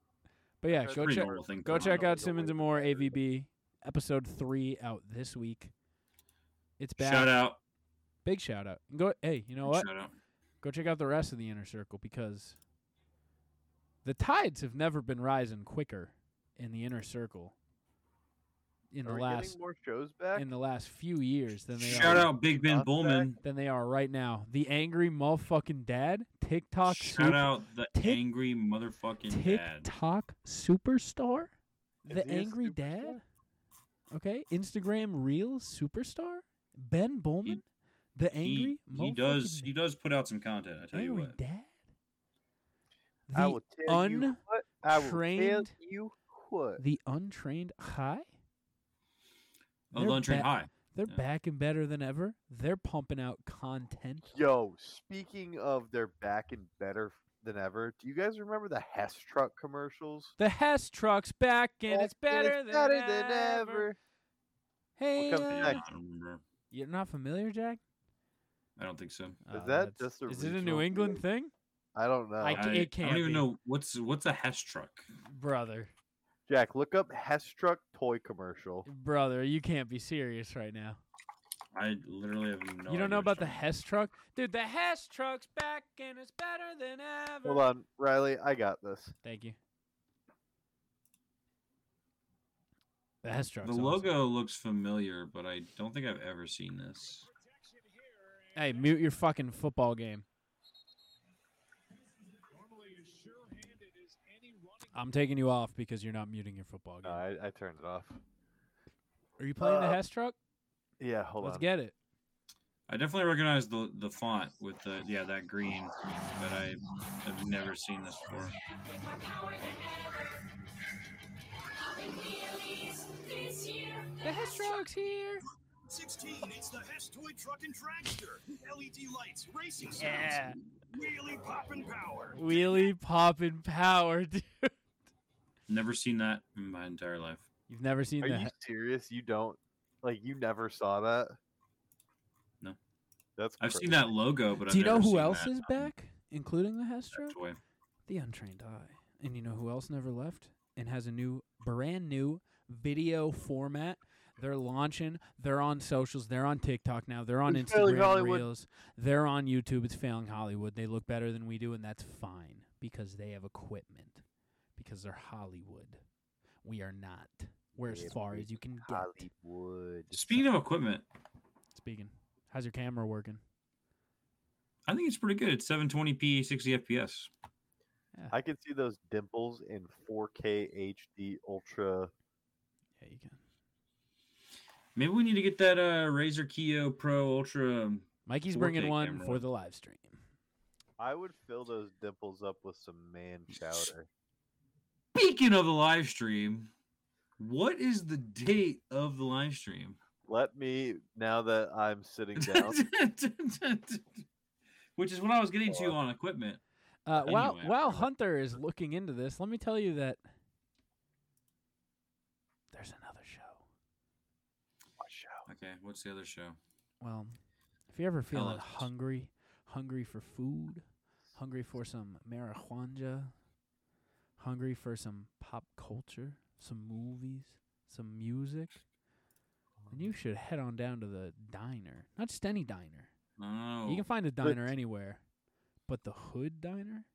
[SPEAKER 2] [laughs] but yeah,
[SPEAKER 1] That's
[SPEAKER 2] go
[SPEAKER 6] Pretty
[SPEAKER 2] check
[SPEAKER 6] normal thing.
[SPEAKER 2] go
[SPEAKER 6] for
[SPEAKER 2] check
[SPEAKER 6] Ronaldo.
[SPEAKER 2] out Simmons and More AVB episode three out this week. It's back.
[SPEAKER 6] Shout out.
[SPEAKER 2] Big shout out. Go hey, you know what?
[SPEAKER 6] Shout out.
[SPEAKER 2] Go check out the rest of the inner circle because the tides have never been rising quicker in the inner circle in
[SPEAKER 1] Are
[SPEAKER 2] the
[SPEAKER 1] we
[SPEAKER 2] last
[SPEAKER 1] getting more shows back?
[SPEAKER 2] in the last few years than they
[SPEAKER 6] Shout
[SPEAKER 2] are
[SPEAKER 6] out Big Ben
[SPEAKER 1] Not
[SPEAKER 6] Bullman.
[SPEAKER 2] than they are right now. The angry motherfucking dad, TikTok
[SPEAKER 6] Shout
[SPEAKER 2] super-
[SPEAKER 6] out the
[SPEAKER 2] Tick-
[SPEAKER 6] angry motherfucking dad.
[SPEAKER 2] TikTok superstar?
[SPEAKER 1] Is
[SPEAKER 2] The
[SPEAKER 1] he a
[SPEAKER 2] angry
[SPEAKER 1] superstar?
[SPEAKER 2] dad? Okay. Instagram Reels superstar? Ben Bowman? the angry
[SPEAKER 6] He, he does. He does put out some content. I tell you
[SPEAKER 2] angry
[SPEAKER 6] what.
[SPEAKER 2] dad?
[SPEAKER 1] I
[SPEAKER 2] The,
[SPEAKER 1] will tell you what. I will tell
[SPEAKER 2] untrained-
[SPEAKER 1] you what.
[SPEAKER 2] the untrained high?
[SPEAKER 6] Oh,
[SPEAKER 2] They're
[SPEAKER 6] Lunch Train
[SPEAKER 2] ba-
[SPEAKER 6] High.
[SPEAKER 2] They're
[SPEAKER 6] Yeah.
[SPEAKER 2] back and better than ever. They're pumping out content.
[SPEAKER 1] Yo, speaking of they're back and better than ever, do you guys remember the Hess truck commercials?
[SPEAKER 2] The Hess truck's back and
[SPEAKER 1] Back
[SPEAKER 2] it's better,
[SPEAKER 1] and
[SPEAKER 2] than,
[SPEAKER 1] it's better
[SPEAKER 2] ever.
[SPEAKER 1] than ever.
[SPEAKER 2] Hey,
[SPEAKER 1] comes
[SPEAKER 2] uh,
[SPEAKER 6] Yeah, I don't remember.
[SPEAKER 2] you're not familiar, Jack?
[SPEAKER 6] I don't think so.
[SPEAKER 1] Is
[SPEAKER 2] Uh,
[SPEAKER 1] that
[SPEAKER 2] that's-
[SPEAKER 1] just a
[SPEAKER 2] is it a
[SPEAKER 1] regional
[SPEAKER 2] New England
[SPEAKER 1] thing?
[SPEAKER 2] thing?
[SPEAKER 1] I don't know.
[SPEAKER 2] I
[SPEAKER 6] I,
[SPEAKER 2] ca- it
[SPEAKER 6] I
[SPEAKER 2] can't
[SPEAKER 6] don't even
[SPEAKER 2] be.
[SPEAKER 6] know what's what's a Hess truck.
[SPEAKER 2] Brother,
[SPEAKER 1] Jack, look up Hess truck toy commercial.
[SPEAKER 2] brother, you can't be serious right now.
[SPEAKER 6] I literally have no.
[SPEAKER 2] you
[SPEAKER 6] idea
[SPEAKER 2] don't know
[SPEAKER 6] what
[SPEAKER 2] about the
[SPEAKER 6] you're talking
[SPEAKER 2] Hess truck? Dude, the Hess truck's back and it's better than ever.
[SPEAKER 1] Hold on, Riley, I got this.
[SPEAKER 2] Thank you. The Hess truck's
[SPEAKER 6] about. The
[SPEAKER 2] awesome.
[SPEAKER 6] logo looks familiar, but I don't think I've ever seen this.
[SPEAKER 2] Hey, mute your fucking football game. I'm taking you off because you're not muting your football
[SPEAKER 1] No,
[SPEAKER 2] game.
[SPEAKER 1] I, I turned it off.
[SPEAKER 2] Are you playing the
[SPEAKER 1] uh,
[SPEAKER 2] Hess truck?
[SPEAKER 1] Yeah, hold
[SPEAKER 2] Let's
[SPEAKER 1] on.
[SPEAKER 2] get it.
[SPEAKER 6] I definitely recognize the the font with the yeah that green, but I have never seen this before.
[SPEAKER 2] The Hestrog's here.
[SPEAKER 8] 16, it's the Hess Toy Truck and Dragster. LED lights, racing sounds,
[SPEAKER 2] Yeah.
[SPEAKER 8] wheelie poppin' power.
[SPEAKER 2] Wheelie poppin' power, dude.
[SPEAKER 6] Never seen that in my entire life.
[SPEAKER 2] You've never seen
[SPEAKER 1] Are
[SPEAKER 2] that.
[SPEAKER 1] you serious? You don't like you never saw that?
[SPEAKER 6] No.
[SPEAKER 1] That's
[SPEAKER 6] I've seen
[SPEAKER 1] crazy.
[SPEAKER 6] that logo, but
[SPEAKER 2] Do you
[SPEAKER 6] I've
[SPEAKER 2] know
[SPEAKER 6] never
[SPEAKER 2] who
[SPEAKER 6] seen
[SPEAKER 2] else
[SPEAKER 6] that,
[SPEAKER 2] is back, including the Hestro?
[SPEAKER 6] that toy.
[SPEAKER 2] The Untrained Eye. And you know who else never left and has a new, brand new video format? They're launching. They're on socials. They're on TikTok now. They're on
[SPEAKER 1] It's Failing
[SPEAKER 2] Instagram
[SPEAKER 1] Hollywood.
[SPEAKER 2] Reels. They're on YouTube. It's failing Hollywood. They look better than we do, and that's fine because they have equipment. Because they're Hollywood. We are not. We're as
[SPEAKER 1] Yeah,
[SPEAKER 2] far
[SPEAKER 1] we
[SPEAKER 2] as you can get.
[SPEAKER 1] Hollywood.
[SPEAKER 6] Speaking of equipment,
[SPEAKER 2] Speaking. How's your camera working?
[SPEAKER 6] I think it's pretty good. It's 720p, 60 FPS.
[SPEAKER 1] I can see those dimples in 4K HD Ultra.
[SPEAKER 2] Yeah, you can.
[SPEAKER 6] Maybe we need to get that uh Razer Keo Pro Ultra.
[SPEAKER 2] Mikey's
[SPEAKER 6] 4K
[SPEAKER 2] bringing one
[SPEAKER 6] camera.
[SPEAKER 2] for the live stream.
[SPEAKER 1] I would fill those dimples up with
[SPEAKER 2] [laughs]
[SPEAKER 1] some man chowder.
[SPEAKER 6] Speaking of the live stream, what is the date of the live stream?
[SPEAKER 1] Let me now that I'm sitting
[SPEAKER 2] [laughs]
[SPEAKER 1] down.
[SPEAKER 6] [laughs] Which is what I was getting to on equipment.
[SPEAKER 2] Uh, while
[SPEAKER 6] Anyway,
[SPEAKER 2] while
[SPEAKER 6] after that-
[SPEAKER 2] Hunter is looking into this, let me tell you that there's another show.
[SPEAKER 6] Okay, what's the other show?
[SPEAKER 2] Well, if you're ever feeling
[SPEAKER 6] us.
[SPEAKER 2] hungry, hungry for food, hungry for some marijuana, hungry for some pop culture, some movies, some music, then you should head on down to the diner. Not just any diner.
[SPEAKER 6] Oh,
[SPEAKER 2] You can find a
[SPEAKER 1] But-
[SPEAKER 2] diner anywhere, but the Hood Diner.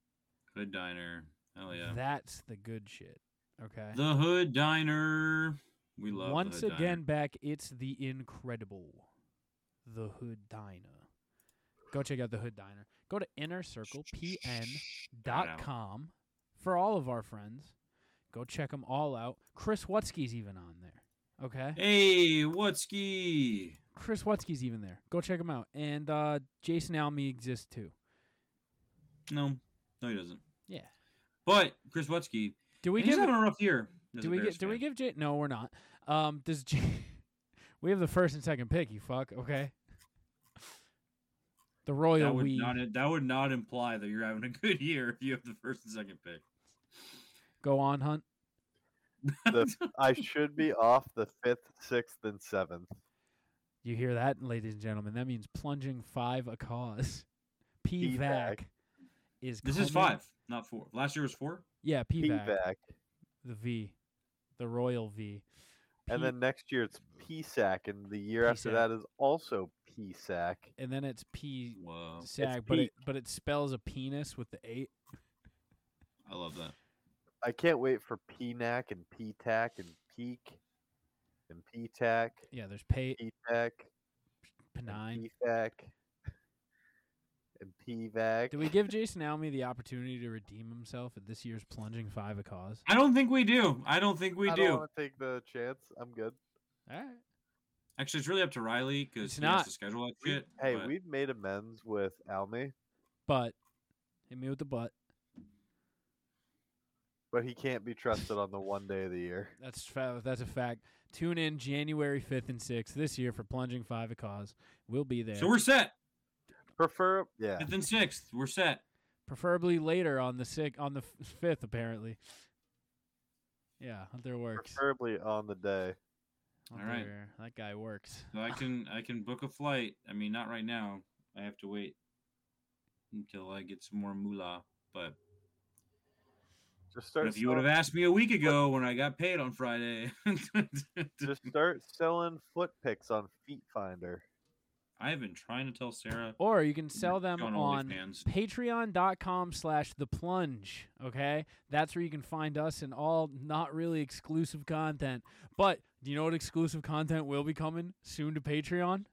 [SPEAKER 6] Hood Diner. Hell Oh, yeah.
[SPEAKER 2] That's the good shit. Okay.
[SPEAKER 6] The Hood Diner. We love the
[SPEAKER 2] Once
[SPEAKER 6] Hood
[SPEAKER 2] again, back it's the incredible, the Hood Diner. Go check out the Hood Diner. Go to innercirclepn.com for all of our friends. Go check them all out. Chris Wutsky's even on there. Okay,
[SPEAKER 6] Diner. Hey, Whatski.
[SPEAKER 2] Chris Wutsky's even there. Go check him out. And uh, Jason Alme exists too.
[SPEAKER 6] No, no, he doesn't.
[SPEAKER 2] Yeah.
[SPEAKER 6] But Chris Wutski,
[SPEAKER 2] Do we
[SPEAKER 6] he's
[SPEAKER 2] give?
[SPEAKER 6] having a rough year. as
[SPEAKER 2] Do
[SPEAKER 6] a
[SPEAKER 2] we
[SPEAKER 6] Bears
[SPEAKER 2] get? Do we
[SPEAKER 6] fan.
[SPEAKER 2] give? J- no, we're not. Um, does J- [laughs] we have the first and second pick? You fuck. Okay. The royal
[SPEAKER 6] That would,
[SPEAKER 2] we.
[SPEAKER 6] not, that would not imply that you're having a good year if you have the first and second [laughs] pick.
[SPEAKER 2] Go on, Hunt.
[SPEAKER 1] The- I should be off the fifth, sixth, and seventh.
[SPEAKER 2] You hear that, ladies and gentlemen? That means plunging five a cause. [laughs] PVAC
[SPEAKER 1] PVAC.
[SPEAKER 2] is
[SPEAKER 6] This is
[SPEAKER 2] coming-
[SPEAKER 6] five, not four. Last year was four.
[SPEAKER 2] Yeah, PVAC,
[SPEAKER 1] PVAC.
[SPEAKER 2] the V, the royal V.
[SPEAKER 1] And
[SPEAKER 2] P-
[SPEAKER 1] then next year it's PSAC, and the year after
[SPEAKER 2] PSAC.
[SPEAKER 1] that is also PSAC.
[SPEAKER 2] and then it's P
[SPEAKER 6] Whoa,
[SPEAKER 2] SAG, but
[SPEAKER 1] P.
[SPEAKER 2] it but it spells a penis with the eight.
[SPEAKER 6] I love that.
[SPEAKER 1] I can't wait for PNAC and PTAC and Peak and PTAC,
[SPEAKER 2] Yeah, there's pay
[SPEAKER 1] PTAC,
[SPEAKER 2] penine.
[SPEAKER 1] and PFAC, and PVAC.
[SPEAKER 2] Do we give Jason Alme the opportunity to redeem himself at this year's plunging five a cause?
[SPEAKER 6] I don't think we do. I don't think we
[SPEAKER 1] I
[SPEAKER 6] do.
[SPEAKER 1] don't want to take the chance. I'm good.
[SPEAKER 2] All right.
[SPEAKER 6] Actually, it's really up to Riley because
[SPEAKER 2] It's
[SPEAKER 6] he
[SPEAKER 2] not.
[SPEAKER 6] has to schedule that
[SPEAKER 1] We-
[SPEAKER 6] shit.
[SPEAKER 1] hey,
[SPEAKER 6] but
[SPEAKER 1] we've made amends with Almy,
[SPEAKER 2] But hit me with the butt.
[SPEAKER 1] but he can't be trusted on the one day of the year.
[SPEAKER 2] That's fa- that's a fact. Tune in January 5th and 6th this year for plunging five a cause. We'll be there.
[SPEAKER 6] so we're set.
[SPEAKER 1] Prefer, yeah.
[SPEAKER 6] Fifth and sixth, we're set.
[SPEAKER 2] preferably later on the sick on the f- fifth apparently yeah hunter works
[SPEAKER 1] Preferably on the day.
[SPEAKER 6] All right.
[SPEAKER 2] Hunter, that guy works
[SPEAKER 6] So I can I can book a flight. I mean, not right now. I have to wait until I get some more moolah. But,
[SPEAKER 1] Just
[SPEAKER 6] but
[SPEAKER 1] start.
[SPEAKER 6] if you would have asked me a week ago when I got paid on Friday, [laughs]
[SPEAKER 1] selling- just start selling foot picks on Feet Finder.
[SPEAKER 6] I've been trying to tell Sarah.
[SPEAKER 2] or you can sell
[SPEAKER 6] go
[SPEAKER 2] them on
[SPEAKER 6] OnlyFans.
[SPEAKER 2] patreon.com slash the plunge okay that's where you can find us and all not really exclusive content but do you know what exclusive content will be coming soon to patreon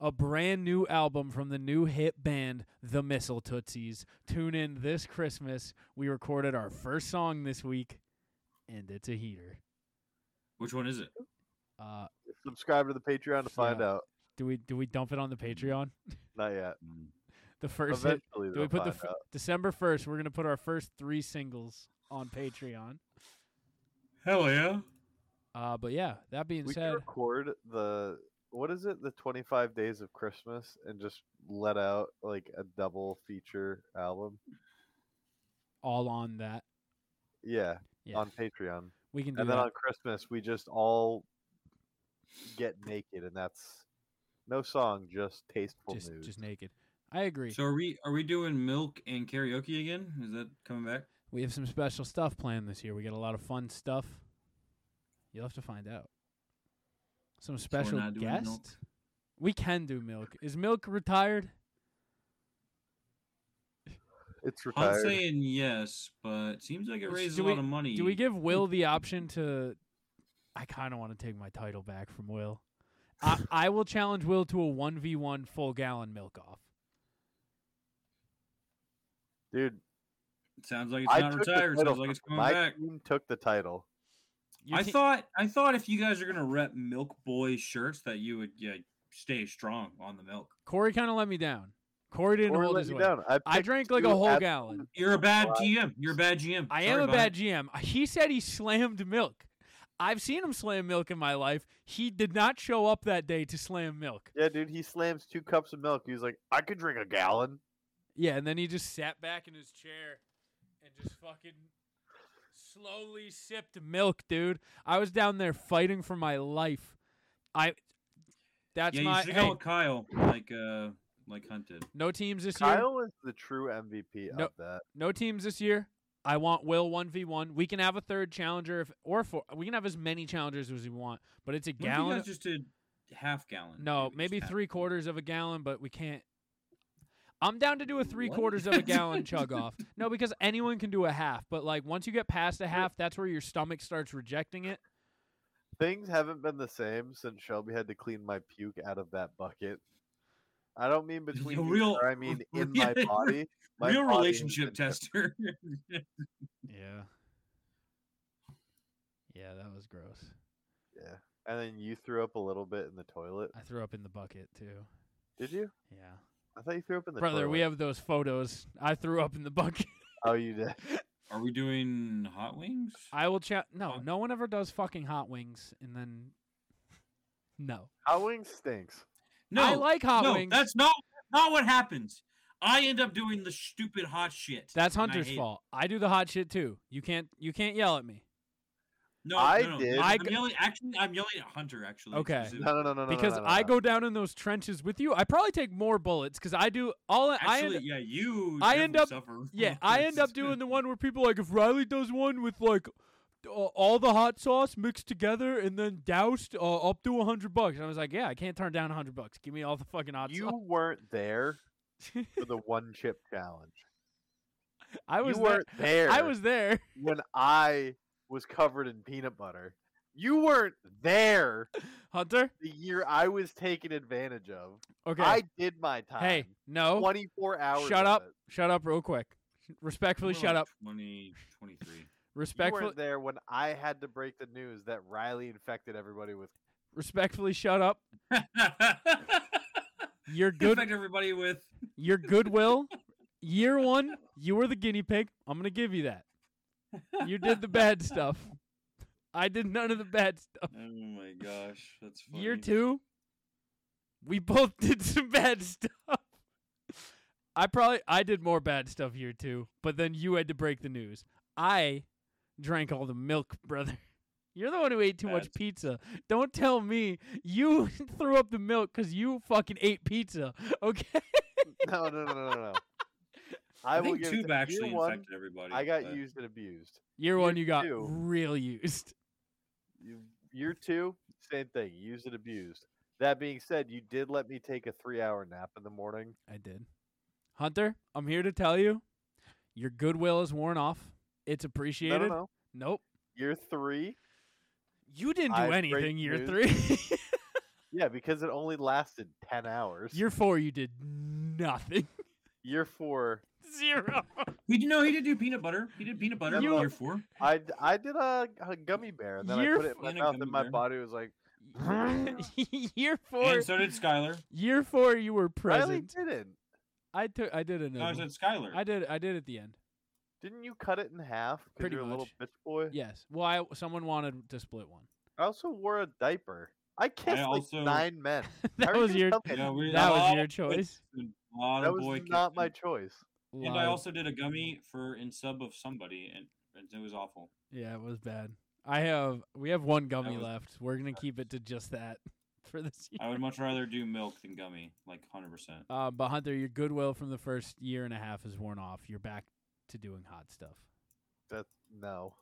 [SPEAKER 2] a brand new album from the new hit band the missile tootsies tune in this christmas we recorded our first song this week and it's a heater
[SPEAKER 6] Which one is it?
[SPEAKER 2] uh
[SPEAKER 1] Subscribe to the Patreon to find
[SPEAKER 2] Yeah.
[SPEAKER 1] out.
[SPEAKER 2] Do we do we dump it on the Patreon?
[SPEAKER 1] Not yet.
[SPEAKER 2] The first hit-
[SPEAKER 1] Eventually,
[SPEAKER 2] do we put the
[SPEAKER 1] find
[SPEAKER 2] fir-
[SPEAKER 1] out.
[SPEAKER 2] December first? We're gonna put our first three singles on Patreon.
[SPEAKER 6] Hell yeah.
[SPEAKER 2] Uh, but yeah, that being
[SPEAKER 1] we
[SPEAKER 2] said,
[SPEAKER 1] can record the what is it the 25 days of christmas and just let out like a double feature album
[SPEAKER 2] all on that.
[SPEAKER 1] yeah,
[SPEAKER 2] Yeah,
[SPEAKER 1] on patreon
[SPEAKER 2] we can do
[SPEAKER 1] and then
[SPEAKER 2] that.
[SPEAKER 1] on christmas we just all get naked and that's no song just tasteful
[SPEAKER 2] just
[SPEAKER 1] nudes.
[SPEAKER 2] just naked. I agree.
[SPEAKER 6] So are we are we doing milk and karaoke again? Is that coming back?
[SPEAKER 2] we have some special stuff planned this year. We got a lot of fun stuff. You'll have to find out. Some
[SPEAKER 6] we're
[SPEAKER 2] special
[SPEAKER 6] not doing milk?
[SPEAKER 2] guest. We can do milk. Is milk retired?
[SPEAKER 1] it's
[SPEAKER 6] I'm
[SPEAKER 1] retired
[SPEAKER 6] saying yes, but it seems like it
[SPEAKER 2] Let's-
[SPEAKER 6] raises
[SPEAKER 2] do
[SPEAKER 6] a lot
[SPEAKER 2] we-
[SPEAKER 6] of money.
[SPEAKER 2] Do we give Will the option to? I kind of want to take my title back from Will. I, I will challenge Will to a one v one full gallon milk off.
[SPEAKER 1] dude
[SPEAKER 6] Sounds like it's
[SPEAKER 1] I
[SPEAKER 6] not
[SPEAKER 1] took the
[SPEAKER 6] retired.
[SPEAKER 1] title
[SPEAKER 6] Sounds like
[SPEAKER 1] from-
[SPEAKER 6] it's coming
[SPEAKER 1] my
[SPEAKER 6] back.
[SPEAKER 1] team took the title
[SPEAKER 2] Your
[SPEAKER 6] I
[SPEAKER 2] te-
[SPEAKER 6] thought I thought if you guys are gonna rep Milk Boy shirts that you would yeah, stay strong on the milk.
[SPEAKER 2] Corey kind of let me down. Corey didn't
[SPEAKER 1] Or
[SPEAKER 2] hold
[SPEAKER 1] let
[SPEAKER 2] his
[SPEAKER 1] me
[SPEAKER 2] way.
[SPEAKER 1] down. I,
[SPEAKER 2] I
[SPEAKER 1] picked
[SPEAKER 2] drank like a
[SPEAKER 1] two
[SPEAKER 2] whole
[SPEAKER 1] abs- [laughs]
[SPEAKER 2] gallon.
[SPEAKER 6] You're a bad
[SPEAKER 1] Right.
[SPEAKER 6] GM. You're a bad GM.
[SPEAKER 2] I
[SPEAKER 6] Sorry
[SPEAKER 2] am a
[SPEAKER 6] about
[SPEAKER 2] bad
[SPEAKER 6] it.
[SPEAKER 2] GM. He said he slammed milk. I've seen him slam milk in my life. He did not show up that day to slam milk.
[SPEAKER 1] yeah dude he slams two cups of milk he's like i could drink a gallon
[SPEAKER 2] Yeah, and then he just sat back in his chair and just fucking slowly sipped milk, dude. I was down there fighting for my life. I that's
[SPEAKER 6] Yeah, you
[SPEAKER 2] my
[SPEAKER 6] should
[SPEAKER 2] hey,
[SPEAKER 6] go with Kyle, like uh, like hunted.
[SPEAKER 2] no teams this year.
[SPEAKER 1] kyle is the true mvp
[SPEAKER 2] No-
[SPEAKER 1] of that
[SPEAKER 2] No teams this year. I want Will one v one. We can have a third challenger if or four. We can have as many challengers as we want, but it's a
[SPEAKER 6] What if you
[SPEAKER 2] gallon.
[SPEAKER 6] guys just did half gallon?
[SPEAKER 2] No,
[SPEAKER 6] just
[SPEAKER 2] maybe
[SPEAKER 6] half.
[SPEAKER 2] three quarters of a gallon, but we can't. I'm down to do a three quarters of a gallon chug [laughs] off. No, because anyone can do a half, but like once you get past a half, that's where your stomach starts rejecting it.
[SPEAKER 1] Things haven't been the same since Shelby had to clean my puke out of that bucket. I don't mean between you
[SPEAKER 6] real-
[SPEAKER 1] and her, I
[SPEAKER 2] [laughs]
[SPEAKER 1] mean in my
[SPEAKER 6] real-
[SPEAKER 1] body. My
[SPEAKER 6] Real
[SPEAKER 1] body has
[SPEAKER 6] relationship
[SPEAKER 1] been different.
[SPEAKER 6] tester. [laughs]
[SPEAKER 2] Yeah. Yeah, that was gross.
[SPEAKER 1] And then you threw up a little bit in the toilet.
[SPEAKER 2] I threw up in the bucket too.
[SPEAKER 1] Did you?
[SPEAKER 2] Yeah.
[SPEAKER 1] I thought you threw up in the
[SPEAKER 2] Brother,
[SPEAKER 1] toilet.
[SPEAKER 2] we have those photos. I threw up in the bucket.
[SPEAKER 1] Oh, you did. [laughs]
[SPEAKER 6] Are we doing hot wings?
[SPEAKER 2] [laughs] I will chat. No,
[SPEAKER 6] Oh.
[SPEAKER 2] no one ever does fucking hot wings and then. No.
[SPEAKER 1] Hot wings stinks.
[SPEAKER 6] no,
[SPEAKER 2] I like hot
[SPEAKER 6] no,
[SPEAKER 2] wings.
[SPEAKER 6] that's not not what happens. I end up doing the stupid hot shit.
[SPEAKER 2] That's
[SPEAKER 6] and I
[SPEAKER 2] Hunter's
[SPEAKER 6] hate it.
[SPEAKER 2] fault. I do the hot shit too. You can't you can't yell at me.
[SPEAKER 6] No,
[SPEAKER 1] I
[SPEAKER 6] no, no,
[SPEAKER 1] did.
[SPEAKER 2] I
[SPEAKER 6] I'm
[SPEAKER 2] g-
[SPEAKER 6] yelling. Actually, I'm yelling at Hunter. Actually,
[SPEAKER 2] Okay.
[SPEAKER 6] specifically.
[SPEAKER 1] No, no, no, no, no. no,
[SPEAKER 2] because
[SPEAKER 1] no, no,
[SPEAKER 2] I
[SPEAKER 1] no.
[SPEAKER 2] go down in those trenches with you. I probably take more bullets because I do all.
[SPEAKER 6] Actually,
[SPEAKER 2] I end,
[SPEAKER 6] yeah, you.
[SPEAKER 2] I end
[SPEAKER 6] definitely
[SPEAKER 2] up-
[SPEAKER 6] Suffer from
[SPEAKER 2] [laughs]
[SPEAKER 6] [laughs]
[SPEAKER 2] yeah, I end
[SPEAKER 6] this.
[SPEAKER 2] up doing the one where people like if Riley does one with like uh, all the hot sauce mixed together and then doused uh, up to a hundred bucks. And I was like, yeah, I can't turn down a hundred bucks. Give me all the fucking hot
[SPEAKER 1] You
[SPEAKER 2] sauce. [laughs]
[SPEAKER 1] weren't there for the one chip challenge.
[SPEAKER 2] I was
[SPEAKER 1] you weren't there.
[SPEAKER 2] I was there.
[SPEAKER 1] when I was covered in peanut butter. You weren't there
[SPEAKER 2] Hunter.
[SPEAKER 1] the year I was taken advantage of.
[SPEAKER 2] Okay.
[SPEAKER 1] I did my time.
[SPEAKER 2] hey,
[SPEAKER 6] Oh,
[SPEAKER 2] no.
[SPEAKER 1] 24 hours.
[SPEAKER 2] Shut
[SPEAKER 1] of
[SPEAKER 2] up.
[SPEAKER 1] it.
[SPEAKER 2] Shut up, real quick. Respectfully,
[SPEAKER 6] We're
[SPEAKER 2] shut
[SPEAKER 6] like
[SPEAKER 2] up.
[SPEAKER 6] 20, [laughs] 23.
[SPEAKER 1] You
[SPEAKER 2] Respectfully,
[SPEAKER 1] weren't there when I had to break the news that Riley infected everybody
[SPEAKER 6] [laughs]
[SPEAKER 1] with. [laughs]
[SPEAKER 2] respectfully, shut up.
[SPEAKER 1] [laughs]
[SPEAKER 2] You're good.
[SPEAKER 6] Infect everybody with. [laughs]
[SPEAKER 2] Your goodwill, year one, you were the guinea pig. I'm gonna give you that. You did the bad stuff. I did none of the bad stuff.
[SPEAKER 6] Oh my gosh, that's funny.
[SPEAKER 2] Year two, we both did some bad stuff. I probably I did more bad stuff year two, but then you had to break the news. I drank all the milk, brother. You're the one who ate too much
[SPEAKER 6] That's-
[SPEAKER 2] pizza. Don't tell me you [laughs] threw up the milk because you fucking ate pizza. Okay.
[SPEAKER 1] No, no, no, no, no, no.
[SPEAKER 6] I,
[SPEAKER 1] I, will
[SPEAKER 6] think
[SPEAKER 1] give it
[SPEAKER 6] Tube
[SPEAKER 1] to-
[SPEAKER 6] actually
[SPEAKER 1] year one.
[SPEAKER 6] infected everybody.
[SPEAKER 1] I got
[SPEAKER 6] but-
[SPEAKER 1] used and abused.
[SPEAKER 2] Year one,
[SPEAKER 1] Year
[SPEAKER 2] you got
[SPEAKER 1] two.
[SPEAKER 2] real used.
[SPEAKER 1] You, year two, same thing. Used and abused. That being said, you did let me take a three-hour nap in the morning.
[SPEAKER 2] I did. Hunter, I'm here to tell you your goodwill is worn off. It's
[SPEAKER 1] No,
[SPEAKER 2] appreciated.
[SPEAKER 1] no, no.
[SPEAKER 2] Nope.
[SPEAKER 1] Year three,
[SPEAKER 2] You didn't do
[SPEAKER 1] I break
[SPEAKER 2] anything year
[SPEAKER 6] [laughs]
[SPEAKER 2] three.
[SPEAKER 1] yeah, because it only lasted ten hours.
[SPEAKER 2] year four, you did nothing. [laughs]
[SPEAKER 1] Year four,
[SPEAKER 2] Zero. [laughs]
[SPEAKER 6] He did no, he did do peanut butter. He did peanut butter
[SPEAKER 1] You-
[SPEAKER 6] in year four.
[SPEAKER 1] I d- I did a, a gummy bear and then
[SPEAKER 2] Year
[SPEAKER 1] I put it in my
[SPEAKER 6] f- And a
[SPEAKER 1] mouth,
[SPEAKER 6] gummy
[SPEAKER 1] and my
[SPEAKER 6] bear.
[SPEAKER 1] body was like,
[SPEAKER 2] year four,
[SPEAKER 6] and so did Skylar.
[SPEAKER 2] year four, you were
[SPEAKER 1] Riley
[SPEAKER 2] present.
[SPEAKER 1] didn't.
[SPEAKER 2] I took, I did
[SPEAKER 6] No, I
[SPEAKER 2] another.
[SPEAKER 6] said Skylar.
[SPEAKER 2] I did, I did at the end.
[SPEAKER 1] Didn't you cut it in half because
[SPEAKER 2] Pretty
[SPEAKER 1] you're a little
[SPEAKER 2] much.
[SPEAKER 1] bitch boy?
[SPEAKER 2] Yes. Well, I someone wanted to split one. [laughs]
[SPEAKER 1] I also wore a diaper. I kissed
[SPEAKER 6] also-
[SPEAKER 1] like nine men. How
[SPEAKER 2] [laughs] that
[SPEAKER 1] are you
[SPEAKER 2] was
[SPEAKER 1] gonna
[SPEAKER 2] your,
[SPEAKER 1] tell me
[SPEAKER 6] You know, we-
[SPEAKER 2] that
[SPEAKER 6] a
[SPEAKER 2] was
[SPEAKER 6] lot
[SPEAKER 2] your
[SPEAKER 6] of
[SPEAKER 2] choice.
[SPEAKER 6] kids, a lot
[SPEAKER 1] That
[SPEAKER 6] of
[SPEAKER 1] was
[SPEAKER 6] boy
[SPEAKER 1] not my
[SPEAKER 6] kisses.
[SPEAKER 1] choice.
[SPEAKER 6] And I
[SPEAKER 2] Live.
[SPEAKER 6] also did a gummy for in sub of somebody, and and it was awful.
[SPEAKER 2] Yeah, it was bad. I have we have one gummy
[SPEAKER 6] was-
[SPEAKER 2] left. We're gonna keep it to just that [laughs] for this year.
[SPEAKER 6] I would much rather do milk than gummy, like hundred percent.
[SPEAKER 2] Uh, but Hunter, your goodwill from the first year and a half is worn off. You're back to doing hot stuff.
[SPEAKER 1] That's no.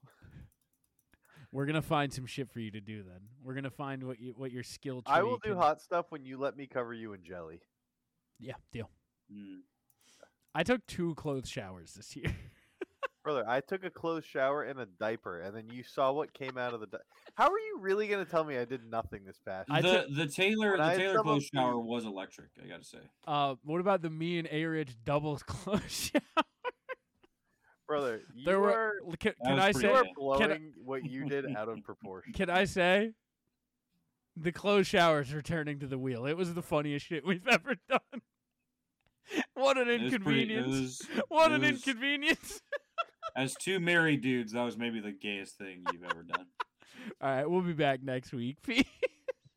[SPEAKER 2] We're gonna find some shit for you to do. Then we're gonna find what you what your skill. Tree
[SPEAKER 1] I will do
[SPEAKER 2] can-
[SPEAKER 1] hot stuff when you let me cover you in jelly.
[SPEAKER 2] Yeah, deal.
[SPEAKER 6] Mm.
[SPEAKER 2] I took two clothes showers this year. [laughs]
[SPEAKER 1] Brother, I took a closed shower and a diaper, and then you saw what came out of the. Di- How are you really going to tell me I did nothing this past?
[SPEAKER 2] I
[SPEAKER 1] year?
[SPEAKER 6] the the Taylor
[SPEAKER 1] when
[SPEAKER 6] the
[SPEAKER 1] I
[SPEAKER 6] Taylor
[SPEAKER 1] sub
[SPEAKER 6] closed
[SPEAKER 1] up to-
[SPEAKER 6] shower was electric. I gotta say,
[SPEAKER 2] Uh, what about the me and A Ridge doubles [laughs] clothes shower?
[SPEAKER 1] Brother, you
[SPEAKER 2] There
[SPEAKER 1] are
[SPEAKER 2] were. Can,
[SPEAKER 6] That
[SPEAKER 2] can
[SPEAKER 6] was
[SPEAKER 2] I
[SPEAKER 6] pretty
[SPEAKER 2] say?
[SPEAKER 6] bad.
[SPEAKER 1] you are
[SPEAKER 6] Can I-
[SPEAKER 1] blowing what you did out of proportion.
[SPEAKER 2] [laughs] Can I say? The closed showers returning to the wheel. It was the funniest shit we've [laughs] ever done. what an
[SPEAKER 6] It was pretty- it
[SPEAKER 2] inconvenience.
[SPEAKER 6] was-
[SPEAKER 2] what
[SPEAKER 6] it
[SPEAKER 2] an
[SPEAKER 6] was-
[SPEAKER 2] inconvenience. [laughs]
[SPEAKER 6] As two married dudes, that was maybe the gayest thing you've ever done.
[SPEAKER 2] All right, we'll be back next week. Peace.